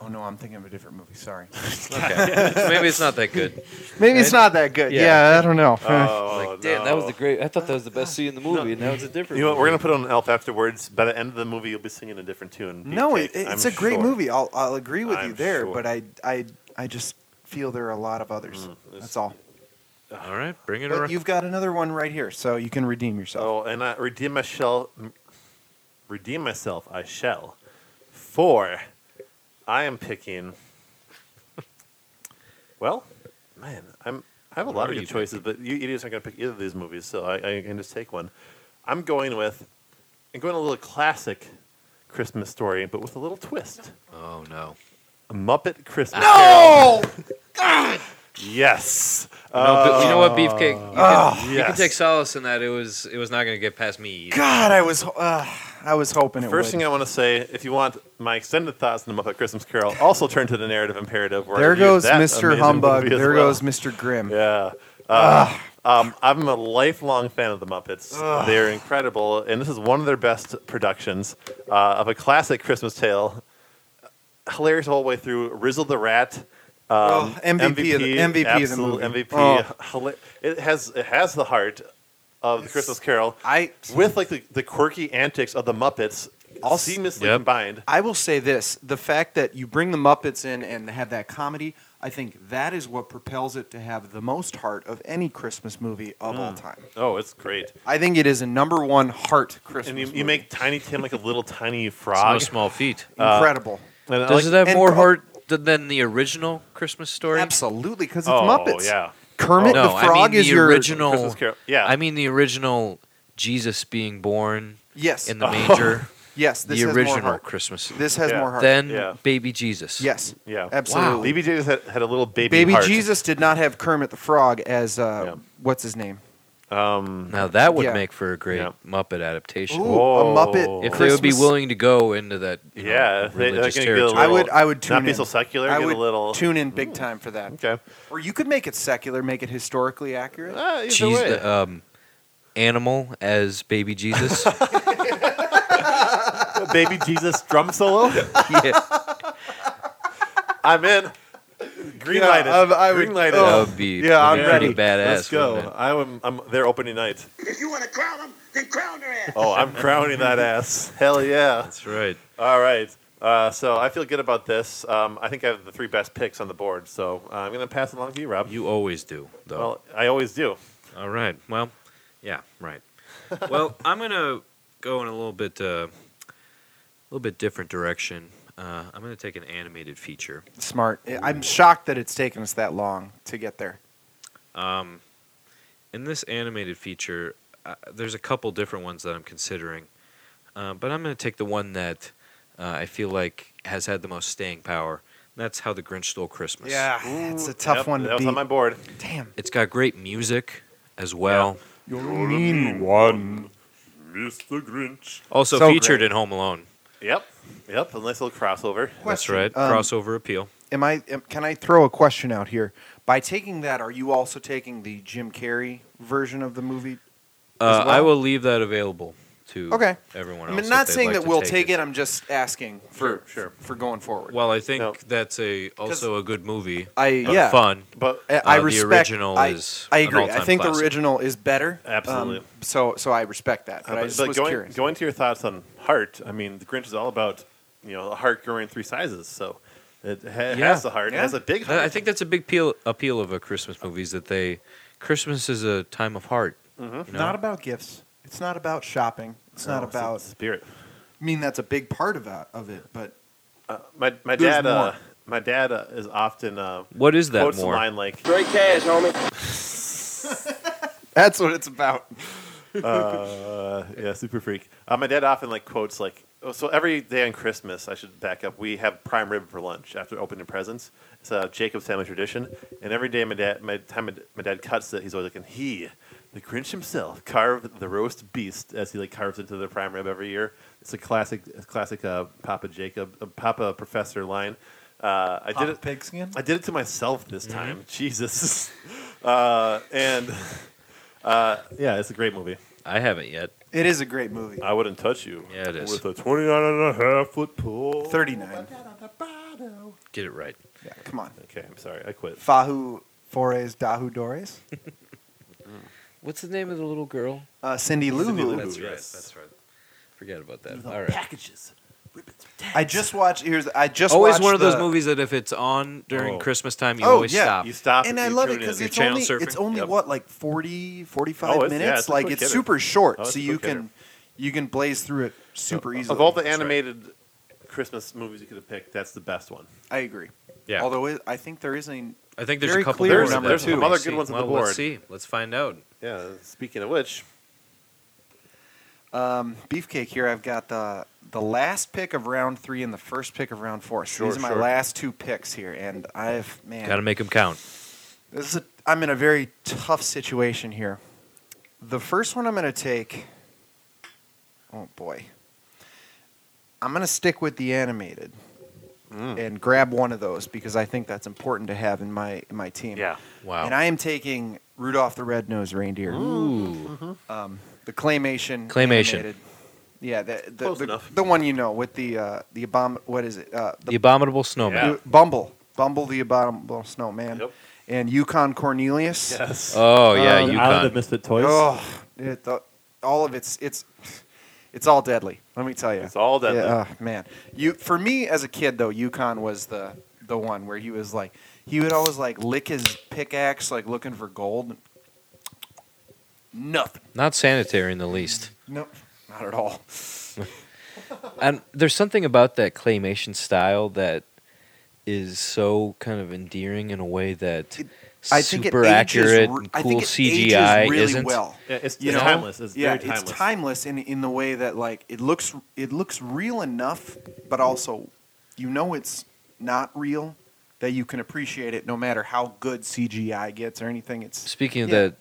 S2: oh no, I'm thinking of a different movie. Sorry.
S1: Okay. Maybe it's not that good.
S2: Maybe it's not that good.
S1: Yeah.
S2: I don't know.
S3: Oh,
S1: like, damn, that was the great. I thought that was the best scene in the movie, and now it's a different.
S3: You know what? We're gonna put on Elf afterwards. By the end of the movie, you'll be singing a different tune.
S2: no,
S3: Beefcake,
S2: it, it's
S3: I'm
S2: a great
S3: sure.
S2: movie. I'll I'll agree with you
S3: I'm
S2: there,
S3: sure.
S2: but I I I just feel there are a lot of others.
S3: Mm, it's-
S2: That's all.
S1: movie. All right, bring it
S2: But
S1: around.
S2: you've got another one right here, so you can redeem yourself.
S3: Oh, and I redeem myself. Redeem myself. I shall. For I am picking. Well, man, I'm. I have a
S1: What
S3: lot
S1: are
S3: of
S1: you
S3: good choices, but you idiots aren't going to pick either of these movies, so I, I can just take one. I'm going with. I'm going a little classic Christmas story, but with a little twist.
S1: oh no,
S3: A Muppet Christmas. No! Carol. <laughs> Yes.
S1: no. Oh, But you know what, Beefcake? You,
S2: Oh,
S1: can, you can
S3: yes.
S1: take solace in that it was it was not going to get past me. Either.
S2: God, I was uh, I was hoping it
S3: First
S2: would.
S3: thing I want to say, if you want my extended thoughts on the Muppet Christmas Carol, also turn to the narrative imperative. Where I
S2: there
S3: reviewed
S2: goes
S3: that
S2: Mr.
S3: amazing
S2: Humbug.
S3: movie as
S2: There
S3: well.
S2: goes Mr. Grimm.
S3: Yeah. Uh, um, I'm a lifelong fan of the Muppets. They're incredible, and this is one of their best productions uh, of a classic Christmas tale. Hilarious all the way through. Rizzle the Rat. Um,
S2: Oh, MVP of the- MVP of the
S3: absolute
S2: movie.
S3: MVP.
S2: Oh.
S3: Hila- It has it has the heart of the Christmas Carol
S2: I
S3: with like the, the quirky antics of the Muppets all
S2: s-
S3: seamlessly
S1: Yep.
S3: combined.
S2: I will say this: the fact that you bring the Muppets in and have that comedy, I think that is what propels it to have the most heart of any Christmas movie of all time.
S3: Oh, it's great.
S2: I think it is a number one heart Christmas.
S3: And you,
S2: movie.
S3: you make uh, Tiny Tim like a little tiny
S1: It's no
S3: frog.
S1: small feat.
S2: incredible,
S3: And I
S1: Does
S3: like-
S1: it have
S2: and
S1: more
S2: co-
S1: heart th- than the original Christmas story?
S2: <laughs> absolutely, because it's
S3: oh,
S2: Muppets.
S3: yeah.
S2: Kermit
S1: Oh, No,
S2: the
S1: I
S2: Frog
S1: mean
S2: is
S1: the
S2: your
S1: original.
S3: Christmas Carol. Yeah.
S1: I mean the original Jesus being born
S2: Yes,
S1: in the manger.
S2: yes, this
S1: the
S2: has more
S1: original
S2: heart.
S1: Christmas.
S2: This has
S3: Yeah.
S2: more heart.
S1: then
S3: Yeah.
S1: baby Jesus.
S2: yes,
S3: Yeah.
S2: absolutely.
S3: BB Jesus had, had a little baby
S2: Baby
S3: heart.
S2: Jesus did not have Kermit the Frog as uh,
S3: Yeah.
S2: what's his name?
S3: Um,
S1: Now that would
S2: Yeah.
S1: make for a great
S3: Yeah.
S1: Muppet adaptation.
S2: Ooh,
S3: Whoa.
S2: a Muppet.
S1: if they would be
S2: Christmas-
S1: willing to go into that, you know,
S3: Yeah, if they- they're
S1: religious
S3: gonna get a
S1: territory.
S2: I
S3: little-
S2: would, I would tune
S3: not
S2: in.
S3: be so secular.
S2: I
S3: get
S2: would
S3: a little.
S2: tune in big time for that.
S3: okay.
S2: Or you could make it secular, make it historically accurate.
S3: Ah, either
S1: Jeez,
S3: way. <laughs>
S1: the, um, animal as baby Jesus.
S3: baby Jesus drum solo.
S1: <laughs> yeah,
S3: I'm in. Green
S2: Yeah,
S3: light it.
S2: I- I
S3: Green
S2: would- Oh.
S3: light it.
S1: that would be
S2: Yeah, I'm
S1: that'd be
S2: ready.
S1: pretty badass.
S3: Let's
S1: wouldn't
S3: go.
S1: it?
S3: I'm, I'm there opening night.
S4: If you want to crown them, then crown their ass.
S3: Oh, I'm crowning
S1: <laughs>
S3: that ass. Hell yeah.
S1: That's right.
S3: All right. Uh, so I feel good about this. Um, I think I have the three best picks on the board. So uh, I'm going to pass it along to you, Rob.
S1: You always do, though.
S3: well, I always do.
S1: All right. Well, yeah,
S3: <laughs>
S1: right. well, I'm gonna go in a little bit, uh, a little bit different direction. Uh, I'm gonna take an animated feature.
S2: Smart. I- I'm shocked that it's taken us that long to get there.
S1: Um, in this animated feature, uh, there's a couple different ones that I'm considering, uh, but I'm going to take the one that uh, I feel like has had the most staying power. And that's how the Grinch stole Christmas.
S2: it's a tough
S3: Yep,
S2: one
S3: That
S2: to
S3: was
S2: beat.
S3: on my board.
S2: Damn.
S1: It's got great music as well.
S3: Mr. Grinch.
S1: Also
S2: So
S1: featured
S2: great.
S1: in Home Alone.
S3: Yep. Yep. A nice little crossover.
S1: That's
S2: Question,
S1: right.
S2: um,
S1: Crossover appeal.
S2: Am I? Am, can I throw a question out here? By taking that, are you also taking the Jim Carrey version of the movie?
S1: Uh, I
S2: well?
S1: will leave that available to
S2: Okay.
S1: everyone else.
S2: I'm
S1: if
S2: not
S1: they'd
S2: saying
S1: like
S2: that
S1: to
S2: we'll
S1: take
S2: take it. I'm just asking for
S3: Sure, sure.
S2: for going forward.
S1: Well, I think
S3: No.
S1: that's a also a good movie.
S2: I
S1: but
S2: yeah.
S1: Fun.
S3: But eh,
S2: I,
S1: Uh,
S2: I
S1: the
S2: respect.
S1: original
S2: I,
S1: is
S2: I
S1: an
S2: agree. I
S1: all-time
S2: think the
S1: classic.
S2: original is better. um,
S3: Absolutely.
S2: so so I respect that. But,
S3: Uh,
S2: I
S3: but-
S2: just
S3: but
S2: was
S3: going,
S2: curious.
S3: going to your thoughts on heart, I mean, the Grinch is all about, you know, a heart growing three sizes. So it ha-
S1: Yeah.
S3: has a heart. It
S2: Yeah.
S3: has a
S1: I
S3: big heart.
S1: I think that's a big appeal, appeal of a Christmas movie is that they Christmas is a time of heart. you know?
S2: Not about gifts. It's not about shopping. It's
S3: No,
S2: not
S3: a
S2: about.
S3: spirit.
S2: I mean, that's a big part of that, of it. But
S3: Uh, my my
S2: There's
S3: dad. Uh,
S2: more.
S3: my dad uh, is often uh,
S1: What is that
S3: quotes a
S1: more?
S3: line like,
S5: Great cash, homie.
S2: that's what it's about.
S3: uh, yeah, super freak. Uh, my dad often like quotes like, oh, so every day on Christmas, I should back up. We have prime rib for lunch after opening presents. It's a Jacob's family tradition, and every day my dad, my time my, my dad cuts it, he's always like, and he The Grinch himself carved the roast beast as he like carves into the prime rib every year. It's a classic, a classic uh, Papa Jacob, uh, Papa Professor line. Uh, I did it.
S2: pigskin?
S3: I did it to myself this time. <laughs> Jesus. Uh, and <laughs> uh, yeah, it's a great movie.
S1: I haven't yet.
S2: It is a great movie.
S3: I wouldn't touch you.
S1: Yeah, it is.
S3: With a 29 and a half foot pole.
S2: 39.
S1: Get it right.
S2: Yeah, come on.
S3: Okay, I'm sorry. I quit.
S2: Fahu Fores Dahu Dores.
S1: What's the name of the little girl?
S2: Uh, Cindy Lou
S3: Cindy Lou
S2: Who.
S3: Who.
S1: That's right.
S3: yes.
S1: That's right. Forget about that.
S3: With all
S1: All right.
S3: Packages. Ribbons,
S2: I just watched. Here's. I just
S1: Always
S2: watched
S1: one of those
S2: the-
S1: movies that if it's on during
S3: Oh.
S1: Christmas time, you
S2: Oh,
S1: always
S2: yeah.
S1: stop.
S3: You stop
S2: And
S3: you
S2: I love
S3: tune
S2: it because
S3: in.
S2: it's
S1: channel
S2: only
S1: surfing.
S2: it's only
S3: Yep.
S2: what like 40, 45
S3: Oh, it's- yeah,
S2: minutes.
S3: it's a
S2: like
S3: quick
S2: it's
S3: hitter.
S2: super short,
S3: Oh, it's
S2: so
S3: a
S2: you
S3: quick hitter.
S2: can you can blaze through it super easily.
S3: Of all the
S2: That's right.
S3: animated Christmas movies you could have picked, that's the best one.
S2: I agree.
S1: Yeah.
S2: Although it, I think there is a
S1: I think there's
S2: Very
S1: a couple.
S2: clear
S1: more
S2: number
S1: that
S2: two.
S1: we
S2: Some
S3: other
S1: see.
S3: good ones on
S1: well,
S3: the
S1: Let's
S3: board.
S1: see. Let's find out.
S3: Yeah, speaking of which,
S2: um, beefcake here. I've got the the last pick of round three and the first pick of round four. So
S3: Sure,
S2: these are my
S3: sure.
S2: last two picks here, and I've man.
S1: Got to make them count.
S2: This is a, I'm in a very tough situation here. The first one I'm going to take. Oh boy. I'm going to stick with the animated
S1: Mm.
S2: and grab one of those because I think that's important to have in my in my team.
S3: yeah,
S1: Wow.
S2: And I am taking Rudolph the Red-Nosed Reindeer.
S1: Ooh.
S3: Mm-hmm.
S2: Um, the claymation.
S1: Claymation.
S2: animated. Yeah, the the,
S3: Close
S2: the,
S3: enough.
S2: the one you know with the uh, the abom- what is it? Uh,
S1: The,
S2: the,
S1: Abominable Snowman.
S3: Yeah.
S2: Bumble. Bumble the abominable snowman.
S3: Yep.
S2: And Yukon Cornelius.
S3: yes.
S1: Oh yeah,
S3: Um,
S1: you
S3: Island of
S1: can.
S3: Misfit Toys.
S2: Oh, it, the- all of it's it's it's all deadly. Let me tell you,
S3: It's all deadly.
S2: Yeah, oh, man, you for me as a kid though, Yukon was the the one where he was like he would always like lick his pickaxe like looking for gold. Nothing.
S1: Not sanitary in the least.
S2: Nope. Not at all.
S1: And there's something about that claymation style that is so kind of endearing in a way that
S2: It-
S1: super
S2: I think it ages,
S1: accurate
S2: re-
S1: and
S2: I
S1: cool
S2: think it
S1: CGI
S2: ages really
S1: isn't.
S2: well.
S3: Yeah, it's,
S2: You
S3: it's
S2: know?
S3: timeless. It's
S2: yeah,
S3: very timeless.
S2: it's timeless in in the way that like it looks it looks real enough, but also you know it's not real that you can appreciate it no matter how good CGI gets or anything. It's
S1: Speaking of
S2: Yeah.
S1: that,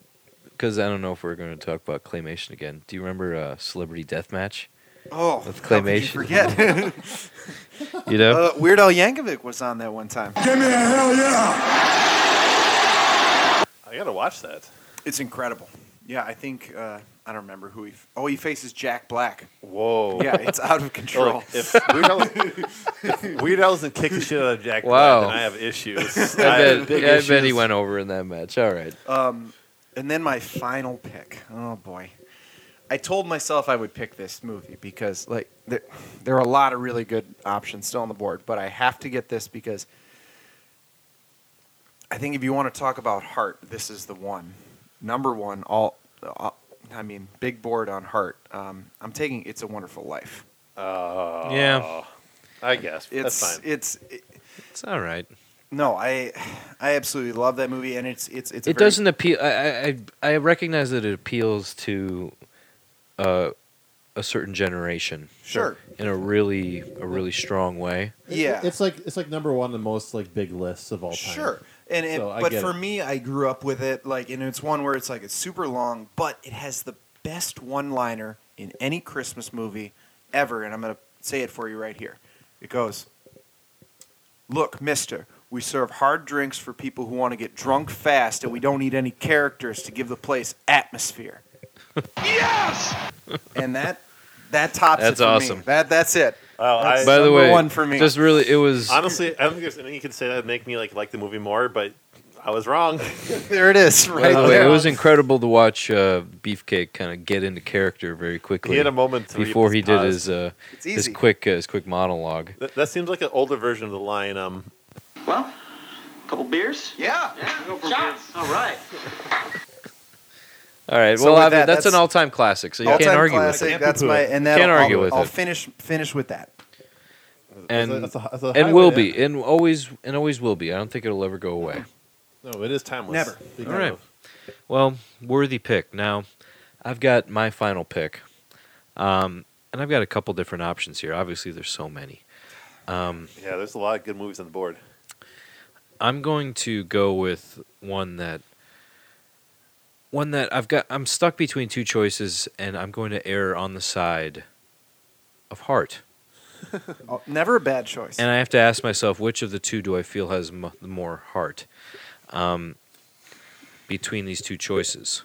S1: because I don't know if we're going to talk about claymation again. Do you remember uh, Celebrity Deathmatch?
S2: oh,
S1: With
S2: how could you
S1: claymation.
S2: forget, <laughs>
S1: You know,
S2: uh, Weird Al Yankovic was on that one time.
S6: Give me a hell yeah!
S3: I gotta watch that.
S2: It's incredible. Yeah, I think uh, I don't remember who he. F- oh, he faces Jack Black.
S3: Whoa.
S2: Yeah, it's out of
S3: <laughs> Well,
S2: control.
S3: like, if Weird Al, if Weird Al doesn't kick the shit out of Jack
S1: Wow.
S3: Black, then I have issues.
S1: I bet, I bet he went over in that match. All right,
S2: Um, and then my final pick. Oh boy, I told myself I would pick this movie because like there, there are a lot of really good options still on the board, but I have to get this because I think if you want to talk about heart, this is the one. Number one, all. uh, I mean, big board on heart. Um, I'm taking "It's a Wonderful Life."
S3: Oh.
S1: Yeah.
S3: I guess.
S2: It's
S3: That's fine.
S2: it's it-
S1: it's all right.
S2: no, I I absolutely love that movie, and it's it's it's. A
S1: it
S2: very-
S1: doesn't appeal. I, I I I recognize that it appeals to uh, a certain generation
S2: Sure.
S1: in a really a really strong way.
S2: Yeah.
S9: it's like it's like number one on the most like big lists of all time.
S2: Sure. And it,
S9: So I
S2: but
S9: get
S2: for
S9: it.
S2: me, I grew up with it. Like, and it's one where it's like it's super long, but it has the best one-liner in any Christmas movie ever. And I'm gonna say it for you right here. It goes, "Look, Mister, we serve hard drinks for people who want to get drunk fast, and we don't need any characters to give the place atmosphere." <laughs> yes. And that that tops. it
S1: That's
S2: for me.
S1: awesome.
S2: That that's it.
S3: Oh, I,
S2: That's-
S1: By the
S2: number
S1: way,
S2: one for me.
S1: Just really, it was.
S3: honestly, I don't think there's anything you can say that would make me like like the movie more, but I was wrong. <laughs>
S2: There it is.
S1: By
S2: Right
S1: the way,
S2: there.
S1: it was incredible to watch uh, Beefcake kind of get into character very
S3: he
S1: quickly
S3: had a moment to
S1: before he did
S3: pause.
S1: his uh,
S2: It's
S1: his
S2: easy.
S1: quick uh, his quick monologue.
S3: That, that seems like an older version of the line. Um,
S5: Well, couple beers.
S2: yeah.
S5: Go for beers. All right.
S1: All right,
S2: So
S1: well,
S2: with
S1: I mean,
S2: that,
S1: that's, an
S2: that's-
S1: all time classic, so you
S2: All-time
S1: can't argue
S2: classic.
S1: with it.
S2: That's my and that
S1: Can't
S2: I'll,
S1: argue
S2: I'll,
S1: with
S2: I'll
S1: it.
S2: finish finish with that.
S1: And
S9: that's a, that's a
S1: and
S9: highlight,
S1: will
S9: yeah.
S1: be, and always and always will be. I don't think it'll ever go away.
S3: no, it is timeless.
S2: Never.
S3: Because
S1: All right.
S3: of-
S1: Well, worthy pick. Now, I've got my final pick, um, and I've got a couple different options here. Obviously, there's so many. Um,
S3: Yeah, there's a lot of good movies on the board.
S1: I'm going to go with one that one that I've got. I'm stuck between two choices, and I'm going to err on the side of heart.
S2: Oh, never a bad choice.
S1: And I have to ask myself, which of the two do I feel has m- more heart um, between these two choices?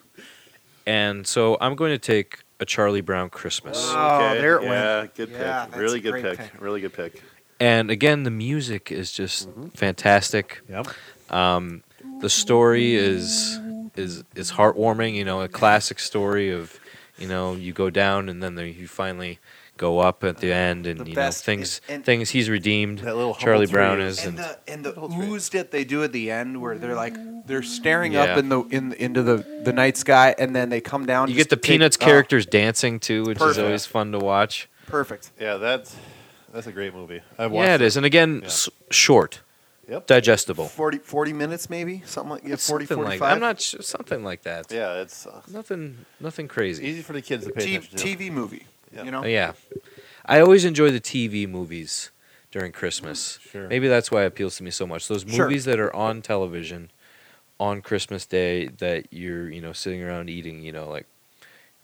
S1: And so I'm going to take a Charlie Brown Christmas.
S2: Oh, there it
S3: yeah,
S2: went.
S3: Good
S2: Yeah,
S3: pick.
S2: that's
S3: Really
S2: a
S3: good
S2: great
S3: pick.
S2: pick.
S3: Really good pick.
S1: And again, the music is just fantastic.
S9: Yep.
S1: Um, the story is is is heartwarming. You know, a classic story of you know you go down and then there, you finally go up at the end, and
S2: The
S1: you know
S2: best
S1: things
S2: is- and-
S1: things he's redeemed.
S3: That little humble
S1: Charlie Brown
S3: three
S1: is,
S2: and
S1: and,
S2: the and the oozed it they do at the end where they're like they're staring
S1: Yeah.
S2: up in the in into the the night sky and then they come down.
S1: you
S2: just
S1: get the
S2: to take-
S1: Peanuts
S2: oh,
S1: characters dancing too, which is
S2: Perfect.
S1: always fun to watch.
S2: perfect.
S3: Yeah, that's that's a great movie. I've watched
S1: Yeah, it is, and again,
S3: Yeah.
S1: s- short,
S3: Yep.
S1: digestible.
S2: 40, 40 minutes maybe something like yeah, 40,
S1: something like
S2: 45.
S1: I'm not sure, something like that.
S3: Yeah, it's uh,
S1: Nothing, nothing crazy.
S3: easy for the kids to pay
S2: T-
S3: attention to.
S2: TV movie.
S3: Yeah.
S2: You know,
S1: Oh, yeah. I always enjoy the TV movies during Christmas.
S9: Sure.
S1: Maybe that's why it appeals to me so much. Those
S2: Sure.
S1: movies that are on television on Christmas Day that you're, you know, sitting around eating, you know, like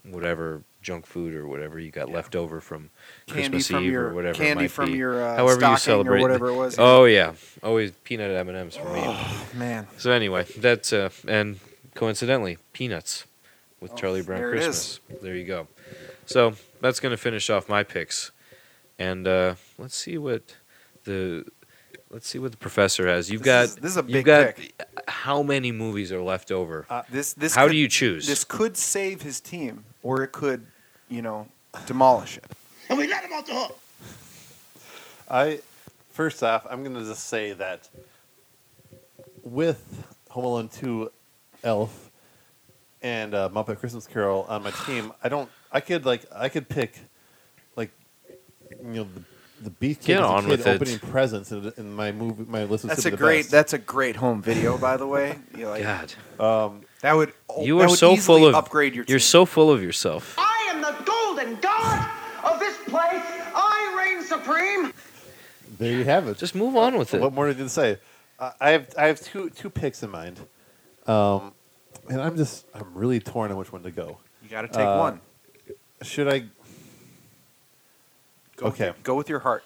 S1: whatever junk food or whatever you got left over from
S2: candy
S1: Christmas
S2: from
S1: Eve
S2: your
S1: or whatever. it
S2: candy
S1: might
S2: from
S1: be.
S2: your uh,
S1: However you
S2: stocking
S1: celebrate
S2: or
S1: the-
S2: whatever it was.
S1: Oh yeah, always peanut M and M's for me.
S2: man,
S1: So anyway, that's uh, and coincidentally, peanuts with
S2: Oh,
S1: Charlie Brown
S2: there it
S1: Christmas. There you go. So that's gonna finish off my picks, and uh, let's see what the let's see what the professor has. You've
S2: This
S1: got
S2: is- this is a
S1: you've
S2: big
S1: got how many movies are left over?
S2: uh, this this
S1: how
S2: could,
S1: do you choose?
S2: this could save his team or it could you know demolish it.
S4: And we let him off the hook.
S3: I first off, I'm gonna just say that with Home Alone Two, Elf, and uh, Muppet Christmas Carol
S1: <sighs>
S3: on my team, I don't. I could like I could pick like you know the, the beef
S1: Get
S3: kid as a
S1: on
S3: kid
S1: with it.
S3: opening presents in, in my movie my list. would
S2: That's
S3: still
S2: a
S3: be the
S2: great
S3: best.
S2: that's a great home video by the way. You like,
S1: God,
S2: That would
S1: you
S2: that
S1: are
S2: would
S1: so
S2: easily
S1: full of
S2: upgrade your
S1: You're
S2: team.
S1: so full of yourself.
S5: I am the golden god of this place. I reign supreme.
S9: There you have it.
S1: Just move on with it.
S3: What more did you say? I I have I have two two picks in mind, um, and I'm just I'm really torn on which one to go.
S2: you got to take
S3: uh,
S2: one.
S3: Should I?
S2: Go with
S3: okay.
S2: your- go with your heart.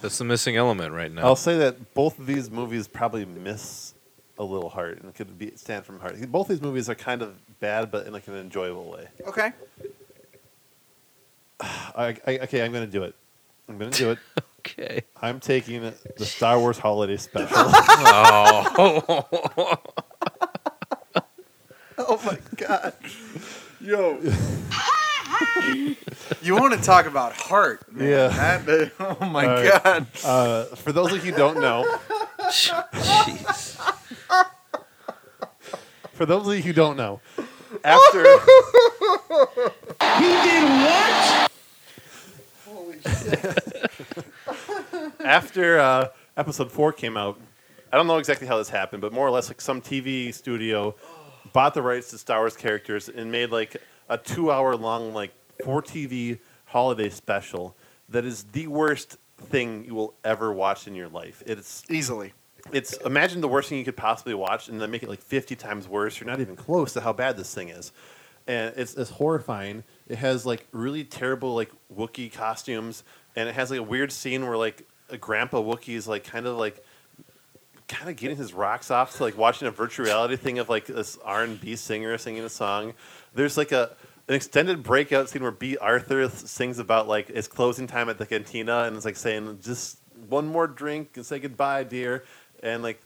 S1: That's the missing element right now.
S3: I'll say that both of these movies probably miss a little heart and could be stand from heart. Both these movies are kind of bad, but in like an enjoyable way.
S2: Okay. <laughs>
S3: I, I, okay, I'm gonna do it. I'm gonna <laughs> do it.
S1: okay.
S3: I'm taking the Star Wars Holiday <laughs> Special.
S2: Oh my god. Yo. you want to talk about heart? Man. <laughs>
S3: <laughs> Yeah.
S2: That- oh my
S3: All right.
S2: god.
S3: uh, for those of you who don't know,
S1: Jeez.
S3: for those of you who don't know, after
S5: He did what?
S3: after uh, episode four came out, I don't know exactly how this happened, but more or less, like some TV studio bought the rights to Star Wars characters and made like a two-hour-long, like four-TV holiday special that is the worst thing you will ever watch in your life. It's
S2: Easily.
S3: it's imagine the worst thing you could possibly watch and then make it like 50 times worse you're not even close to how bad this thing is and it's, it's horrifying it has like really terrible like wookiee costumes and it has like a weird scene where like a grandpa wookiee is like kind of like kind of getting his rocks off to like watching a virtual reality thing of like this r&b singer singing a song there's like a an extended breakout scene where b arthur sings about like it's closing time at the cantina and it's like saying just one more drink and say goodbye dear and like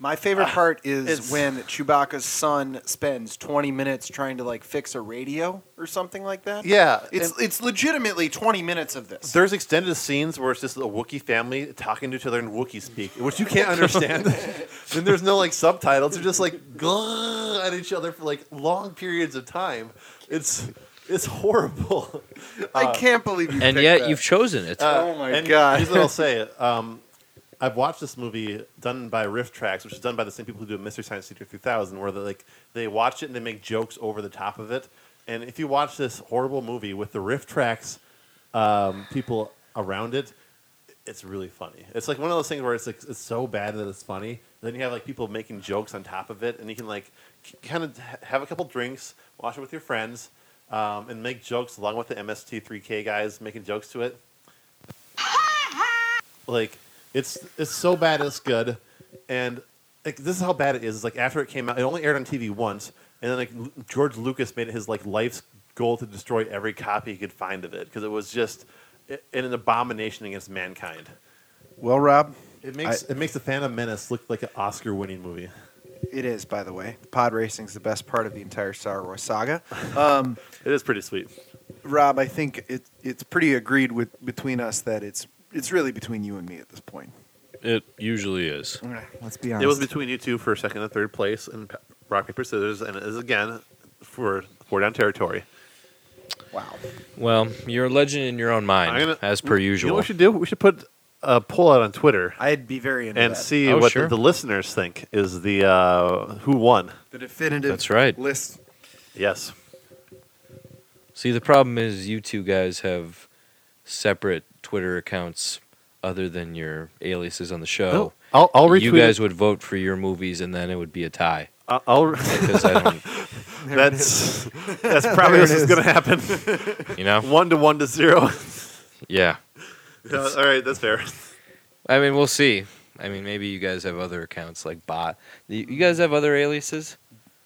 S2: My favorite part
S3: it's-
S2: is when Chewbacca's son spends 20 minutes trying to like fix a radio or something like that.
S3: yeah
S2: It's
S3: it's
S2: it's legitimately 20 minutes of this.
S3: there's extended scenes where it's just a Wookiee family talking to each other in Wookiee speak, which you can't <laughs> understand. and there's no like subtitles. They're just like "Grrr" at each other for like long periods of time. It's it's horrible.
S2: I can't believe you
S1: And
S2: picked
S1: yet
S2: that.
S1: you've chosen it.
S2: Oh my
S3: and
S2: God.
S3: Here's what
S2: <laughs>
S3: I'll say. Um, I've watched this movie done by Rift Tracks, which is done by the same people who do Mystery Science Theater 3000, where they like they watch it and they make jokes over the top of it. And if you watch this horrible movie with the Rift Tracks um, people around it, it's really funny. It's like one of those things where it's like it's so bad that it's funny, then you have like people making jokes on top of it, and you can like kind of have a couple drinks, watch it with your friends, um, and make jokes along with the MST3K guys making jokes to it. like it's it's so bad it's good, and like this is how bad it is. It's, like after it came out, it only aired on TV once, and then like Lu- George Lucas made it his like life's goal to destroy every copy he could find of it because it was just i- an abomination against mankind.
S2: Well, Rob,
S3: It makes it makes the Phantom Menace look like an Oscar-winning movie.
S2: it is. By the way, pod racing's the best part of the entire Star Wars saga. Um,
S3: It is pretty sweet.
S2: Rob, I think it, it's pretty agreed with between us that it's it's really between you and me at this point.
S1: It usually is.
S2: Let's be honest.
S3: It was between you two for second and third place in pa- rock paper scissors, and it is again for four down territory.
S2: wow.
S1: Well, you're a legend in your own mind,
S3: I'm gonna-
S1: as per
S3: You know
S1: usual.
S3: what we should do? We should put a poll out on Twitter
S2: I'd be very into
S3: and
S2: that.
S3: see
S1: Oh,
S3: what
S1: sure.
S3: the, the listeners think is the uh, who won.
S2: the definitive.
S1: That's right.
S2: List.
S3: Yes,
S1: See, the problem is you two guys have separate Twitter accounts other than your aliases on the show.
S3: I'll, Oh, I'll retweet.
S1: Oh. you guys
S3: it.
S1: would vote for your movies, and then it would be a tie.
S3: I'll-
S1: <laughs>
S3: I'll,
S1: 'Cause I don't,
S3: that's that's probably what's going to happen.
S1: you know,
S3: one to one to zero.
S1: yeah.
S3: Yeah, all right, <laughs> that's fair.
S1: I mean, we'll see. I mean, maybe you guys have other accounts like Bot. You you guys have other aliases?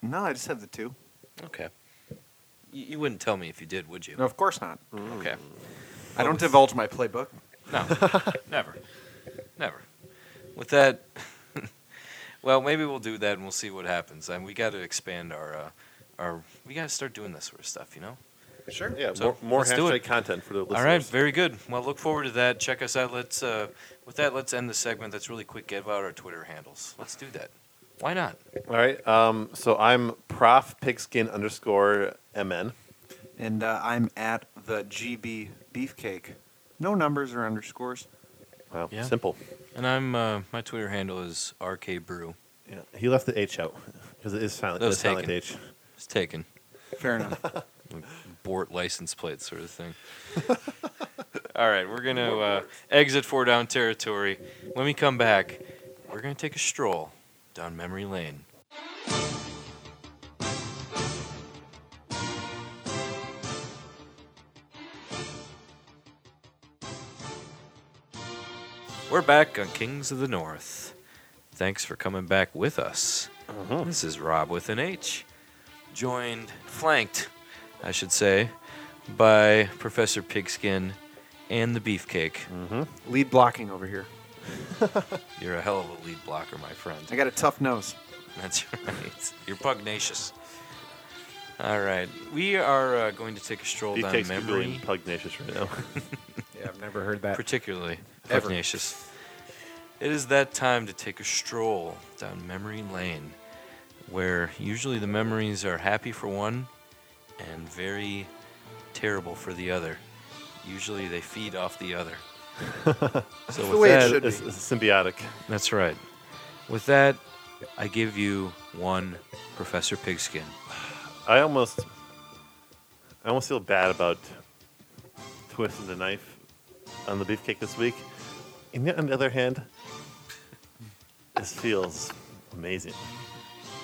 S2: No, I just have the two.
S1: Okay. You, you wouldn't tell me if you did, would you?
S2: No, of course not.
S1: Okay.
S2: I don't divulge my playbook.
S1: <laughs> Never. Never. With that, <laughs> well, maybe we'll do that and we'll see what happens. And we got to expand our, uh, our, we got to start doing this sort of stuff, you know?
S3: Sure. Yeah,
S1: So,
S3: more, more
S1: let's do
S3: hashtag
S1: it.
S3: content for the listeners.
S1: All right, very good. Well, look forward to that. Check us out. Let's, uh, with that, let's end the segment. That's really quick. Get out our Twitter handles. Let's do that. Why not?
S3: All right. Um, so I'm prof pigskin underscore mn.
S2: And uh, I'm at the GB Beefcake. No numbers or underscores.
S3: Wow.
S1: Yeah.
S3: Simple.
S1: And I'm, uh, my Twitter handle is RK Brew.
S3: Yeah. He left the h out because it is silent.
S1: That
S3: It
S1: was
S3: is silent
S1: taken.
S3: h.
S1: It's taken.
S2: Fair enough.
S1: Bort license plate sort of thing. <laughs> All right, we're going to uh, exit four down territory. When we come back, we're going to take a stroll down memory lane. We're back on Kings of the North. Thanks for coming back with us. This is Rob with an H, joined, flanked, I should say, by Professor Pigskin and the Beefcake.
S2: <laughs> Lead blocking over here.
S1: You're a hell of a lead blocker, my friend. <laughs>
S2: I got a tough nose.
S1: That's right. You're pugnacious. All right, we are uh, going to take a stroll
S3: He
S1: down
S3: takes
S1: memory,
S3: Googling pugnacious right now.
S2: Yeah, I've never heard that.
S1: particularly
S2: Ever.
S1: pugnacious. It is that time to take a stroll down memory lane, where usually the memories are happy for one and very terrible for the other. Usually they feed off the
S2: <laughs>
S1: other. so with
S2: the way it
S1: that,
S2: should be.
S3: it's, it's symbiotic.
S1: That's right. With that, I give you one Professor Pigskin.
S3: I almost, I almost feel bad about twisting the knife on the beefcake this week. And yet, on the other hand, this feels amazing.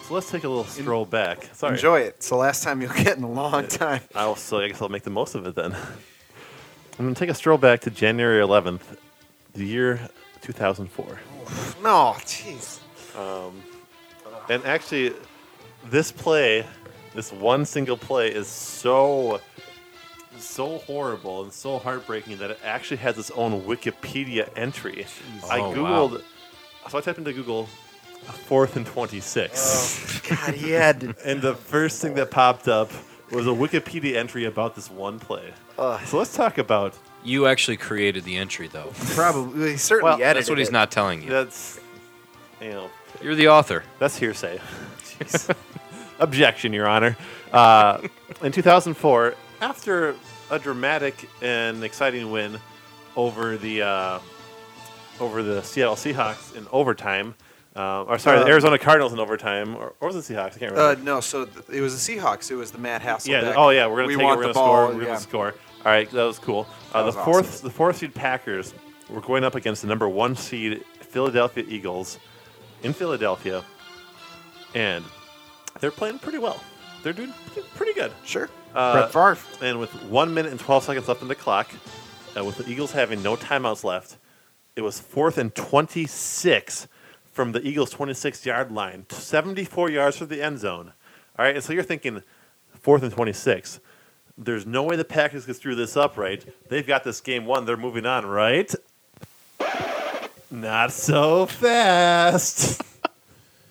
S3: So let's take a little stroll back. Sorry.
S2: Enjoy it. It's the last time you'll <laughs> get in a long time.
S3: I'll so I guess I'll make the most of it then. <laughs> I'm gonna take a stroll back to January 11th, the year 2004,
S2: No, jeez.
S3: and actually, this play, this one single play, is so so horrible and so heartbreaking that it actually has its own Wikipedia entry. I
S1: Oh, wow.
S3: googled, so I typed into Google, fourth and 26.
S2: Oh, God, he had to.
S3: <laughs> And the first thing that popped up was a Wikipedia entry about this one play. so let's talk about
S1: You actually created the entry, though.
S2: Probably, he certainly
S3: Well, that's
S2: edited
S1: That's what he's
S2: it.
S1: not telling you.
S3: That's you know
S1: You're the author.
S3: that's hearsay. <laughs> Objection, Your Honor. Uh, in 2004, after a dramatic and exciting win over the uh, over the Seattle Seahawks in overtime, uh, or sorry,
S2: Uh,
S3: the Arizona Cardinals in overtime, or, or was it Seahawks? I can't remember.
S2: Uh, no, so th- it was the Seahawks. It was the Matt Hasselbeck.
S3: Yeah. Oh yeah, we're gonna
S2: we
S3: take it.
S2: want
S3: We're
S2: the
S3: gonna
S2: ball.
S3: score. We're
S2: yeah.
S3: gonna score. All right, that was cool. Uh,
S2: That was
S3: the fourth, the fourth seed Packers were going up against the number one seed Philadelphia Eagles, in Philadelphia, and they're playing pretty well. They're doing pretty good.
S2: Sure.
S3: Uh,
S2: Brett Favre.
S3: And with one minute and 12 seconds left on the clock, uh, with the Eagles having no timeouts left, it was fourth and 26 from the Eagles' 26 yard line, 74 yards from the end zone. All right, and so you're thinking, fourth and 26. There's no way the Packers could screw this up, right? They've got this game won. They're moving on, right? Not so fast.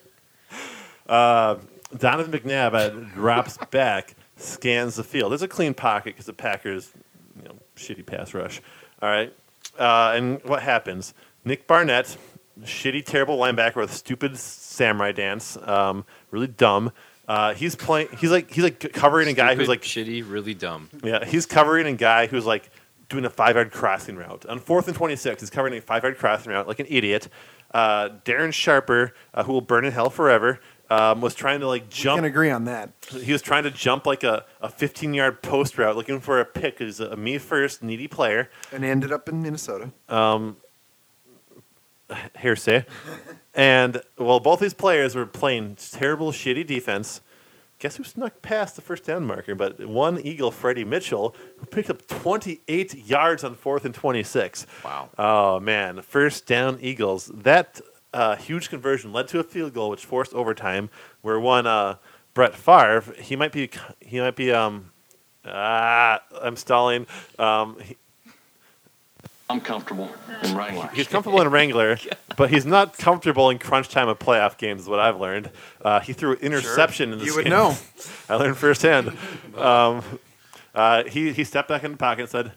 S3: <laughs> uh, Donovan McNabb uh, drops back, scans the field. There's a clean pocket because the Packers, you know, shitty pass rush. All right, uh, and what happens? Nick Barnett, shitty, terrible linebacker with stupid samurai dance, um, really dumb. Uh, he's playing. He's like he's like covering a guy who's
S7: Stupid,
S3: like
S7: shitty, really dumb.
S3: yeah, he's covering a guy who's like doing a five yard crossing route. On fourth and 26, he's covering a five yard crossing route like an idiot. Uh, Darren Sharper, uh, who will burn in hell forever, um, was trying to like
S2: Can
S3: jump.
S2: agree on that.
S3: He was trying to jump like a, a 15 yard post route looking for a pick. He's a, a me first, needy player.
S2: And ended up in Minnesota.
S3: hearsay. and while both these players were playing terrible, shitty defense, guess who snuck past the first down marker? But one Eagle, Freddie Mitchell, who picked up 28 yards on fourth and 26.
S7: Wow.
S3: Oh, man. First down, Eagles. That uh, huge conversion led to a field goal, which forced overtime, where one uh, Brett Favre, he might be, he might be, um, ah, I'm stalling. Um, he-
S5: I'm comfortable in Wrangler.
S3: <laughs> He's comfortable in Wrangler, but he's not comfortable in crunch time of playoff games. Is what I've learned. Uh, he threw an interception in this
S2: You would
S3: game.
S2: know.
S3: <laughs> I learned firsthand. Um, uh, he he stepped back in the pocket and said,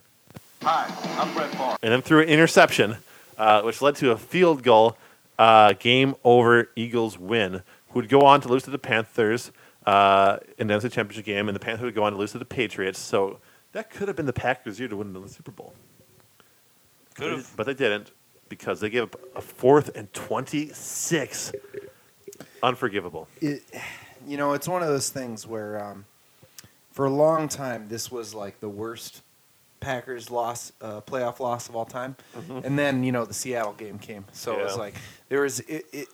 S5: Hi, I'm Brett Favre.
S3: and then threw an interception, uh, which led to a field goal. Uh, game over. Eagles win. Who would go on to lose to the Panthers uh, in the NFC Championship game, and the Panthers would go on to lose to the Patriots. So that could have been the Packers' year to win the Super Bowl.
S7: Could have.
S3: But they didn't because they gave up a fourth and 26. Unforgivable.
S2: it, you know, it's one of those things where um, for a long time this was like the worst Packers loss, uh, playoff loss of all time, and then you know the Seattle game came, so it was
S3: Mm-hmm. Yeah.
S2: like there was it. it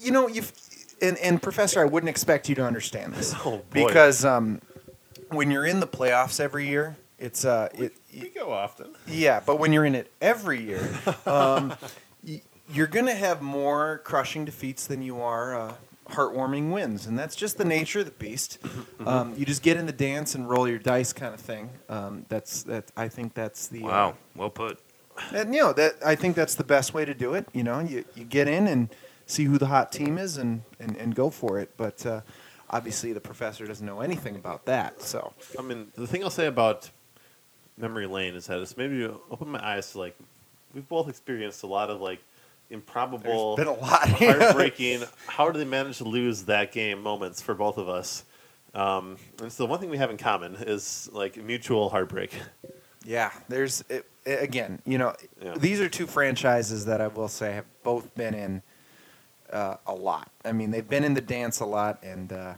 S2: you know, you've and, and Professor, I wouldn't expect you to understand this
S3: <laughs> Oh, boy.
S2: because um, when you're in the playoffs every year, it's uh, it,
S3: We go often.
S2: yeah, but when you're in it every year, um, y- you're going to have more crushing defeats than you are uh, heartwarming wins. And that's just the nature of the beast. Um, you just get in the dance and roll your dice kind of thing. Um, that's that. I think that's the uh,
S1: Wow, well put.
S2: and you know that I think that's the best way to do it. You know, you, you get in and see who the hot team is and, and, and go for it. But uh, obviously, the professor doesn't know anything about that. So
S3: I mean, the thing I'll say about memory lane is that it's maybe opened my eyes to like, we've both experienced a lot of like improbable,
S2: been a lot. <laughs>
S3: heartbreaking, how do they manage to lose that game moments for both of us? Um, and so, the one thing we have in common is like mutual heartbreak.
S2: Yeah, there's it, it- again, you know,
S3: Yeah.
S2: these are two franchises that I will say have both been in uh, a lot. I mean, they've been in the dance a lot, and uh,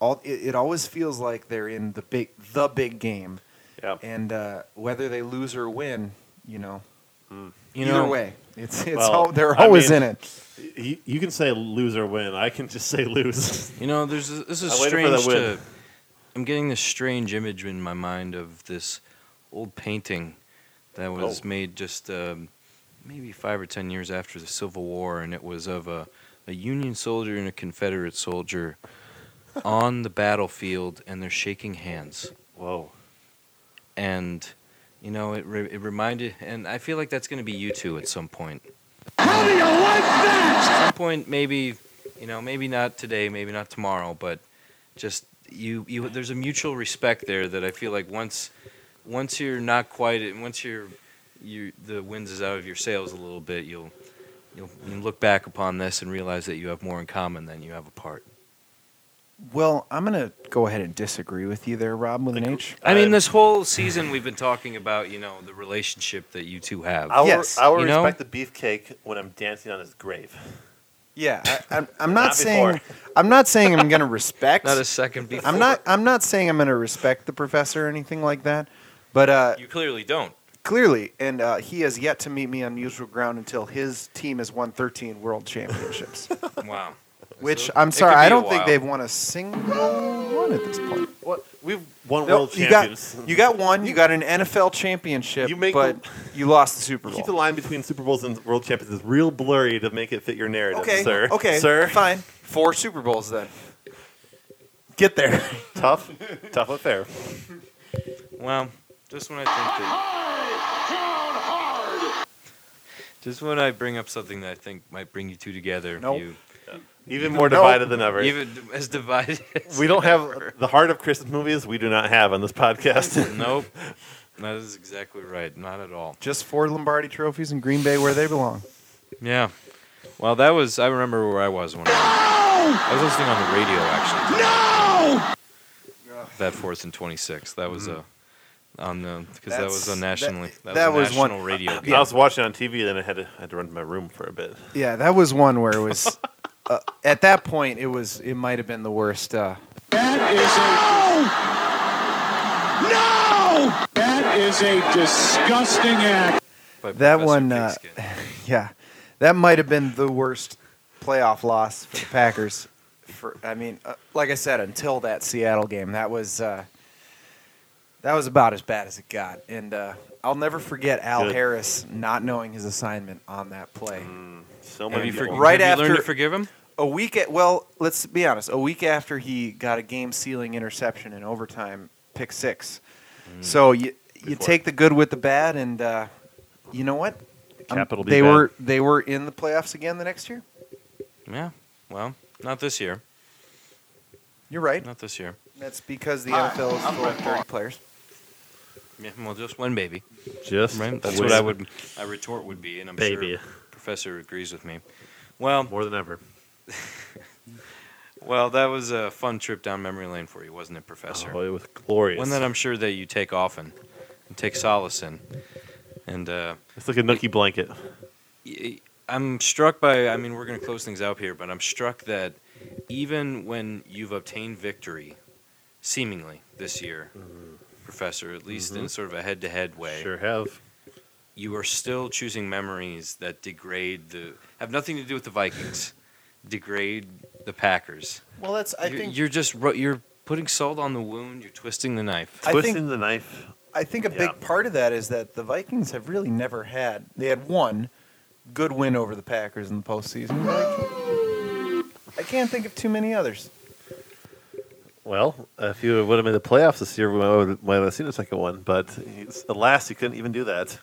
S2: all it, it always feels like they're in the big the big game,
S3: Yeah.
S2: and uh, whether they lose or win, you know,
S7: You
S2: either
S7: know,
S2: way, it's it's
S3: Well,
S2: all, they're
S3: I
S2: always
S3: mean-
S2: in it.
S3: You, you can say lose or win. I can just say lose.
S7: You know, there's a, this is
S3: I waited for that
S7: strange.
S3: win.
S7: To, I'm getting this strange image in my mind of this old painting that was made just um, maybe five or ten years after the Civil War, and it was of a, a Union soldier and a Confederate soldier on the battlefield, and they're shaking hands.
S3: Whoa.
S7: And you know, it re- it reminded, and I feel like that's going to be you two at some point.
S6: How do you like that?
S7: some point maybe you know maybe not today maybe not tomorrow but just you you there's a mutual respect there that i feel like once once you're not quite once you're you the winds is out of your sails a little bit you'll you'll, you'll look back upon this and realize that you have more in common than you have apart
S2: Well, I'm gonna go ahead and disagree with you there, Rob, with an H.
S7: i mean
S3: I'm-
S7: this whole season we've been talking about you know the relationship that you two have
S3: I will,
S2: Yes.
S3: I will
S7: You know?
S3: respect the beefcake when I'm dancing on his grave.
S2: Yeah, I, I'm, I'm
S3: Not
S2: not, saying I'm not saying I'm <laughs> gonna respect.
S7: not a second before
S2: I'm not. I'm not saying I'm going to respect the professor or anything like that, but uh,
S7: you clearly don't
S2: Clearly, and uh, he has yet to meet me on neutral ground until his team has won 13 world championships.
S1: Wow.
S2: which
S1: So
S2: I'm
S1: it
S2: sorry,
S1: could be
S2: I
S1: a
S2: don't think
S1: while.
S2: they've won a single one at this point.
S3: What we've won world
S2: Nope, you got
S3: champions.
S2: you got one. You got an NFL championship,
S3: You make
S2: but you lost the Super
S3: Keep the
S2: Bowl.
S3: line between Super Bowls and World Champions is real blurry to make it fit your narrative,
S2: Okay,
S3: sir.
S2: okay,
S3: sir.
S2: fine. Four Super Bowls then.
S3: Get there. <laughs> tough, tough affair.
S1: Well, just when I think that. Just when I bring up something that I think might bring you two together,
S2: Nope.
S1: you
S3: Even more divided than ever.
S1: even as divided. As
S3: we don't have the heart of Christmas movies. We do not have on this
S2: <laughs>
S3: podcast.
S1: nope. <laughs> That is exactly right. Not at all.
S2: Just four Lombardi trophies in Green Bay where they belong.
S1: Yeah. Well, that was. I remember where I was when I, I was listening on the radio actually. No. That fourth and twenty six. That was a on the because that was a
S2: Mm-hmm. That's-
S1: nationally
S2: that-
S1: that,
S2: that
S1: was,
S2: was
S1: a
S2: one-
S1: national radio game.
S3: I was watching on TV, then I had to I had to run to my room for a bit.
S2: Yeah, that was one where it was. <laughs> uh, at that point, it was. It might have been the worst. Uh,
S7: That is a no. That is a disgusting act.
S1: by
S2: that
S1: Professor
S2: one, uh, <laughs>
S1: Pigskin.
S2: yeah, that might have been the worst playoff loss for the Packers. For I mean, uh, like I said, until that Seattle game, that was uh, that was about as bad as it got. And uh, I'll never forget Al
S3: Good.
S2: Harris not knowing his assignment on that play.
S3: So
S1: have
S3: many
S1: you, for,
S3: people.
S2: right
S1: have you learned
S2: after-
S1: to forgive him?
S2: a week at well let's be honest a week after he got a game sealing interception in overtime pick six
S3: Mm.
S2: so you you
S3: Before.
S2: take the good with the bad and uh, you know what Um,
S3: Capital B
S2: they
S3: bad.
S2: were they were in the playoffs again the next year
S1: Yeah. Well, not this year.
S2: you're right
S1: Not this year.
S2: that's because the NFL is full of 30 players
S1: Yeah, well, just one baby.
S3: Just
S1: Right? That's
S3: wait.
S1: what I would. I retort would be, and I'm
S3: Baby.
S1: sure Professor agrees with me. Well,
S3: more than ever.
S1: well, that was a fun trip down memory lane for you, wasn't it, Professor?
S3: Oh, it was glorious.
S1: One that I'm sure that you take often, and take solace in. And uh,
S3: it's like a nookie blanket.
S1: y- I'm struck by. I mean, we're going to close things out here, but I'm struck that even when you've obtained victory, seemingly this year, Professor, at least in sort of a head-to-head way,
S3: Mm-hmm. Sure have.
S1: you are still choosing memories that degrade the have nothing to do with the Vikings, degrade the Packers.
S2: well that's i
S1: you're,
S2: think
S1: you're just ru- you're putting salt on the wound. You're twisting the knife.
S2: I
S3: Twisting
S2: think
S3: the knife.
S2: I think a
S3: Yeah.
S2: big part of that is that the Vikings have really never had. They had one good win over the Packers in the postseason. but I can't- I can't think of too many others.
S3: Well, if you would have made the playoffs this year, we would might have seen a second one. But it's- alas, you couldn't even do that.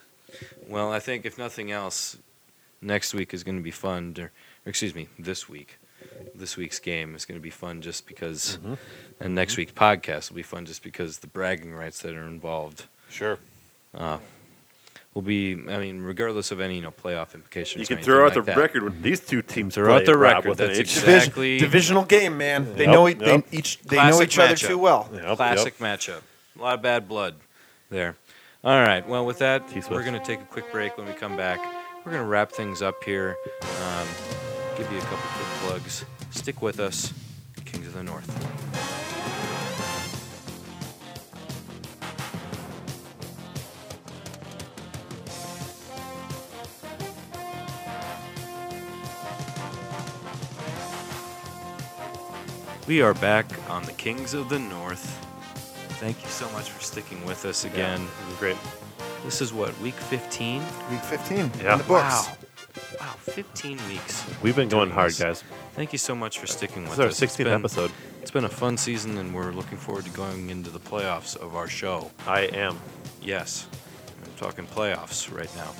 S1: Well, I think if nothing else, next week is going to be fun. Or, or excuse me, this week, this week's game is going to be fun just because,
S3: Mm-hmm.
S1: and next week's podcast will be fun just because the bragging rights that are involved
S3: Sure.
S1: will be. I mean, regardless of any you know playoff implications.
S3: You
S1: or
S3: can
S1: anything
S3: throw out
S1: like
S3: the
S1: that.
S3: record when these two teams
S1: Throw out
S3: play,
S1: the
S3: Rob,
S1: record,
S3: with an
S1: that's
S3: H.
S1: exact- Exactly.
S2: divisional game, man. They
S3: Yep,
S2: know each
S3: yep.
S2: they each they know
S1: Classic
S2: each other
S1: matchup.
S2: too well.
S3: <laughs> Yep, yep.
S1: Classic matchup. A lot of bad blood there. All right. Well, with that,
S3: T-Swift.
S1: we're going to take a quick break. When we come back, we're going to wrap things up here. Um, give you a couple quick plugs. Stick with us, Kings of the North. We are back on the Kings of the North. Thank you so much for sticking with us again.
S3: Great.
S1: This is what week 15.
S2: Week 15
S3: Yeah.
S2: in the books.
S1: Wow. Wow, 15 weeks.
S3: We've been going
S1: Doing
S3: hard,
S1: this.
S3: guys.
S1: Thank you so much for sticking
S3: This
S1: with
S3: is our
S1: us. It's
S3: 16th
S1: been-
S3: episode.
S1: It's been a fun season, and we're looking forward to going into the playoffs of our show.
S3: I am.
S1: Yes, I'm talking playoffs right now.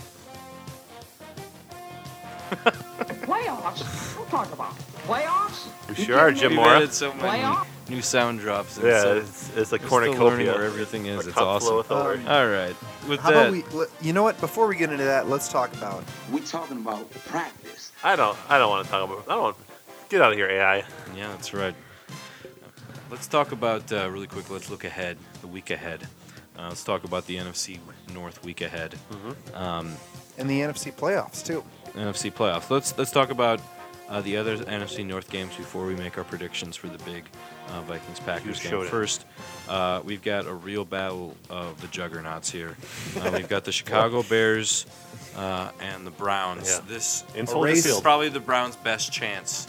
S10: Playoffs? What are you talking about? Playoffs?
S3: We sure are, Jim
S1: We've
S3: Mora.
S1: added so many
S10: Playoffs?
S1: new sound drops. And
S3: Yeah,
S1: so
S3: it's, it's a
S1: we're still learning
S3: cornucopia.
S1: where everything is.
S3: A
S1: It's
S3: cup full
S1: awesome.
S3: of authority.
S1: All right, with
S2: How
S1: that,
S2: about we? let- You know what? Before we get into that, let's talk about.
S4: We're talking about practice.
S3: I don't. I don't want to talk about. I don't. Want, get out of here, AI.
S1: yeah, that's right. Let's talk about uh, really quick. Let's look ahead, the week ahead. Uh, let's talk about the NFC North week ahead.
S2: And the NFC playoffs too.
S1: NFC playoffs. Let's let's talk about uh, the other NFC North games before we make our predictions for the big
S11: uh, Vikings Packers game.
S3: showed it.
S11: First, uh, we've got a real battle of the juggernauts
S3: <laughs>
S11: here. Uh, we've got the Chicago Bears uh, and the Browns.
S3: Yeah.
S1: This
S3: In
S1: a
S3: Soldier
S1: race is
S3: Field.
S1: probably the Browns' best chance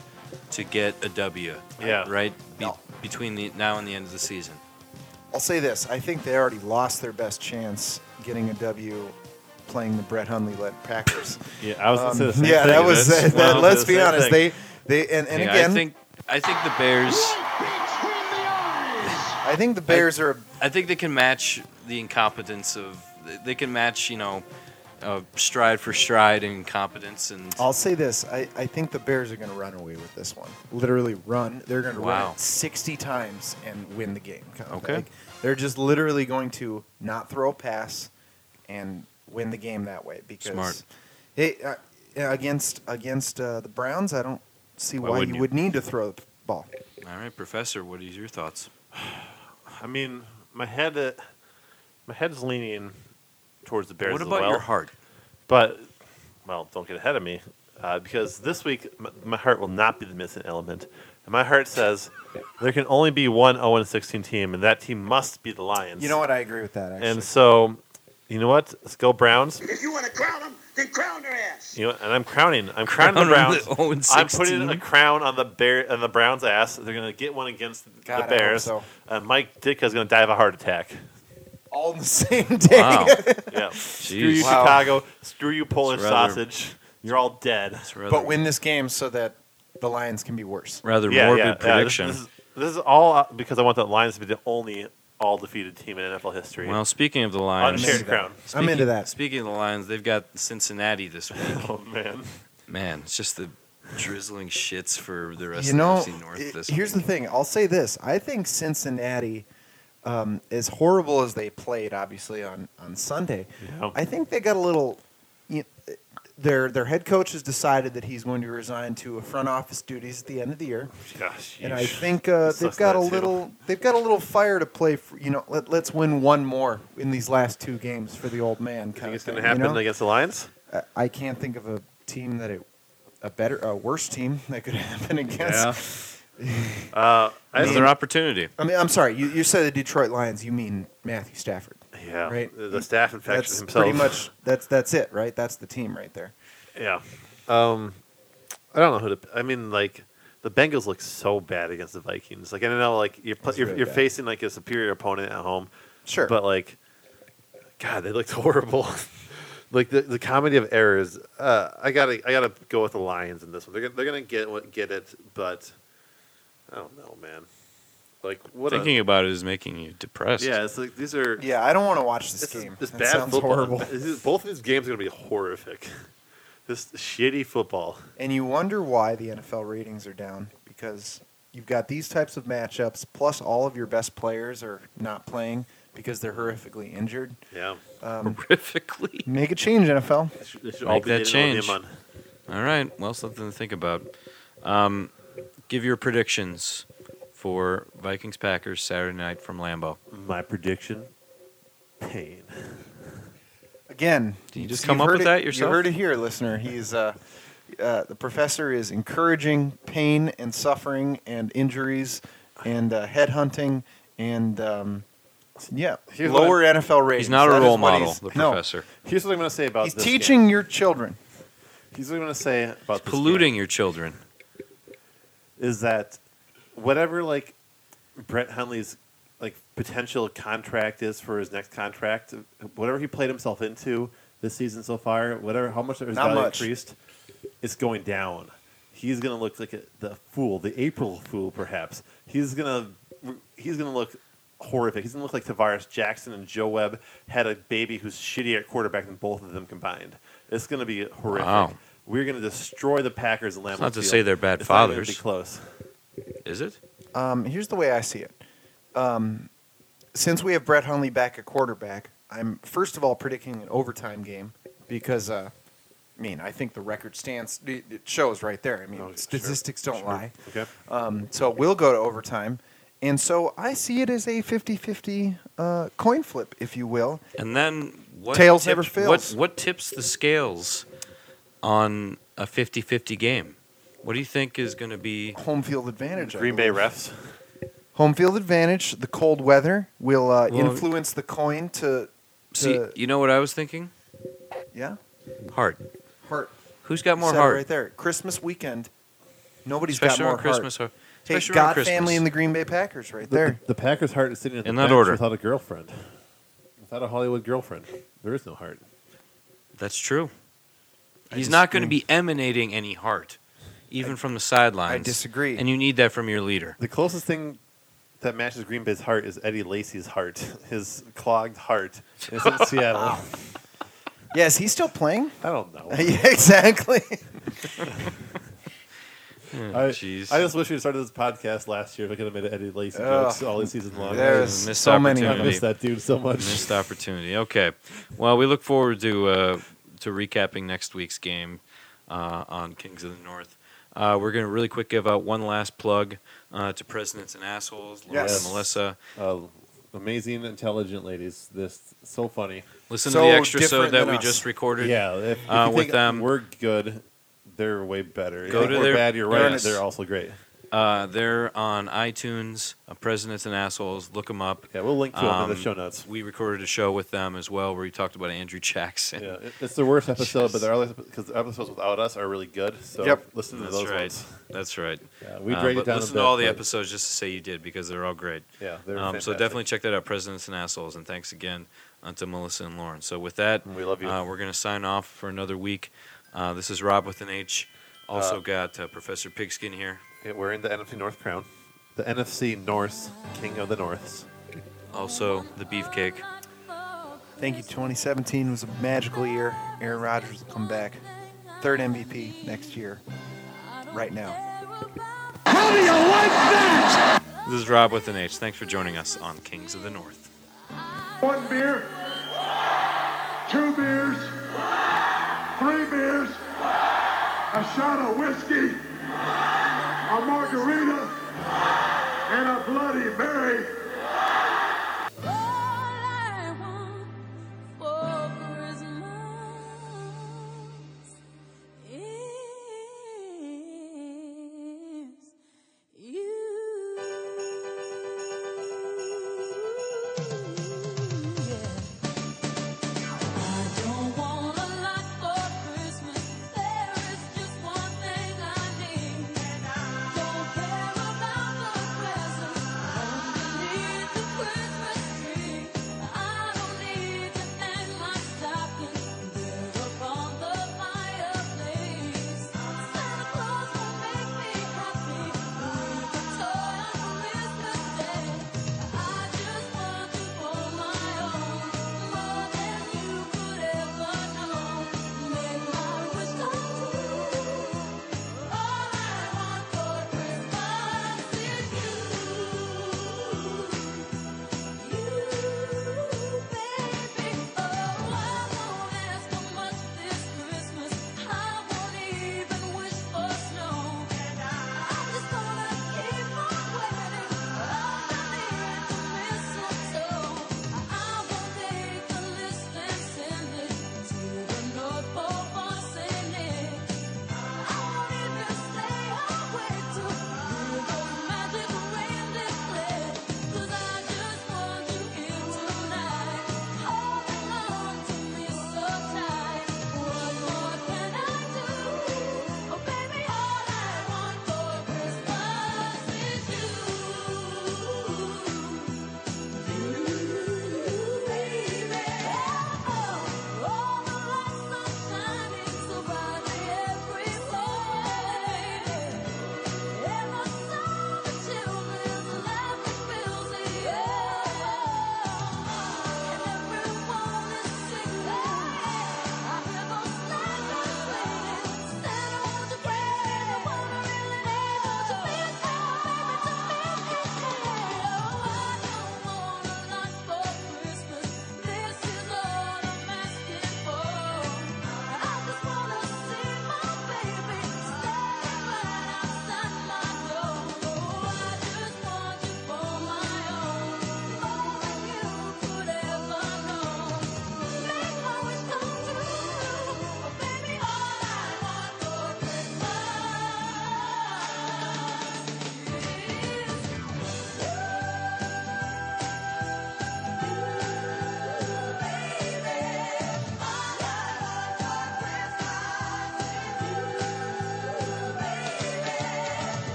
S1: to get a W.
S3: Yeah.
S1: Right? Be- Between the now and the end of the season.
S2: I'll say this: I think they already lost their best chance getting a W, playing the Brett Hundley led Packers.
S3: Yeah, I was gonna say the
S2: Um,
S3: <laughs> same
S2: yeah,
S3: thing.
S2: that was. <laughs>
S3: That's-
S2: That,
S3: well, the
S2: let's be
S3: same
S2: honest.
S3: thing.
S2: They they and, and
S1: Yeah,
S2: again,
S1: I think I think the Bears
S2: I think the Bears are.
S1: I think they can match the incompetence of they can match, you know, uh, stride for stride and incompetence and
S2: I'll say this: I, I think the Bears are going to run away with this one. Literally run. They're going to
S1: Wow.
S2: run it sixty times and win the game. kind of
S1: Okay.
S2: like. they're just literally going to not throw a pass and win the game that way because
S1: Smart.
S2: Hey, uh, against against uh, the Browns, I don't see
S11: Why
S2: why, you
S11: wouldn't you?
S2: would need to throw the ball.
S1: all right, Professor, what is your thoughts?
S3: I mean, my head, uh, my head's leaning towards the Bears
S1: what
S3: as
S1: about
S3: well.
S1: your heart?
S3: But, well, don't get ahead of me, uh, because this week m- my heart will not be the missing element. And my heart says there can only be one 0 16 team, and that team must be the Lions.
S2: You know what? I agree with that. Actually.
S3: And so, you know what? Let's go Browns.
S4: If you want to crown them, then crown their ass.
S3: You know, and I'm crowning. I'm crowning the
S1: Crown
S3: Browns.
S1: them the 0 and
S3: I'm putting
S1: 16.
S3: a crown on the bear on the Browns' ass. They're gonna get one against
S2: God, I
S3: the
S2: hope
S3: Bears.
S2: so.
S3: Uh, Mike Ditka's gonna die of a heart attack.
S2: all on the <laughs> same day.
S1: Wow.
S3: Yeah. Screw
S1: Jeez.
S3: you,
S2: Wow.
S3: Chicago. Screw you, Polish
S1: rather-
S3: sausage. You're all dead.
S1: It's rather,
S2: but win this game so that the Lions can be worse.
S1: rather
S3: Yeah,
S1: morbid
S3: yeah, yeah, this-
S1: prediction.
S3: This, is, this is all uh, because I want the Lions to be the only all defeated team in NFL history.
S1: well, speaking of the Lions,
S3: Unshared crown.
S2: I'm into that.
S1: Speaking of the Lions, they've got Cincinnati this week.
S3: <laughs> Oh man.
S1: Man, it's just the drizzling shits for the rest
S2: you know,
S1: of the NFC North
S2: it-
S1: this
S2: here's the
S1: week.
S2: thing. I'll say this. I think Cincinnati, um, as horrible as they played, obviously on on Sunday,
S3: Yeah.
S2: I think they got a little. You their their head coach has decided that he's going to resign to a front office duties at the end of the year,
S3: Gosh.
S2: and I
S3: yeesh.
S2: think uh,
S3: Sucks
S2: they've got a
S3: that, too.
S2: little they've got a little fire to play. For, you know, let, let's win one more in these last two games for the old man.
S3: <laughs> think
S2: kind
S3: it's
S2: of
S3: gonna
S2: thing, uh, you
S3: happen
S2: know?
S3: against the Lions.
S2: I- I can't think of a team that it a better a worse team that could <laughs> happen against.
S3: Uh, I
S1: Another
S2: <laughs>
S1: opportunity.
S2: I mean, I'm sorry. You, you said the Detroit Lions. You mean Matthew Stafford?
S3: yeah.
S2: Right.
S3: The the staff infection
S2: That's
S3: himself.
S2: pretty much that's that's it, right? That's the team right there.
S3: Yeah. Um, I don't know who to. I mean, like the Bengals look so bad against the Vikings. Like I don't know, like you're pl-
S2: It's
S3: you're,
S2: really
S3: you're
S2: bad.
S3: facing like a superior opponent at home,
S2: Sure.
S3: but like, God, they looked <laughs> horrible. like the, the comedy of errors. Uh, I gotta I gotta go with the Lions in this one. They're gonna, they're gonna get what get it, but I don't know, man. Like what? a-
S1: Thinking about it is making you depressed.
S3: yeah, it's like these are.
S2: yeah, I don't want to watch this
S3: This is
S2: game.
S3: this
S2: That
S3: bad
S2: sounds
S3: football.
S2: horrible.
S3: This is- both of these games are gonna be horrific. <laughs> this shitty football.
S2: And you wonder why the NFL ratings are down because you've got these types of matchups, plus all of your best players are not playing because they're horrifically injured.
S3: Yeah.
S1: Horrifically.
S2: Make a change, NFL.
S3: They
S1: Make
S3: should all be
S1: that
S3: dating
S1: change.
S3: Olympian.
S1: All right. Well, something to think about. Um, give your predictions for Vikings Packers Saturday night from Lambeau.
S3: My prediction: pain.
S2: Again,
S1: Did you just
S2: so
S1: come
S2: you've
S1: up
S2: heard
S1: with
S2: it-
S1: that yourself?
S2: You heard it here, listener. He's uh, uh, the professor is encouraging pain and suffering and injuries and uh, headhunting and um, yeah,
S3: Here's what
S2: lower NFL ratings.
S1: He's not
S2: That
S1: a
S2: is
S1: role
S2: what
S1: model,
S2: he's-
S1: the
S2: no,
S1: professor.
S3: Here's what I'm going to say about
S2: he's
S3: this
S2: teaching
S3: game.
S2: your children.
S3: Here's what I'm going to say about this
S1: Polluting your children.
S3: game, is that whatever like Brett Hundley's like potential contract is for his next contract, whatever he played himself into this season so far, whatever how much his
S2: Not
S3: value
S2: much.
S3: increased, it's going down. He's going to look like a, the fool, the April fool, perhaps. He's going to he's going to look horrific. He's going to look like Tavares Jackson and Joe Webb had a baby who's shittier at quarterback than both of them combined. It's going to be horrific.
S1: Wow.
S3: We're going to destroy the Packers in Lambeau
S1: not to
S3: Field.
S1: say they're bad
S3: It's not even
S1: fathers.
S3: Be close.
S1: Is it?
S2: Um, here's the way I see it. Um, since we have Brett Hundley back at quarterback, I'm first of all predicting an overtime game because, uh, I mean, I think the record stands. It it shows right there. I mean,
S3: Okay, Oh, sure,
S2: statistics don't lie.
S3: Okay.
S2: Um, so it will go to overtime. And so I see it as a 50 50 uh, coin flip, if you will.
S1: And then what?
S2: Tails
S1: tip-
S2: never
S1: What,
S2: fails.
S1: what tips the scales on a 50 50 game? What do you think is going to be
S2: Home field advantage. I
S3: Green Bay
S2: believe.
S3: refs.
S2: Home field advantage, the cold weather will uh,
S12: Well,
S2: influence the coin to, to
S1: See, you know what I was thinking?
S2: yeah
S1: Heart.
S2: heart.
S1: Who's got more
S2: Said it
S1: heart?
S2: right there. Christmas weekend. Nobody's
S1: Especially
S2: got more
S1: on Christmas.
S2: heart.
S1: Or,
S2: Hey,
S1: especially
S2: God,
S1: on Christmas.
S2: family, and the Green Bay Packers, right
S3: The,
S2: <laughs> there.
S3: the, Packers' heart is sitting at the
S1: In that
S3: bench
S1: order.
S3: without a girlfriend, without a Hollywood girlfriend. There is no heart.
S1: That's true. He's not going to be emanating any heart, even from the sidelines.
S2: I disagree.
S1: And you need that from your leader.
S3: The closest thing that matches Green Bay's heart is Eddie Lacy's heart. <laughs> His clogged heart is in Seattle.
S1: <laughs>
S2: yeah, is he still playing? <laughs>
S3: I don't know.
S2: yeah, exactly.
S3: I,
S1: Hmm, jeez.
S3: I just wish we had started this podcast last year. If I could have made an Eddie Lacy
S2: Ugh.
S3: jokes all season long.
S2: There's
S1: Missed
S2: so many.
S3: I
S1: opportunity.
S3: miss that dude so much.
S1: Missed opportunity. Okay. Well, we look forward to uh, to recapping next week's game uh, on Kings of the North. Uh, we're going to really quick give out one last plug uh, to Presidents and Assholes, Laura
S2: Yes.
S1: and Melissa.
S3: Uh, amazing, intelligent ladies. This so funny.
S1: Listen
S2: So
S1: to the extra so
S2: different
S1: that
S2: than
S1: we
S2: us.
S1: just recorded.
S3: Yeah, if, if
S1: Uh,
S3: you
S1: with
S3: think
S1: them.
S3: we're good. They're way better.
S1: Go
S3: If
S1: to
S3: we're
S1: their-
S3: bad. You're
S1: their-
S3: right. They're also great.
S1: Uh, they're on iTunes, uh, Presidents and Assholes. Look them up.
S3: Yeah, we'll link to them in
S1: Um,
S3: the show notes.
S1: We recorded a show with them as well where we talked about Andrew Jackson.
S3: Yeah, it- it's the worst episode, but there are because the episodes without us are really good. So
S2: Yep.
S3: listen to
S1: That's
S3: those
S1: right.
S3: ones.
S1: That's right.
S3: Yeah, we
S1: Uh,
S3: dragged
S1: but
S3: it down. a
S1: Listen
S3: bit,
S1: to all the
S3: but-
S1: episodes just to say you did because they're all great.
S3: Yeah, they're
S1: Um, so
S3: fantastic.
S1: definitely check that out, Presidents and Assholes. And thanks again uh, to Melissa and Lauren. So with that,
S3: We love you.
S1: Uh, we're going to sign off for another week. Uh, this is Rob with an H. Also got uh, Professor Pigskin here.
S3: Yeah, we're in the NFC North crown, the NFC North, King of the Norths.
S1: Also the Beefcake.
S2: Thank you. 2017 was a magical year. Aaron Rodgers will come back. Third MVP next year. Right now.
S1: This is Rob with an H. Thanks for joining us on Kings of the North.
S6: One beer, two beers, three beers, a shot of whiskey, a margarita, and a Bloody Mary.